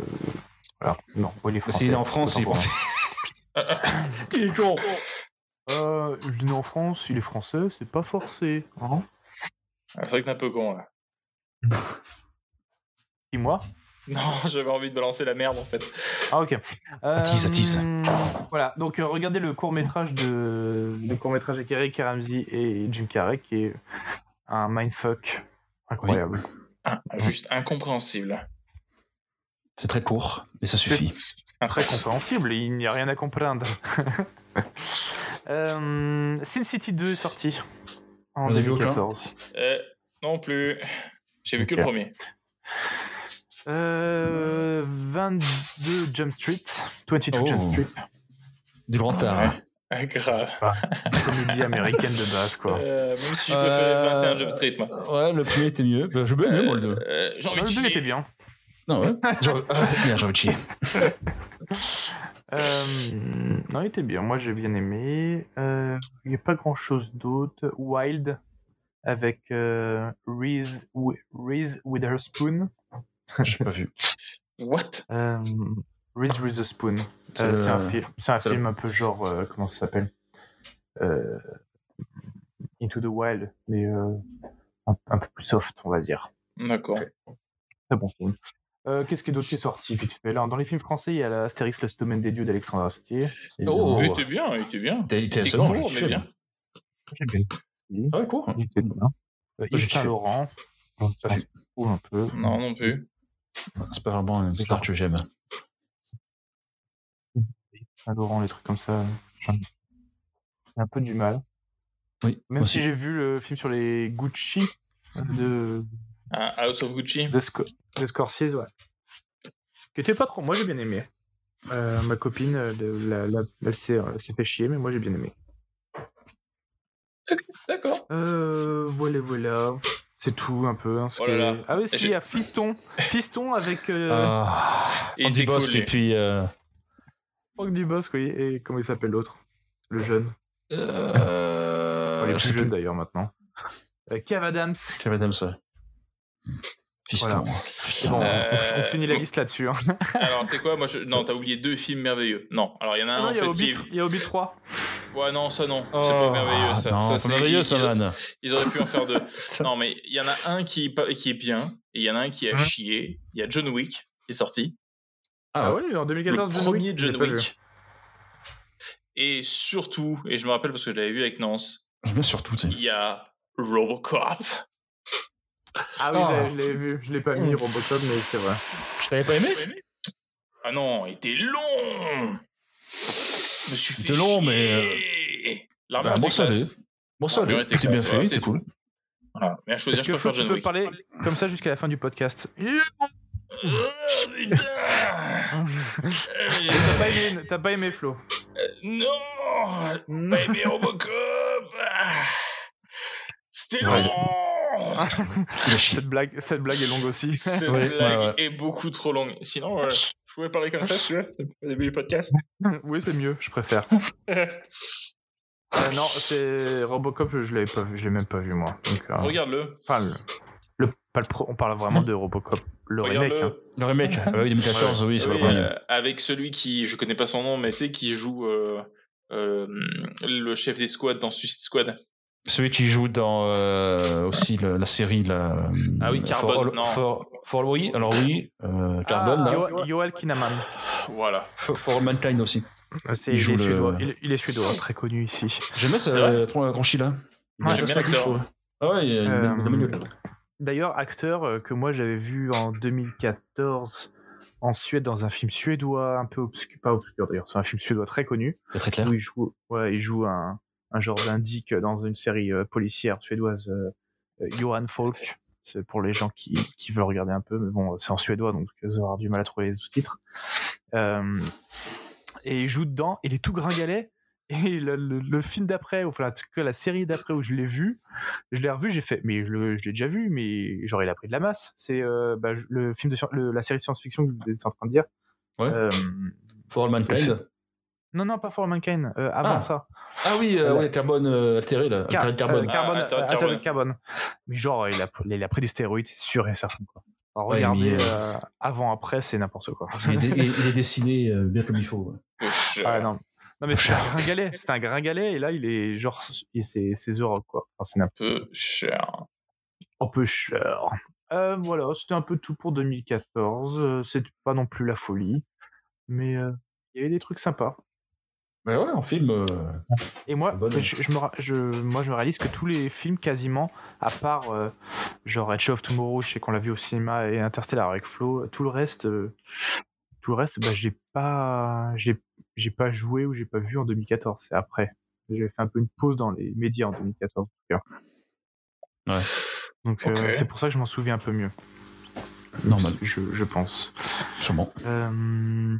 S5: voilà. Non, il est français.
S6: Bah, S'il est en France il est
S5: Autant pour
S6: français. Il est con.
S5: moi. Euh, je dis né en France, il est français, c'est pas forcé. Hein
S7: Ah, C'est vrai que t'es un peu con, là.
S5: Dis-moi.
S7: Non, j'avais envie de balancer la merde en fait.
S5: Ah ok.
S6: Attise, attise.
S5: Euh, Voilà, donc euh, regardez le court métrage de le court métrage avec Eric Ramsey et Jim Carrey qui est un mindfuck incroyable.
S7: Ah, juste incompréhensible.
S6: C'est très court mais ça suffit.
S5: Très compréhensible, il n'y a rien à comprendre. euh, Sin City 2 est sorti en
S6: On a vu aucun
S5: 2014.
S7: Euh, non plus. J'ai vu que
S5: Ok.
S7: le premier.
S5: Euh, 22 Jump Street, 22
S6: Oh.
S5: Jump Street.
S6: Du grand art.
S7: Ouais. Ah, grave.
S5: Comédie américaine de base, quoi.
S7: Euh, même si je
S6: Euh,
S7: préférais 21 Jump Street, moi.
S6: Ouais, le premier était mieux. Bah, je veux mieux, moi, le deux.
S7: Euh, j'ai envie
S5: Le
S7: de
S5: 2 était
S7: chier.
S5: bien.
S6: Non, ouais. J'en- ah, bien, j'ai envie de chier.
S5: Euh, non, il était bien. Moi, j'ai bien aimé. Euh, Il n'y a pas grand-chose d'autre. Wild avec euh, Reese, Wi- Reese Witherspoon.
S6: J'ai pas vu.
S7: What
S5: Euh, Reese Witherspoon.
S6: C'est
S5: Euh,
S6: le-
S5: C'est un, fil- c'est un
S6: c'est le-
S5: film un peu genre... euh, comment ça s'appelle Euh, Into the Wild, mais euh, un, un peu plus soft, on va dire.
S7: D'accord.
S5: Très bon film. Euh, Qu'est-ce qui est d'autre qui est sorti vite fait là, Dans les films français, il y a la Astérix, le domaine des dieux d'Alexandre Astier.
S6: Oh,
S7: Il
S6: ouais.
S7: était bien, il était bien.
S6: T'es t'es
S7: Il était
S6: assez bon, j'ai
S7: court,
S6: kiffé,
S7: mais bien.
S6: moi. Ah ouais, court.
S5: Il était bien. Euh,
S6: J'ai
S5: Yves
S6: kiffé.
S5: Saint-Laurent. Ça se trouve un peu.
S7: Non, non plus.
S6: C'est pas vraiment une star que j'aime.
S5: Saint-Laurent, les trucs comme ça. J'ai un- j'ai un peu du mal.
S6: Oui, moi
S5: Même si
S6: aussi.
S5: j'ai vu le film sur les Gucci de,
S7: Ah, House of Gucci.
S5: de, Sco- de Scorsese, ouais. Qui était pas trop. Moi, j'ai bien aimé. Euh, ma copine, euh, de- la- la- elle s'est elle s'est fait chier, mais moi, j'ai bien aimé.
S7: D'accord.
S5: Euh, voilà, voilà. C'est tout un peu. hein, ce
S7: Oh là
S5: que-
S7: là.
S5: Ah oui, si,
S7: J'ai-
S5: il y a Fiston. Fiston avec euh,
S6: Ah,
S7: Et
S6: Andy Bosque
S7: décollé.
S6: et puis. euh,
S5: Franck Dubosc, oui. Et comment il s'appelle l'autre Le jeune.
S6: euh,
S5: il est
S6: je
S5: plus
S6: sais
S5: jeune
S6: plus.
S5: d'ailleurs maintenant. Euh, Kev Adams.
S6: Kev Adams, ouais. Fiston.
S5: Voilà. C'est bon,
S7: Euh,
S5: on, on finit la
S7: donc-
S5: liste là-dessus. hein.
S7: Alors, tu sais quoi moi, je... Non, t'as oublié deux films merveilleux. Non, alors il y en a
S5: Ah
S7: un
S5: non,
S7: en
S5: il y,
S7: fait
S5: a
S7: qui
S5: Hobbit, Oh.
S7: est...
S5: il y a Hobbit 3.
S7: Ouais, non, ça non. C'est pas merveilleux
S6: Oh,
S7: ça.
S6: Ah, Non,
S7: ça
S6: c'est
S7: c'est-
S6: pas merveilleux ça,
S7: ils-
S6: Van.
S7: Ils auraient pu en faire deux. non, mais il y en a un qui est, pas- qui est bien, et il y en a un qui a
S5: Hein
S7: chié. Il y a John Wick qui est sorti.
S6: Ah
S5: oui, en
S7: Le
S5: 2014,
S7: premier
S5: je l'ai
S7: John
S5: pas vu.
S7: Wick. Et surtout, et je me rappelle parce que je l'avais vu avec Nance,
S6: J'aime bien surtout, tu sais.
S7: il y a Robocop.
S5: Ah oui,
S6: Ah.
S7: Oh.
S5: je l'ai- je l'ai vu. Je l'ai pas mis, Robocop, mais c'est vrai.
S6: Je t'avais pas aimé
S7: Ah non, il était long Je me suis fait
S6: était long,
S7: chier. L'armure
S6: Bah,
S7: était
S6: Moi, ça
S7: classe.
S6: allait. Moi, ça
S7: Ah, mais
S6: allait.
S7: ouais, t'es
S6: C'était bien
S7: classe, ouais,
S6: fait,
S7: c'est
S6: c'était cool.
S7: Voilà. Mais à choisir,
S5: Est-ce
S7: je
S5: que Flo,
S7: préfère
S5: tu
S7: John
S5: peux
S7: Wick.
S5: parler comme ça jusqu'à la fin du podcast
S7: Ah, putain
S5: T'as pas aimé, t'as pas aimé Flo
S7: Euh,
S5: Hmm.
S7: Non
S5: Euh, Non.
S7: Baby Robocop Ah. C'était
S6: Ouais.
S7: long
S5: Ah.
S6: Il a chié.
S5: Cette blague, cette blague est longue aussi.
S7: Cette
S6: Ouais,
S7: blague
S6: ouais, ouais.
S7: est beaucoup trop longue. Sinon, euh, je pouvais parler comme ça, si tu veux, depuis le début du podcast.
S5: oui, c'est mieux, je préfère. Euh, non, c'est Robocop, je l'avais pas vu, je l'ai même pas vu moi. Donc, euh,
S6: Ah.
S7: Regarde-le.
S5: enfin, le- le- pas le pro- on parle vraiment de Robocop, le remake. hein.
S7: Regarde-le.
S6: Le remake, ah bah oui, 2014, oui, c'est pas
S7: Oui,
S6: le premier.
S7: euh, avec celui qui, je connais pas son nom, mais tu sais, qui joue euh, euh, le chef des squads dans Suicide Squad.
S6: Celui qui joue dans euh, aussi le- la série là.
S7: Ah oui,
S6: euh,
S7: Carbone,
S6: For All-
S7: non.
S6: For, for All- oui, alors oui, euh, Carbone,
S5: Ah,
S6: là.
S5: Yo- Yoel Kinnaman.
S7: Voilà.
S6: For, For All Mankind aussi.
S5: Euh, C'est-
S6: Il
S5: il,
S6: joue
S5: est
S6: le-
S5: suédois, il- il est suédois, très connu ici.
S6: J'aime bien
S7: C'est vrai
S6: ça, Tranchi là.
S7: Ouais, j'aime bien l'acteur.
S6: Ah ouais, il est
S5: Euh,
S6: milieu
S5: D'ailleurs, acteur euh, que moi j'avais vu en 2014 en Suède dans un film suédois, un peu obscur, pas obscur d'ailleurs, c'est un film suédois très connu,
S6: C'est très clair.
S5: où il joue, ouais, il joue un, un genre d'indic dans une série euh, policière suédoise, euh, euh, Johan Falk. C'est pour les gens qui, qui veulent regarder un peu, mais bon, c'est en suédois, donc vous aurez du mal à trouver les sous-titres. Euh, et il joue dedans, il est tout gringalet. Et le, le- le film d'après, enfin en tout cas, la série d'après où je l'ai vu, je l'ai revu, j'ai fait, mais je, le- je l'ai déjà vu, mais genre il a pris de la masse. C'est euh, bah, je- le film de sci- le- la série de science-fiction que vous étiez en train de dire.
S6: Ouais.
S5: Euh,
S6: For All Mankind.
S5: non, non, pas For Mankind, euh, avant
S6: Ah.
S5: ça.
S6: Ah oui, euh, ouais, Carbone euh, altéré là.
S5: Car-
S6: Altéré de carbone.
S5: euh, carbone,
S7: Ah, Altered
S5: euh, Altered
S7: Carbone.
S5: Carbone. Mais genre, il a, il a pris des stéroïdes, c'est sûr et certain. Quoi. Alors,
S6: Ouais, mais,
S5: regardez, euh, avant, après, c'est n'importe quoi.
S6: Ah, Il, est, il est- il est dessiné euh, bien comme il faut. ouais.
S7: Je-
S5: Ah, non. non, mais c'est un gringalet, c'est un gringalet, et là, il est genre, et c'est c'est The Rock, quoi. Enfin, c'est n'importe
S7: peu cher.
S5: un peu cher. Euh, voilà, c'était un peu tout pour 2014. Euh, C'est pas non plus la folie, mais euh, il y avait des trucs sympas.
S6: Mais ouais, en film. euh,
S5: Et moi,
S6: Bonne année.
S5: je, je me, ra- je- moi, je me réalise que tous les films, quasiment, à part euh, genre Edge of Tomorrow, je sais qu'on l'a vu au cinéma, et Interstellar avec Flo, tout le reste, euh, tout le reste, bah, j'ai pas, j'ai, j'ai pas joué ou j'ai pas vu en 2014. C'est après. J'ai fait un peu une pause dans les médias en 2014. en tout cas.
S6: Ouais.
S5: Donc euh,
S7: Ok.
S5: c'est pour ça que je m'en souviens un peu mieux.
S6: Normal,
S5: Je, je pense.
S6: sûrement.
S5: Euh,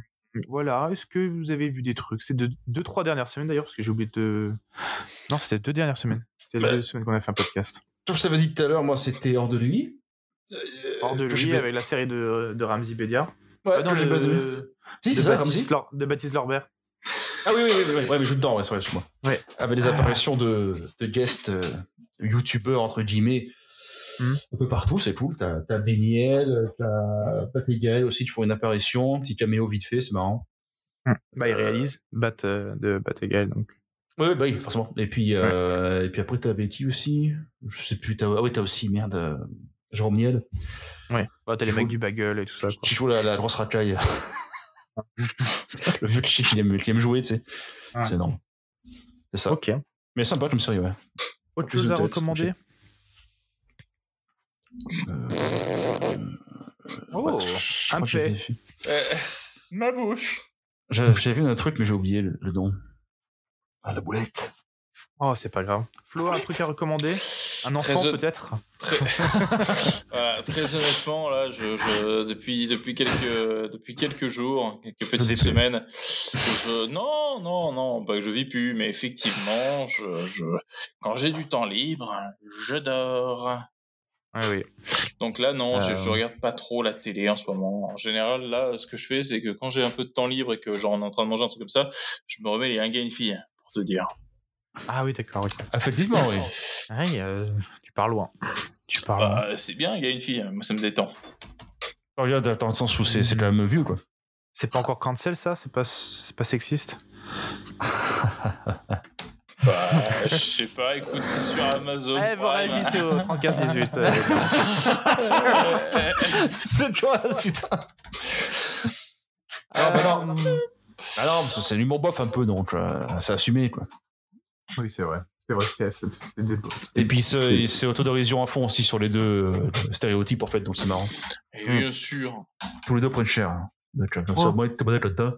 S5: Voilà, est-ce que vous avez vu des trucs C'est de deux, trois dernières semaines d'ailleurs, parce que j'ai oublié de. Non, c'était deux dernières semaines. C'est les
S6: Bah.
S5: deux semaines qu'on a fait un podcast.
S6: Tout ce que ça veut dire tout à l'heure, moi, c'était hors de lui. Euh,
S5: Hors de lui, avec la série de, de Ramzi Bedia. Ah non,
S6: non, j'ai
S5: de-
S6: pas de... Si,
S5: de
S6: c'est ça,
S5: Baptiste
S6: Ramsey.
S5: Lor- de Baptiste Lorbert.
S6: Ah oui, oui, oui, oui, oui. Ouais, mais je joue dedans, ouais, Ah. c'est vrai, excuse-moi.
S5: Ouais.
S6: Avec des apparitions de, de guests euh, youtubeurs, entre guillemets,
S5: Mhm.
S6: un peu partout, c'est cool. T'as t'as Béniel, t'as Patrick Gaël aussi qui font une apparition, un petit caméo vite fait, c'est marrant.
S5: Bah, il réalise Bat, euh, de Bat Egal, donc.
S6: Oui, bah oui, forcément. Et puis, euh, et puis après, t'avais qui aussi Je sais plus, t'as ah ouais, t'as aussi, merde, euh, Jérôme Niel,
S5: Ouais. Bah, t'as les
S6: Faut-
S5: mecs du bagel et tout ça. quoi.
S6: qui joue la, la grosse racaille. Le vieux cliché qu'il aime, qu'il aime jouer, tu sais.
S5: Ouais.
S6: C'est énorme. C'est ça.
S5: Ok.
S6: Mais sympa comme série, ouais.
S5: Autre
S6: Plus
S5: chose
S6: de
S5: à
S6: tête,
S5: recommander Oh, euh, Oh.
S6: Ouais, je crois que
S5: un
S6: j'avais
S5: paix.
S6: vu.
S7: Euh, ma bouche.
S6: J'ai j'ai vu un truc, mais j'ai oublié le, le nom. Ah, la boulette.
S5: Oh, c'est pas grave. Flo, un truc à recommander Un enfant
S7: Très-
S5: peut-être
S7: Très, Voilà, très honnêtement, là, je, je- depuis, depuis, quelques, depuis quelques jours, quelques
S6: vis
S7: petites
S6: plus.
S7: semaines, je, non, non, non, pas que je vis plus, mais effectivement, je, je, quand j'ai du temps libre, je dors.
S5: Ah oui.
S7: Donc là, non, je,
S6: Euh.
S7: je regarde pas trop la télé en ce moment. En général, là, ce que je fais, c'est que quand j'ai un peu de temps libre et que genre on est en train de manger un truc comme ça, je me remets les 1 gars une fille, pour te dire.
S5: Ah oui, d'accord, oui.
S6: Effectivement, oui.
S5: Ah oui, euh, tu pars loin. Tu pars loin.
S7: Bah, c'est bien, il y a une fille, moi ça me détend.
S6: Regarde, dans le sens où c'est c'est de la même vue, quoi.
S5: C'est pas encore cancel ça C'est pas, c'est pas sexiste
S7: Bah, je sais pas, écoute, c'est sur Amazon.
S5: Eh,
S7: Prime.
S5: au 34-18.
S7: Euh,
S6: c'est quoi, putain Ah, bah non.
S5: Euh,
S6: Ah non, parce que c'est l'humour bof un peu, donc euh, c'est assumé, quoi.
S9: Oui, c'est vrai. C'est vrai que c'est- c'est c'est des
S6: Et puis c'est c'est autodérision à fond aussi sur les deux euh, stéréotypes, en fait, donc c'est marrant.
S7: et
S6: Hmm.
S7: bien sûr.
S6: Tous les deux prennent cher. hein. Donc, euh, comme
S5: Ouais.
S6: ça, moi, t'es modèle là-dedans.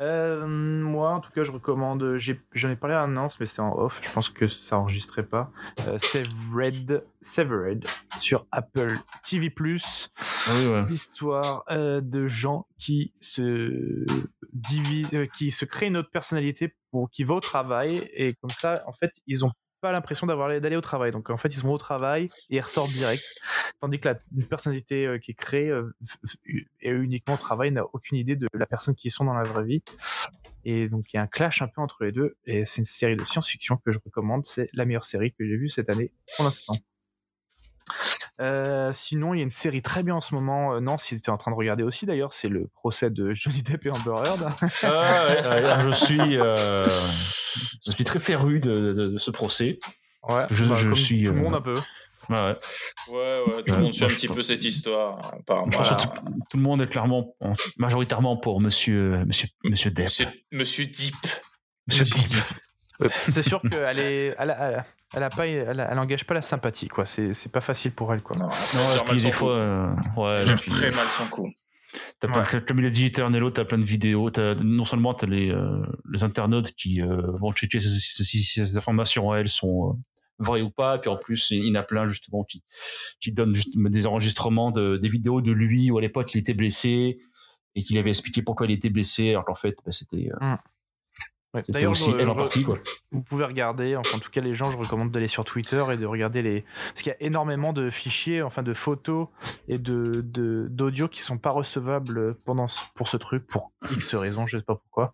S5: Euh, moi, en tout cas, je recommande. j'ai- J'en ai, parlé à Nance, mais c'était en off. Je pense que ça enregistrait pas. Euh, Severed, Severed sur Apple TV.
S6: Ah oui, ouais.
S5: L'histoire euh, de gens qui se divisent, euh, qui se créent une autre personnalité pour qui va au travail et comme ça, en fait, ils ont pas l'impression d'avoir d'aller au travail. Donc en fait, ils vont au travail et ils ressortent direct. Tandis que la une personnalité euh, qui est créée euh, f- f- est uniquement au travail n'a aucune idée de la personne qu'ils sont dans la vraie vie. Et donc il y a un clash un peu entre les deux. Et c'est une série de science-fiction que je recommande. C'est la meilleure série que j'ai vue cette année pour l'instant. Euh, sinon, il y a une série très bien en ce moment. Euh, Nance, il était en train de regarder aussi d'ailleurs. C'est le procès de Johnny Depp et Amber Heard.
S6: Ah, ouais, ouais, je suis, euh, je suis très féru de, de- de ce procès.
S5: Ouais, bah,
S6: Je- je
S5: comme
S6: suis,
S5: tout le
S6: euh,
S5: monde un peu.
S6: Ouais, ouais.
S7: Ouais, ouais, tout
S6: Ouais,
S7: le monde suit un
S6: moi, je
S7: petit
S6: pense-
S7: peu cette histoire, hein, apparemment.
S6: Je pense que tout, tout le monde est clairement, en- majoritairement pour Monsieur, Monsieur, Monsieur Depp.
S7: Monsieur, Monsieur Deep.
S6: Monsieur Depp.
S5: Euh, C'est sûr qu'elle est, elle, a- elle, a- elle a pas, elle, a- elle engage pas la sympathie quoi. C'est c'est pas facile pour elle quoi.
S7: Non, après,
S6: Non,
S7: je gère
S6: et puis
S7: mal son
S6: des fois,
S7: coup.
S6: euh, ouais,
S7: Je
S6: et
S7: gère
S6: puis,
S7: très mal son coup.
S6: t'as plein- t'as- comme il a dit Eternello, t'as plein de vidéos. t'as- non seulement t'as les, euh, les internautes qui euh, vont checker si- si si- si ces informations hein, elles sont euh, vraies ou pas, puis en plus il y en a plein justement qui, qui donnent juste des enregistrements de, des vidéos de lui où à l'époque il était blessé et qu'il avait expliqué pourquoi il était blessé alors qu'en fait bah, c'était euh,
S5: Ouais.
S6: c'était aussi
S5: je-
S6: elle en
S5: je-
S6: partie quoi.
S5: Vous pouvez regarder, enfin, en tout cas les gens, je recommande d'aller sur Twitter et de regarder les... Parce qu'il y a énormément de fichiers, enfin de photos et de de- d'audio qui sont pas recevables pendant ce- pour ce truc, pour X raisons, je sais pas pourquoi,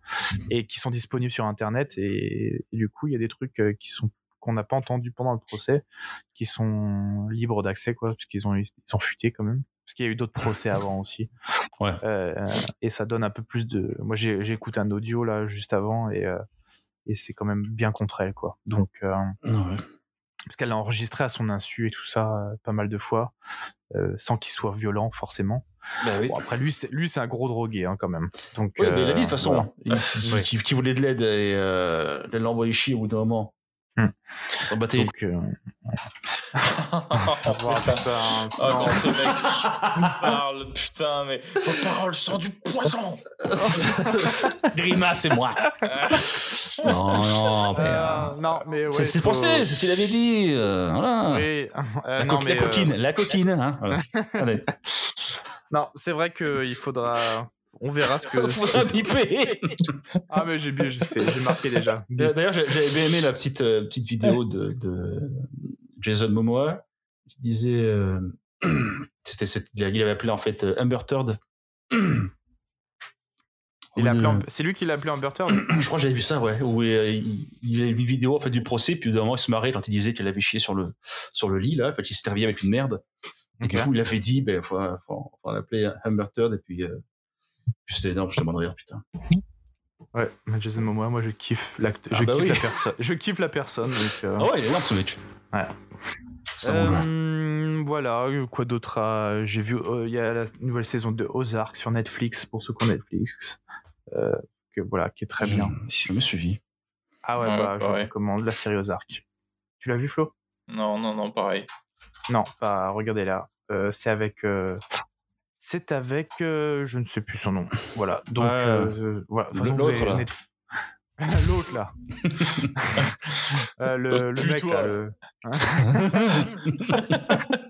S5: et qui sont disponibles sur Internet. Et, et du coup, il y a des trucs euh, qui sont qu'on n'a pas entendu pendant le procès, qui sont libres d'accès, quoi, parce qu'ils ont, ils sont futés quand même. Parce qu'il y a eu d'autres procès avant aussi.
S6: Ouais.
S5: Euh, et ça donne un peu plus de... Moi, j'ai j'ai écouté un audio, là, juste avant, et... euh, et c'est quand même bien contre elle quoi
S6: Mm.
S5: donc euh, parce qu'elle a enregistré à son insu et tout ça euh, pas mal de fois euh, sans qu'il soit violent forcément
S6: oui.
S5: bon après lui c'est lui c'est un gros drogué hein, quand même donc
S6: Oui, mais il a dit de
S5: euh,
S6: toute façon, hein.
S5: voilà.
S6: il- il- qui, qui voulait de l'aide et euh, elle l'a envoyé chier au bout d'un moment.
S5: Hmm.
S6: Ça s'en battait.
S5: donc euh,
S7: Ah,
S5: voir, putain,
S6: Ah,
S5: non.
S7: quand ce mec parle, putain, mais vos paroles sont du poison.
S6: Grimace, c'est moi. non, non, mais. euh,
S5: Euh, non mais ouais,
S6: c'est c'est
S5: faut-
S6: français, c'est ce qu'il avait dit. euh, voilà.
S5: oui euh,
S6: La,
S5: non
S6: co-
S5: mais
S6: la
S5: euh,
S6: coquine, la coquine. Hein, voilà. Allez.
S5: non c'est vrai que il faudra On verra ce que.
S6: Faudra biper.
S5: ah, mais j'ai bien, je sais, j'ai marqué déjà.
S6: D'a- D'ailleurs, j'ai- j'avais bien aimé la petite, euh, petite vidéo de, de Jason Momoa qui disait. euh, c'était, c'était- il avait appelé en fait euh, Amber Turd.
S5: Il l'a
S6: On,
S5: appelé
S6: euh,
S5: en- C'est lui qui l'a appelé Amber Turd.
S6: Je crois que j'avais vu ça, ouais. Où euh, il, il avait une vidéo en fait, du procès, puis au bout d'un moment, il se marrait quand il disait qu'elle avait chié sur le, sur le lit, là. En fait, il s'était réveillé avec une merde. Et du
S5: Ok.
S6: coup, il avait dit, ben, faut, faut, faut l'appeler Amber Turd, et puis. euh, puis c'était énorme, je te demande de rire, putain.
S5: Ouais, mais Jason Momoa, moi je kiffe l'acte,
S6: Ah
S5: je
S6: bah
S5: kiffe
S6: oui.
S5: la personne, je kiffe la personne. donc, euh,
S6: Ah ouais, il est énorme, ce mec.
S5: Ouais.
S6: C'est un bon gars.
S5: Euh, voilà, euh, quoi d'autre à- J'ai vu, euh, il y a la nouvelle saison de Ozark sur Netflix pour ceux qui ont Netflix, euh, que voilà, qui est très
S6: Je-
S5: bien.
S6: Je me suivi.
S5: Ah ouais,
S7: Ouais,
S5: bah, je
S7: pareil.
S5: recommande la série Ozark. Tu l'as vu Flo
S7: Non, non, non, pareil.
S5: Non, bah regardez là, Euh, c'est avec, euh, c'est avec, euh, je ne sais plus son nom. Voilà, donc
S6: Ouais.
S5: euh, euh, voilà. De toute façon, vous
S6: L'autre,
S5: avez
S6: là.
S5: Netf- L'autre là. Euh, le, le mec
S7: Tue-toi.
S5: là. le- hein.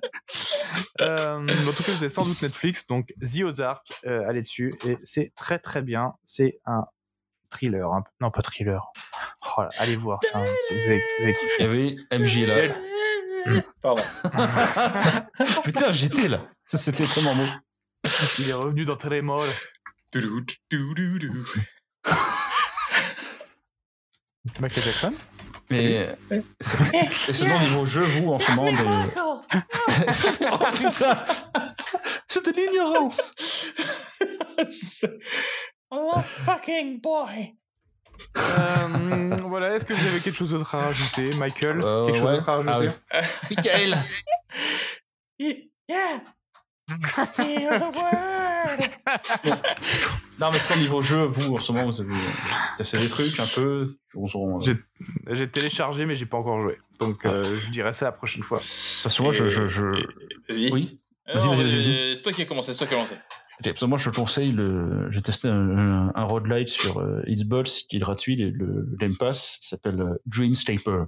S5: Euh, en tout cas, vous avez sans doute Netflix, donc The Ozark, euh, allez dessus. Et c'est très très bien. C'est un thriller. un peu- Non, pas thriller. Oh là, allez voir ça. Vous allez- vous allez kiffer.
S6: Il y avait MJ là.
S7: Pardon.
S6: Putain, j'étais là. Ça, c'était tellement beau.
S5: Il est revenu dans Trémol.
S7: Doudou, doudou, doudou.
S5: Michael Jackson
S6: Mais euh, c'est et c'est bon niveau jeu, vous, en ce moment. mais- oh putain C'était de l'ignorance
S7: oh,
S5: Euh, Voilà, est-ce que vous avez quelque chose d'autre à rajouter Michael,
S6: Euh,
S5: quelque chose
S6: ouais.
S5: d'autre à rajouter
S6: Ah oui. Michael Non, mais c'est ton niveau jeu, vous, en ce moment, vous avez vous avez des trucs un peu. on euh, s'en-
S5: J'ai- J'ai téléchargé, mais j'ai pas encore joué. Donc, euh,
S6: Ah.
S5: je dirai ça la prochaine fois.
S6: Parce que moi, je. je, je-
S7: Vas-y.
S6: Oui.
S7: Ah
S6: Vas-y,
S7: non,
S6: vas-y,
S7: j'ai-
S6: vas-y.
S7: j'ai- C'est toi qui as commencé, c'est toi qui as lancé.
S6: Ok, Parce que moi, je conseille le. J'ai testé un, un road light sur euh, Xbox qui est gratuit, le, le le Game Pass, qui s'appelle euh, Dream Staper.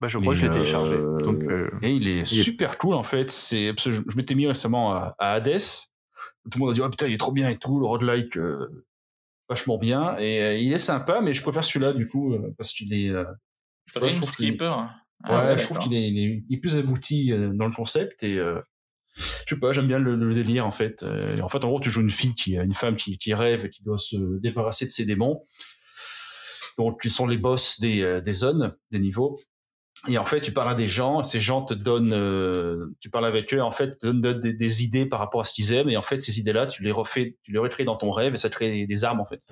S5: Bah, je crois que je l'ai
S6: Mais,
S5: téléchargé.
S6: euh,
S5: Donc, euh,
S6: Et il est
S5: Il est-
S6: super cool en fait. C'est parce que je, je m'étais mis récemment à, à Hades. Tout le monde a dit oh putain il est trop bien et tout le road like vachement bien et euh, il est sympa mais je préfère celui-là du coup euh, parce qu'il est euh, je sais pas, je
S7: Dream
S6: trouve qu'il-
S7: Skipper.
S6: Ouais,
S7: Ah
S6: Euh, je trouve qu'il est, il est- il est plus abouti euh, dans le concept et euh, je sais pas, j'aime bien le, le délire en fait. Euh, en fait, en gros, tu joues une fille qui, une femme qui, qui rêve, et qui doit se débarrasser de ses démons, donc qui sont les boss des, euh, des zones, des niveaux. Et en fait, tu parles à des gens, ces gens te donnent, euh, tu parles avec eux, en fait, te donnent de- des, des idées par rapport à ce qu'ils aiment, et en fait, ces idées-là, tu les refais, tu les recrées dans ton rêve, et ça te crée des, des armes en fait.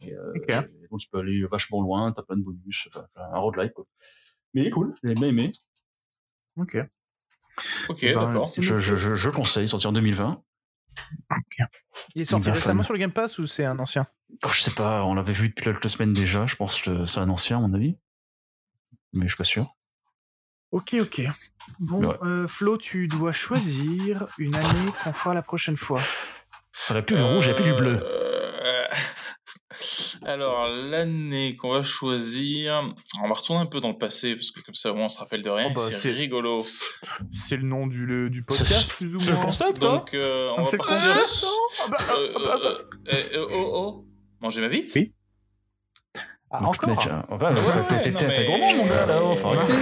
S6: Et, euh,
S5: Ok.
S6: et donc tu peux aller vachement loin, t'as plein de bonus, enfin, un road like quoi. Mais il est cool, j'ai bien aimé.
S5: ok.
S7: Ok,
S5: Ben,
S7: d'accord.
S5: c'est-
S6: Je, je, je, je conseille, sorti en 2020.
S5: Il est sorti
S6: Bien
S5: récemment
S6: fun.
S5: sur le Game Pass ou c'est un ancien
S6: Oh, je sais pas, on l'avait vu depuis quelques semaines déjà, je pense que c'est un ancien à mon avis. Mais je suis pas sûr.
S5: Ok, ok. Bon,
S6: Ouais.
S5: euh, Flo, tu dois choisir une année qu'on fera la prochaine fois.
S6: Elle a plus du rouge, elle a plus du bleu.
S7: Euh, Alors, l'année qu'on va choisir, on va retourner un peu dans le passé, parce que comme ça, au moins, on se rappelle de rien.
S5: Oh, bah,
S7: et
S5: c'est-
S7: Ah c'est rigolo.
S5: C'est le nom du, le- du
S6: C'est-
S5: podcast, plus ou moins.
S6: concept, hein
S7: Donc, euh, on va
S5: C'est
S7: partir.
S5: concept,
S7: Euh, euh, euh, euh, oh, oh. Manger ma bite
S5: Oui. Ah, encore
S6: Mec, euh, enfin, ouais,
S7: ouais,
S6: t'es- t'es-
S7: non,
S6: t'es
S7: mais-
S6: gourmand, mon gars, là, oh, faut
S7: Ouais.
S6: arrêter.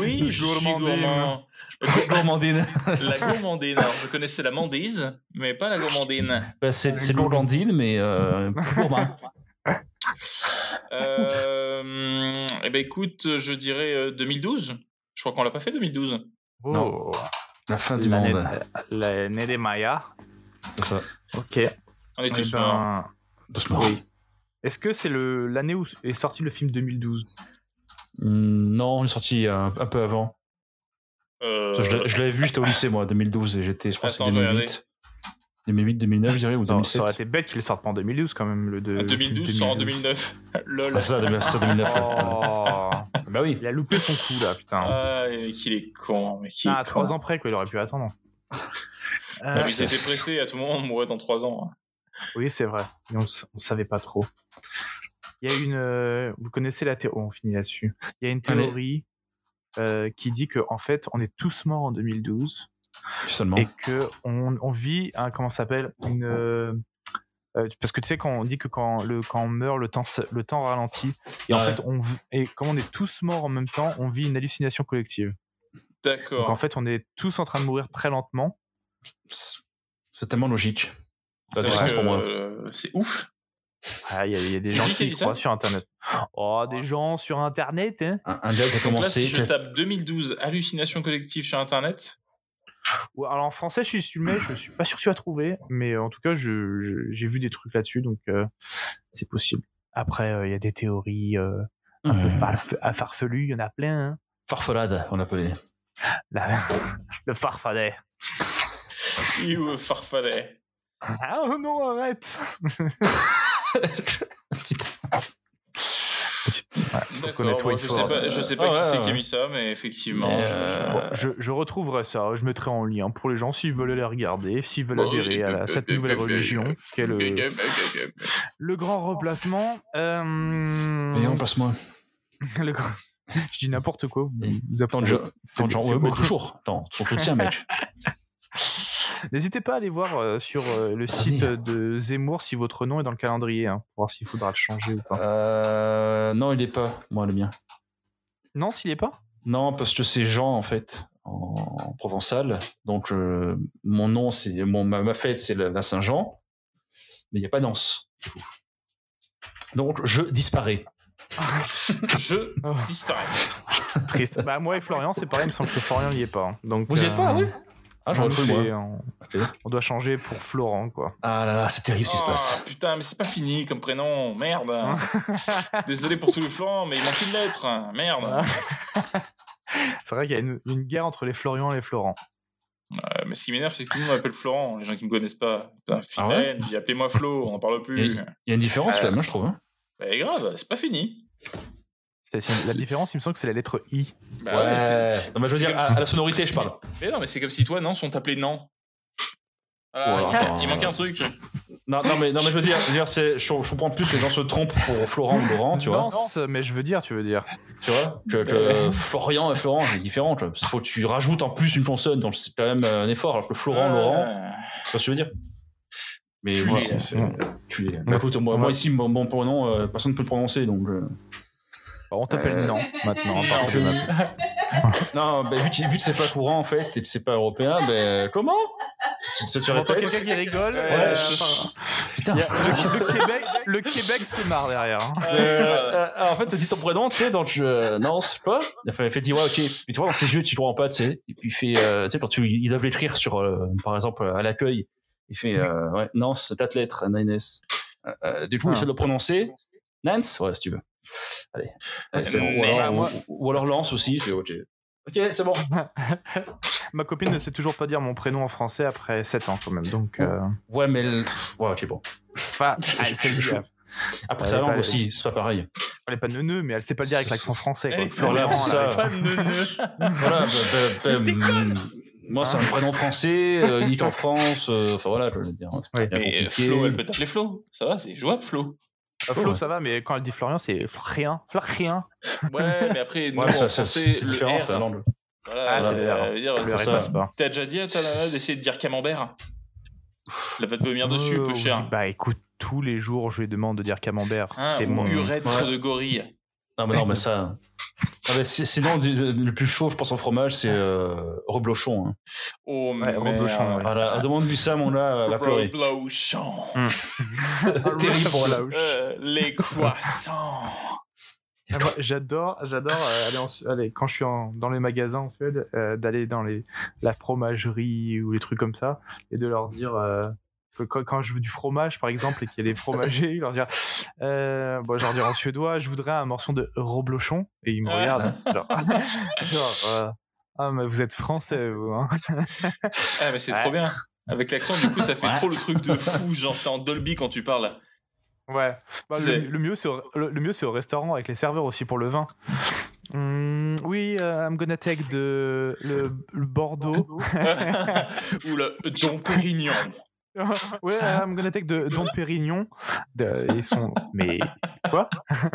S7: Oui, je suis
S5: Gourmandine.
S7: gourmand.
S6: gourmandine.
S7: La gourmandine. Alors, je connaissais la mandise, mais pas la gourmandine.
S6: Bah, c'est c'est gourgandine, mais euh, plus gourmand.
S7: Euh, eh ben, écoute, je dirais euh, 2012. Je crois qu'on l'a pas fait 2012.
S5: Oh,
S6: La fin du
S5: l'année
S6: monde.
S5: l'année des Mayas.
S6: C'est ça.
S5: Ok.
S7: On
S5: Eh
S7: est tous
S5: ben,
S7: morts.
S6: Doucement.
S5: Oui. Est-ce que c'est le- l'année où est sorti le film 2012
S6: Hmm, non, il est sorti euh, un peu avant.
S7: Euh,
S6: Parce que Je l'ai- je l'avais vu, j'étais au lycée, moi, 2012, et j'étais, je crois, que c'est
S7: Attends, je vais
S6: 2008. 2008, 2009, je dirais, ou
S5: Non, Ça aurait
S6: 2007.
S5: été bête qu'il le sorte pas en 2012 quand même. Le
S6: Euh,
S5: de,
S7: Ah,
S5: le film
S7: 2012 sort en 2009. Lol.
S6: Ah, ça, c'est ça, 2009. ouais.
S5: Oh,
S6: Bah oui.
S5: il a loupé son coup là, putain.
S7: Ah, mais qu'il est con, mais qu'il
S5: Ah, à
S7: est con.
S5: trois ans près, quoi, il aurait pu attendre. Euh,
S7: Ah, mais ils
S6: Ah,
S7: étaient
S6: c'est-
S7: pressés, à tout moment, on mourrait dans 3 ans. hein.
S5: Oui, c'est vrai. Et on, s- on savait pas trop. Il y a une. euh, vous connaissez la théorie. on finit là-dessus. Il y a une
S6: Allez.
S5: théorie euh, qui dit que en fait, on est tous morts en 2012
S6: seulement.
S5: et que on, on vit un comment ça s'appelle une euh, euh, parce que tu sais quand on dit que quand le quand on meurt le temps se- le temps ralentit et en
S6: Ouais.
S5: fait on v- et comme on est tous morts en même temps on vit une hallucination collective donc en
S7: D'accord.
S5: fait on est tous en train de mourir très lentement
S6: C'est c'est tellement logique. Ça a
S7: C'est
S6: du
S7: vrai
S6: sens
S7: que,
S6: pour moi.
S7: euh, C'est ouf.
S5: Ah, il y, a- il y a des
S7: C'est
S5: gens
S7: qui qui
S5: qui
S7: a
S5: y
S7: dit ça
S5: croient sur internet oh des gens sur internet hein
S6: Un, un gars qui a
S7: Donc là,
S6: commencé.
S7: si je
S6: qui a-
S7: tape 2012 hallucination collective sur internet,
S5: Ou alors en français je suis mais je suis pas sûr que tu vas trouver mais en tout cas je je- j'ai vu des trucs là-dessus donc euh, c'est possible après euh, il y a des théories euh, un peu
S6: Euh,
S5: farf- à farfelues il y en a plein hein.
S6: farfelade, on l'appelait.
S5: La- le farfadet.
S7: you farfadet.
S5: Ah oh non, arrête
S7: D'accord,
S5: connaître
S7: moi,
S5: Wade
S7: je sais
S5: Ford.
S7: pas, je sais pas
S6: Ah
S7: qui
S6: ouais,
S7: c'est
S6: ouais.
S7: qui a mis ça, mais effectivement.
S6: Mais,
S7: je-
S6: euh,
S5: Bon, je, je retrouverai ça, je mettrai en lien pour les gens s'ils veulent aller regarder, s'ils veulent
S6: Bah,
S7: Bon,
S5: adhérer à la- cette nouvelle religion, qu'est le, le grand replacement. euh,
S6: Mais on passe moi.
S5: le grand- Je dis n'importe quoi, vous,
S6: Et
S5: vous
S6: Tant de
S5: apprendrez.
S6: gens, tant de gens,
S5: c'est
S6: ouais, mais
S5: beaucoup.
S6: toujours. Attends, surtout tiens, mec.
S5: N'hésitez pas à aller voir euh, sur euh, le
S6: Ah,
S5: site
S6: merde.
S5: de Zemmour si votre nom est dans le calendrier, hein, pour voir s'il faudra le changer ou pas.
S6: Euh, non, il est pas, moi, le mien.
S5: Non, s'il est pas
S6: Non, parce que c'est Jean, en fait, en provençal. Donc, euh, mon nom, c'est mon, ma, ma fête, c'est la, la Saint-Jean. Mais il n'y a pas d'anse. du coup. Donc, je disparais.
S7: Je
S6: Oh.
S7: disparais.
S5: Triste. bah, moi et Florian, c'est pareil, il me semble que Florian n'y est pas. hein. Donc,
S6: Vous n'y êtes pas,
S5: euh,
S6: oui Ah, j'aurais
S5: non,
S6: cru,
S5: c'est-
S6: moi.
S5: on-
S6: Ok.
S5: hein. on doit changer pour Florent, quoi.
S6: Ah là là, c'est terrible ce qui se
S7: Ah,
S6: passe.
S7: Putain, mais c'est pas fini comme prénom, merde. Désolé pour tous les flancs, mais il manque une lettre, hein, merde.
S5: Ah. C'est vrai qu'il y a une, une guerre entre les Florian et les Florent.
S7: Euh, mais ce qui m'énerve, c'est que tout le monde m'appelle Florent, les gens qui me connaissent pas. Putain,
S6: Ah ouais
S7: Philhel, j'ai appelé moi Flo, on en parle plus.
S6: Et- Il y a une différence
S7: Euh,
S6: quand même, je trouve. hein.
S7: Bah, grave, c'est pas fini.
S5: C'est- c'est- la différence, il me semble que c'est la lettre I.
S7: Bah, ouais, c'est-
S6: Non, mais je veux
S7: c'est
S6: dire,
S7: comme si-
S6: à, à la sonorité, je parle.
S7: mais non, mais c'est comme si toi, Nance, on t'appelait Nan. Voilà,
S6: Oh, alors,
S7: il-
S6: attends,
S7: il manque
S6: euh,
S7: un truc.
S6: Non, non, mais, non, mais je veux dire, je, veux dire, c'est- je, je comprends plus que les gens se trompent pour Florent ou Laurent, tu vois.
S5: Nance, mais je veux dire, tu veux dire.
S6: Tu vois que, que Florian et Florent, c'est différent. quoi. Parce qu'il faut que tu rajoutes en plus une consonne, donc c'est quand même euh, un effort. Alors que Florent, Laurent,
S7: Ah.
S6: tu vois ce que je veux dire Mais
S7: Culé.
S6: voilà, c'est-
S5: Ouais.
S6: culé. Bah, écoute, moi, moi, ici, mon, mon prénom, euh, personne ne peut le prononcer. Donc, euh.
S5: On t'appelle
S6: Euh,
S5: Nan maintenant. à
S7: Nan.
S5: partir de maintenant.
S6: Non, bah, vu, que- vu que c'est pas courant en fait et que c'est pas européen, ben comment Tu, tu- tu
S5: On entend
S6: répètes
S5: quelqu'un qui rigole.
S7: Ouais,
S5: euh,
S7: je-
S5: enfin,
S6: Putain.
S5: il y a- le, le Québec, le Québec se marre derrière. hein.
S6: Euh, euh, euh, en fait, tu dis ton prénom, tu sais, donc euh, non, c'est pas. Enfin, il fait dit ouais, ok. Puis tu vois dans ses yeux, tu le vois en pas, tu sais. Et puis il fait, euh, tu sais, quand tu, ils doivent l'écrire sur, euh, par exemple, euh, à l'accueil, il fait, euh, ouais, Nance, quatre lettres, Nines. Euh, euh, du coup, il
S5: Ah.
S6: essaie de le prononcer. Nance, ouais, si tu veux. Allez. Allez, c'est bon. ou, alors,
S7: Nance.
S6: ou- ou alors Lance aussi. Je fais, ok. Ok, c'est bon.
S5: Ma copine ne sait toujours pas dire mon prénom en français après 7 ans quand même. Donc, euh,
S6: Ouais, mais le- ouais, ok, bon.
S5: enfin, elle sait le dire.
S6: Après,
S5: Ouais,
S6: sa langue
S5: bah,
S6: aussi, c'est pas pareil.
S5: Elle est pas neuneu, mais elle sait pas le dire avec l'accent français. quoi.
S7: Elle est
S5: Florian, euh,
S6: pas- ça.
S5: elle-
S7: Pas de neuneu.
S6: Voilà. bah, bah, bah, hum, moi, c'est un prénom français, euh, unique en France. euh, Enfin voilà, je veux dire. c'est pas
S5: Ouais.
S6: bien
S7: Mais euh,
S6: compliqué.
S7: Flo, elle peut t'appeler Flo. Ça va, c'est jouable, Flo.
S5: Ah, Flo, ça va, mais quand elle dit Florian, c'est rien. Florian.
S7: Ouais, mais après, nous,
S6: Ouais,
S7: en
S6: mais ça, ça,
S7: français,
S6: c'est c'est
S7: le
S6: différent,
S7: R,
S6: ça, la langue.
S7: Voilà,
S5: Ah, c'est
S7: euh,
S5: le R.
S7: je veux dire,
S5: Elle
S6: C'est ça.
S5: repasse pas.
S7: T'as déjà dit à ta nana d'essayer de dire camembert La va te vomir dessus,
S5: Euh,
S7: peu
S5: oui,
S7: cher.
S5: Bah écoute, tous les jours, je lui demande de dire camembert.
S7: Hein,
S5: c'est
S7: ou
S5: mon.
S7: urètre
S6: Ouais.
S7: de gorille.
S6: Non, mais non, mais ça. Ah, mais c'est- sinon, du- le plus chaud, je pense, en fromage, c'est euh, reblochon. hein.
S7: Oh,
S5: Ouais, reblochon, ouais.
S6: Voilà, demande-lui ça, mon là, elle va pleurer.
S7: Reblochon.
S6: Terrible pour elle.
S7: Euh, les croissants.
S5: Ah, moi, J'adore, j'adore euh, aller, en Su- aller- quand je suis en- dans les magasins en Suède, euh, d'aller dans les la fromagerie ou les trucs comme ça et de leur dire euh, que quand, quand je veux du fromage par exemple et qu'il y a des fromagers, leur dire, euh, bon, je leur dire en suédois, je voudrais un morceau de reblochon et ils me
S7: Ah.
S5: regardent genre, genre, euh, ah mais vous êtes français vous hein.
S7: Ah, mais c'est
S5: Ouais.
S7: trop bien. Avec l'accent, du coup, ça fait
S6: Ouais.
S7: trop le truc de fou. Genre, t'es en Dolby quand tu parles.
S5: Ouais. Bah,
S7: C'est-
S5: le, le mieux, c'est au, le, le mieux, c'est au restaurant avec les serveurs aussi pour le vin. Hmm, oui, euh, I'm gonna take de, le, le Bordeaux.
S7: Ou le Don Pérignon.
S5: ouais, euh, I'm gonna take de Don Pérignon. De- ils sont. Mais quoi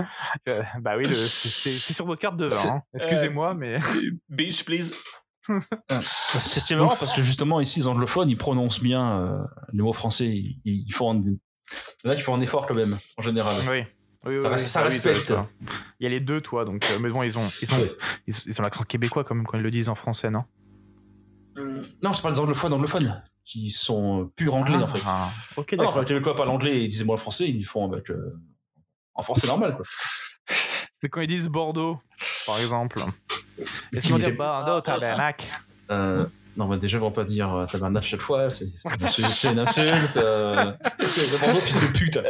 S5: Euh, Bah oui, le- c'est c'est- c'est sur votre carte de vin. hein. Excusez-moi, mais
S7: Beach, please.
S6: C'est c'est marrant parce que justement ici les anglophones ils prononcent bien euh, les mots français, ils, ils font un, là ils font un effort quand même en général.
S5: Oui. Oui,
S6: Ça
S5: oui, Ah
S6: res-
S5: oui,
S6: ça
S5: oui, toi,
S6: respecte.
S5: toi. Il y a les deux, toi. Donc, euh, mais bon, ils ont, ils ont, ils, ils ont l'accent québécois quand même quand ils le disent en français, non
S6: Euh, non, je parle des anglophones anglophones qui sont euh, purs anglais en fait.
S5: Ah, ok,
S6: Ah non, quand
S5: d'accord.
S6: les Québécois parlent anglais et disent moi le français, ils le font avec euh, en français normal quoi.
S5: Mais quand ils disent Bordeaux, par exemple, est-ce
S6: Qui
S5: qu'ils vont
S6: était-
S5: dire Bordeaux, tabarnak
S6: Euh, non, mais déjà, on va pas dire euh, tabarnak chaque fois, c'est c'est une insulte. C'est une insulte euh, c'est vraiment un fils de pute. hein.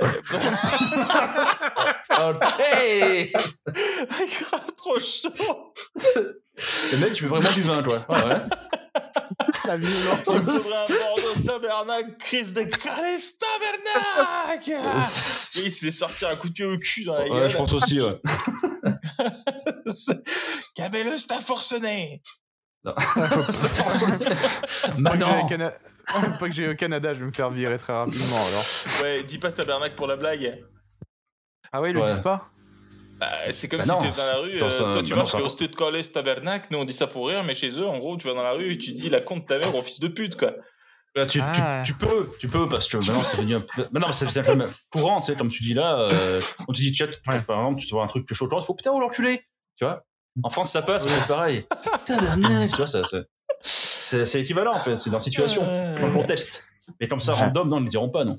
S6: ok
S7: grave trop chaud.
S6: Le mec, tu veux vraiment du vin, quoi. Ah Ouais, ouais.
S5: La
S7: On
S5: violence.
S7: devrait avoir de tabernacle, Chris de Calais tabernacle. Et il se fait sortir un coup de pied au cul dans la
S6: Ouais, je pense aussi, ouais.
S7: gueule. Caméleux, t'as forcené.
S6: Ça force. Ah,
S5: Pas que j'aille
S6: Maintenant
S5: au Cana- Pas que j'ai au Canada, je vais me faire virer très rapidement alors.
S7: Ouais, dis pas tabernacle pour la blague.
S6: Euh,
S5: Ah ouais, ils le
S6: Ouais.
S5: disent pas
S7: Bah, c'est comme
S6: Bah
S7: si
S6: non,
S7: t'es dans la rue,
S6: c'est dans
S7: euh,
S6: un-
S7: toi tu
S6: bah non,
S7: marches,
S6: c'est
S7: tu fais
S6: un-
S7: hostie de Calais tabernacle, nous on dit ça pour rire, mais chez eux, en gros, tu vas dans la rue et tu dis la con de ta mère au fils de pute, quoi.
S6: Là, tu, tu-
S5: Ah.
S6: tu, peux, tu peux, parce que maintenant, c'est devenu un peu- maintenant, c'est devenu un peu courant, tu sais, comme tu dis là, euh, on te dit, tu vois, tu- par exemple, tu te vois un truc que choquant, tu fais, putain, oh l'enculé, tu vois. En France, ça passe, mais c'est pareil. Tabarnak, tu vois, ça, c'est- c'est, c'est équivalent, en fait, c'est dans la situation,
S7: Euh,
S6: c'est dans le contexte. Mais comme ça, random, non, ils ne diront pas, non.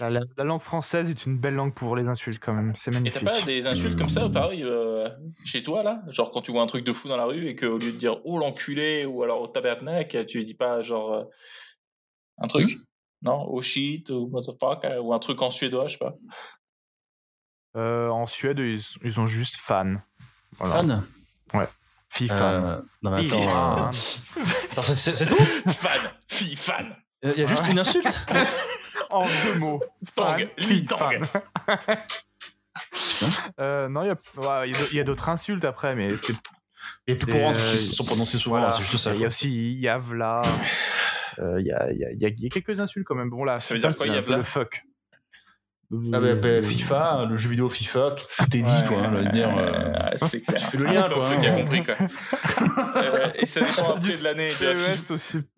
S5: la, la- la langue française est une belle langue pour les insultes quand même, c'est
S7: Et
S5: magnifique.
S7: t'as pas des insultes comme ça, pareil, euh, chez toi, là Genre quand tu vois un truc de fou dans la rue et qu'au lieu de dire oh l'enculé ou alors oh tabernacle, tu dis pas genre euh, un truc Non Oh shit ou motherfucker ou un truc en suédois, je sais pas.
S5: Euh, en Suède, ils, ils ont juste fan. Voilà.
S6: Fan
S5: FIFA.
S6: Euh, non, mais attends, euh,
S5: FIFA.
S6: attends, c'est, c'est- c'est tout
S7: fan Fi fan
S6: Il y a juste une insulte
S5: En deux mots.
S7: Tang
S5: Fan,
S7: Li Tang
S5: fan. Euh, non, il y a, ouais, il y a- il y a d'autres insultes après, mais c'est
S6: Les plus
S5: C'est,
S6: courantes
S5: euh,
S6: qui sont prononcées souvent,
S5: Voilà.
S6: Oh, c'est juste ça.
S5: Il y a aussi Yavla. Euh, Il y, a, il y, a, il y a- il y a quelques insultes quand même. Bon, là,
S7: Ça veut
S5: FIFA,
S7: dire quoi,
S5: c'est un peu
S7: Yavla
S5: Le fuck.
S6: Ah bah, bah, FIFA, le jeu vidéo FIFA, tout, tout est dit, quoi. hein, je veux dire, euh,
S7: Ah, c'est clair.
S6: tu fais le lien,
S7: C'est pas
S6: quoi,
S7: un
S6: hein.
S7: truc à compris, quoi. Euh, et ça dépend après de l'année. tu vois,
S5: PES aussi.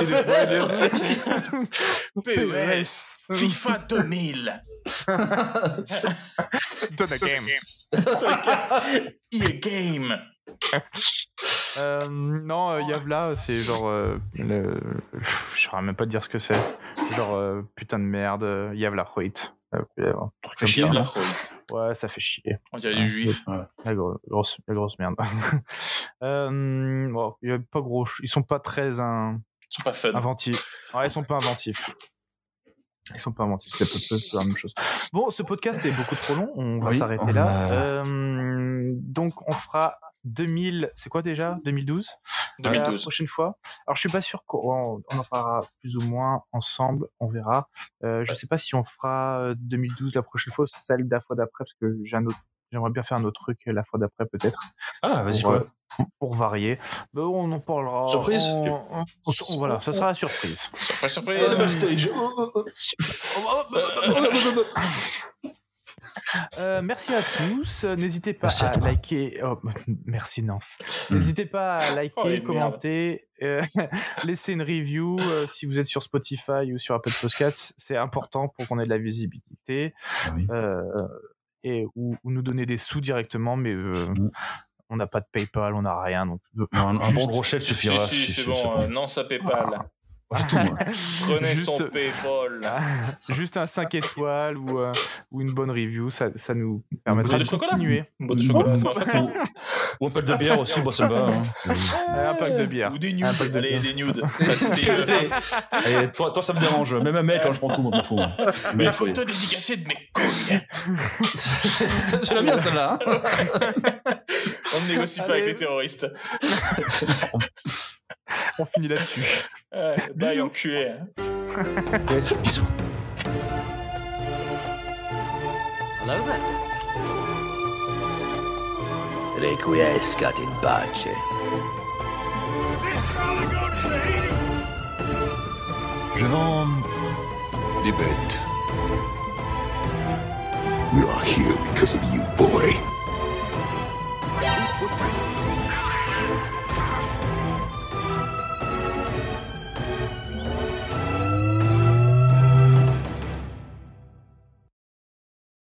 S7: FIFA.
S5: PES E aussi, E des fois.
S7: PES aussi. E PES.
S5: PES.
S7: FIFA 2000
S5: Don't a game.
S7: EA Game
S5: Euh, non, euh, Yavla, c'est genre. euh, le... Je saurais même pas te dire ce que c'est. Genre, euh, putain de merde, euh, Yavla Hoyt. Euh, un truc comme
S7: Chier
S5: ça.
S7: de la fraude.
S5: Ouais, ça fait chier.
S7: On dirait du juif.
S5: La gro- grosse, la grosse merde. euh, bon, il y a pas gros. ch- Ils sont pas très hein,
S7: Ils sont pas fun.
S5: inventifs. Ouais, ils sont pas inventifs. Ils sont pas inventifs. C'est peu- peu- peu la même chose. Bon, ce podcast est beaucoup trop long. On va
S6: Oui,
S5: s'arrêter
S6: on
S5: là.
S6: a-
S5: Euh, donc, on fera 2000. C'est quoi déjà 2012. La
S7: 2012.
S5: prochaine fois. Alors, je suis pas sûr qu'on on en parlera plus ou moins ensemble. On verra. Euh, je sais pas si on fera euh, 2012 la prochaine fois, celle de la fois d'après, parce que j'ai un autre. J'aimerais bien faire un autre truc la fois d'après, peut-être,
S6: Ah, vas-y,
S5: Pour,
S6: quoi.
S5: euh, pour varier. Mais on en parlera.
S6: Surprise
S5: On- on- on- voilà, ça sera la surprise.
S7: Surprise,
S5: Ah,
S7: surprise.
S6: Euh, le stage. Oh, oh, oh.
S5: Euh, merci à tous. Euh, N'hésitez pas
S6: Merci à
S5: à,
S6: toi.
S5: liker. oh, merci Nance.
S6: Mm.
S5: N'hésitez pas à liker,
S7: Oh, les
S5: commenter, euh, laisser une review euh, si vous êtes sur Spotify ou sur Apple Podcasts. C'est important pour qu'on ait de la visibilité.
S6: Ah oui.
S5: Euh, et ou, ou nous donner des sous directement, mais euh,
S6: Mm.
S5: on n'a pas de PayPal, on n'a rien. Donc, euh,
S6: Un, un bon
S5: juste-
S6: gros chèque
S7: Si,
S6: suffira.
S7: si, c'est bon. euh, non, ça PayPal.
S6: C'est tout. moi.
S7: Prenez son
S5: Ah. Juste- Ah.
S7: PayPal.
S5: juste un 5 étoiles ou, euh, ou une bonne review, ça, ça nous permettra
S7: bouteille
S5: de
S7: de chocolat.
S5: continuer.
S7: Une boîte de chocolat. ça va.
S6: Ou- Ou un peu de bière aussi, bon, ça me va. hein. C'est-
S5: Un pack de bière.
S7: Ou des
S5: Un pack
S7: nudes.
S5: de
S7: Allez,
S5: bière.
S7: des nudes. Ah, c'était, euh,
S6: Allez, toi, toi, ça me dérange. Même un mec, quand je prends tout, moi, je m'en fous. hein. Mais
S7: La photo dédicacée de mes couilles.
S6: tu l'aimes bien, celle-là. hein
S7: On ne négocie pas avec
S5: Allez.
S7: les terroristes.
S5: On finit là-dessus.
S7: Ouais, Bye,
S5: Bisous.
S7: enculé.
S6: Yes, bisous.
S2: Requiescat in pace.
S3: Je vends des bêtes.
S4: We are here because of you, boy.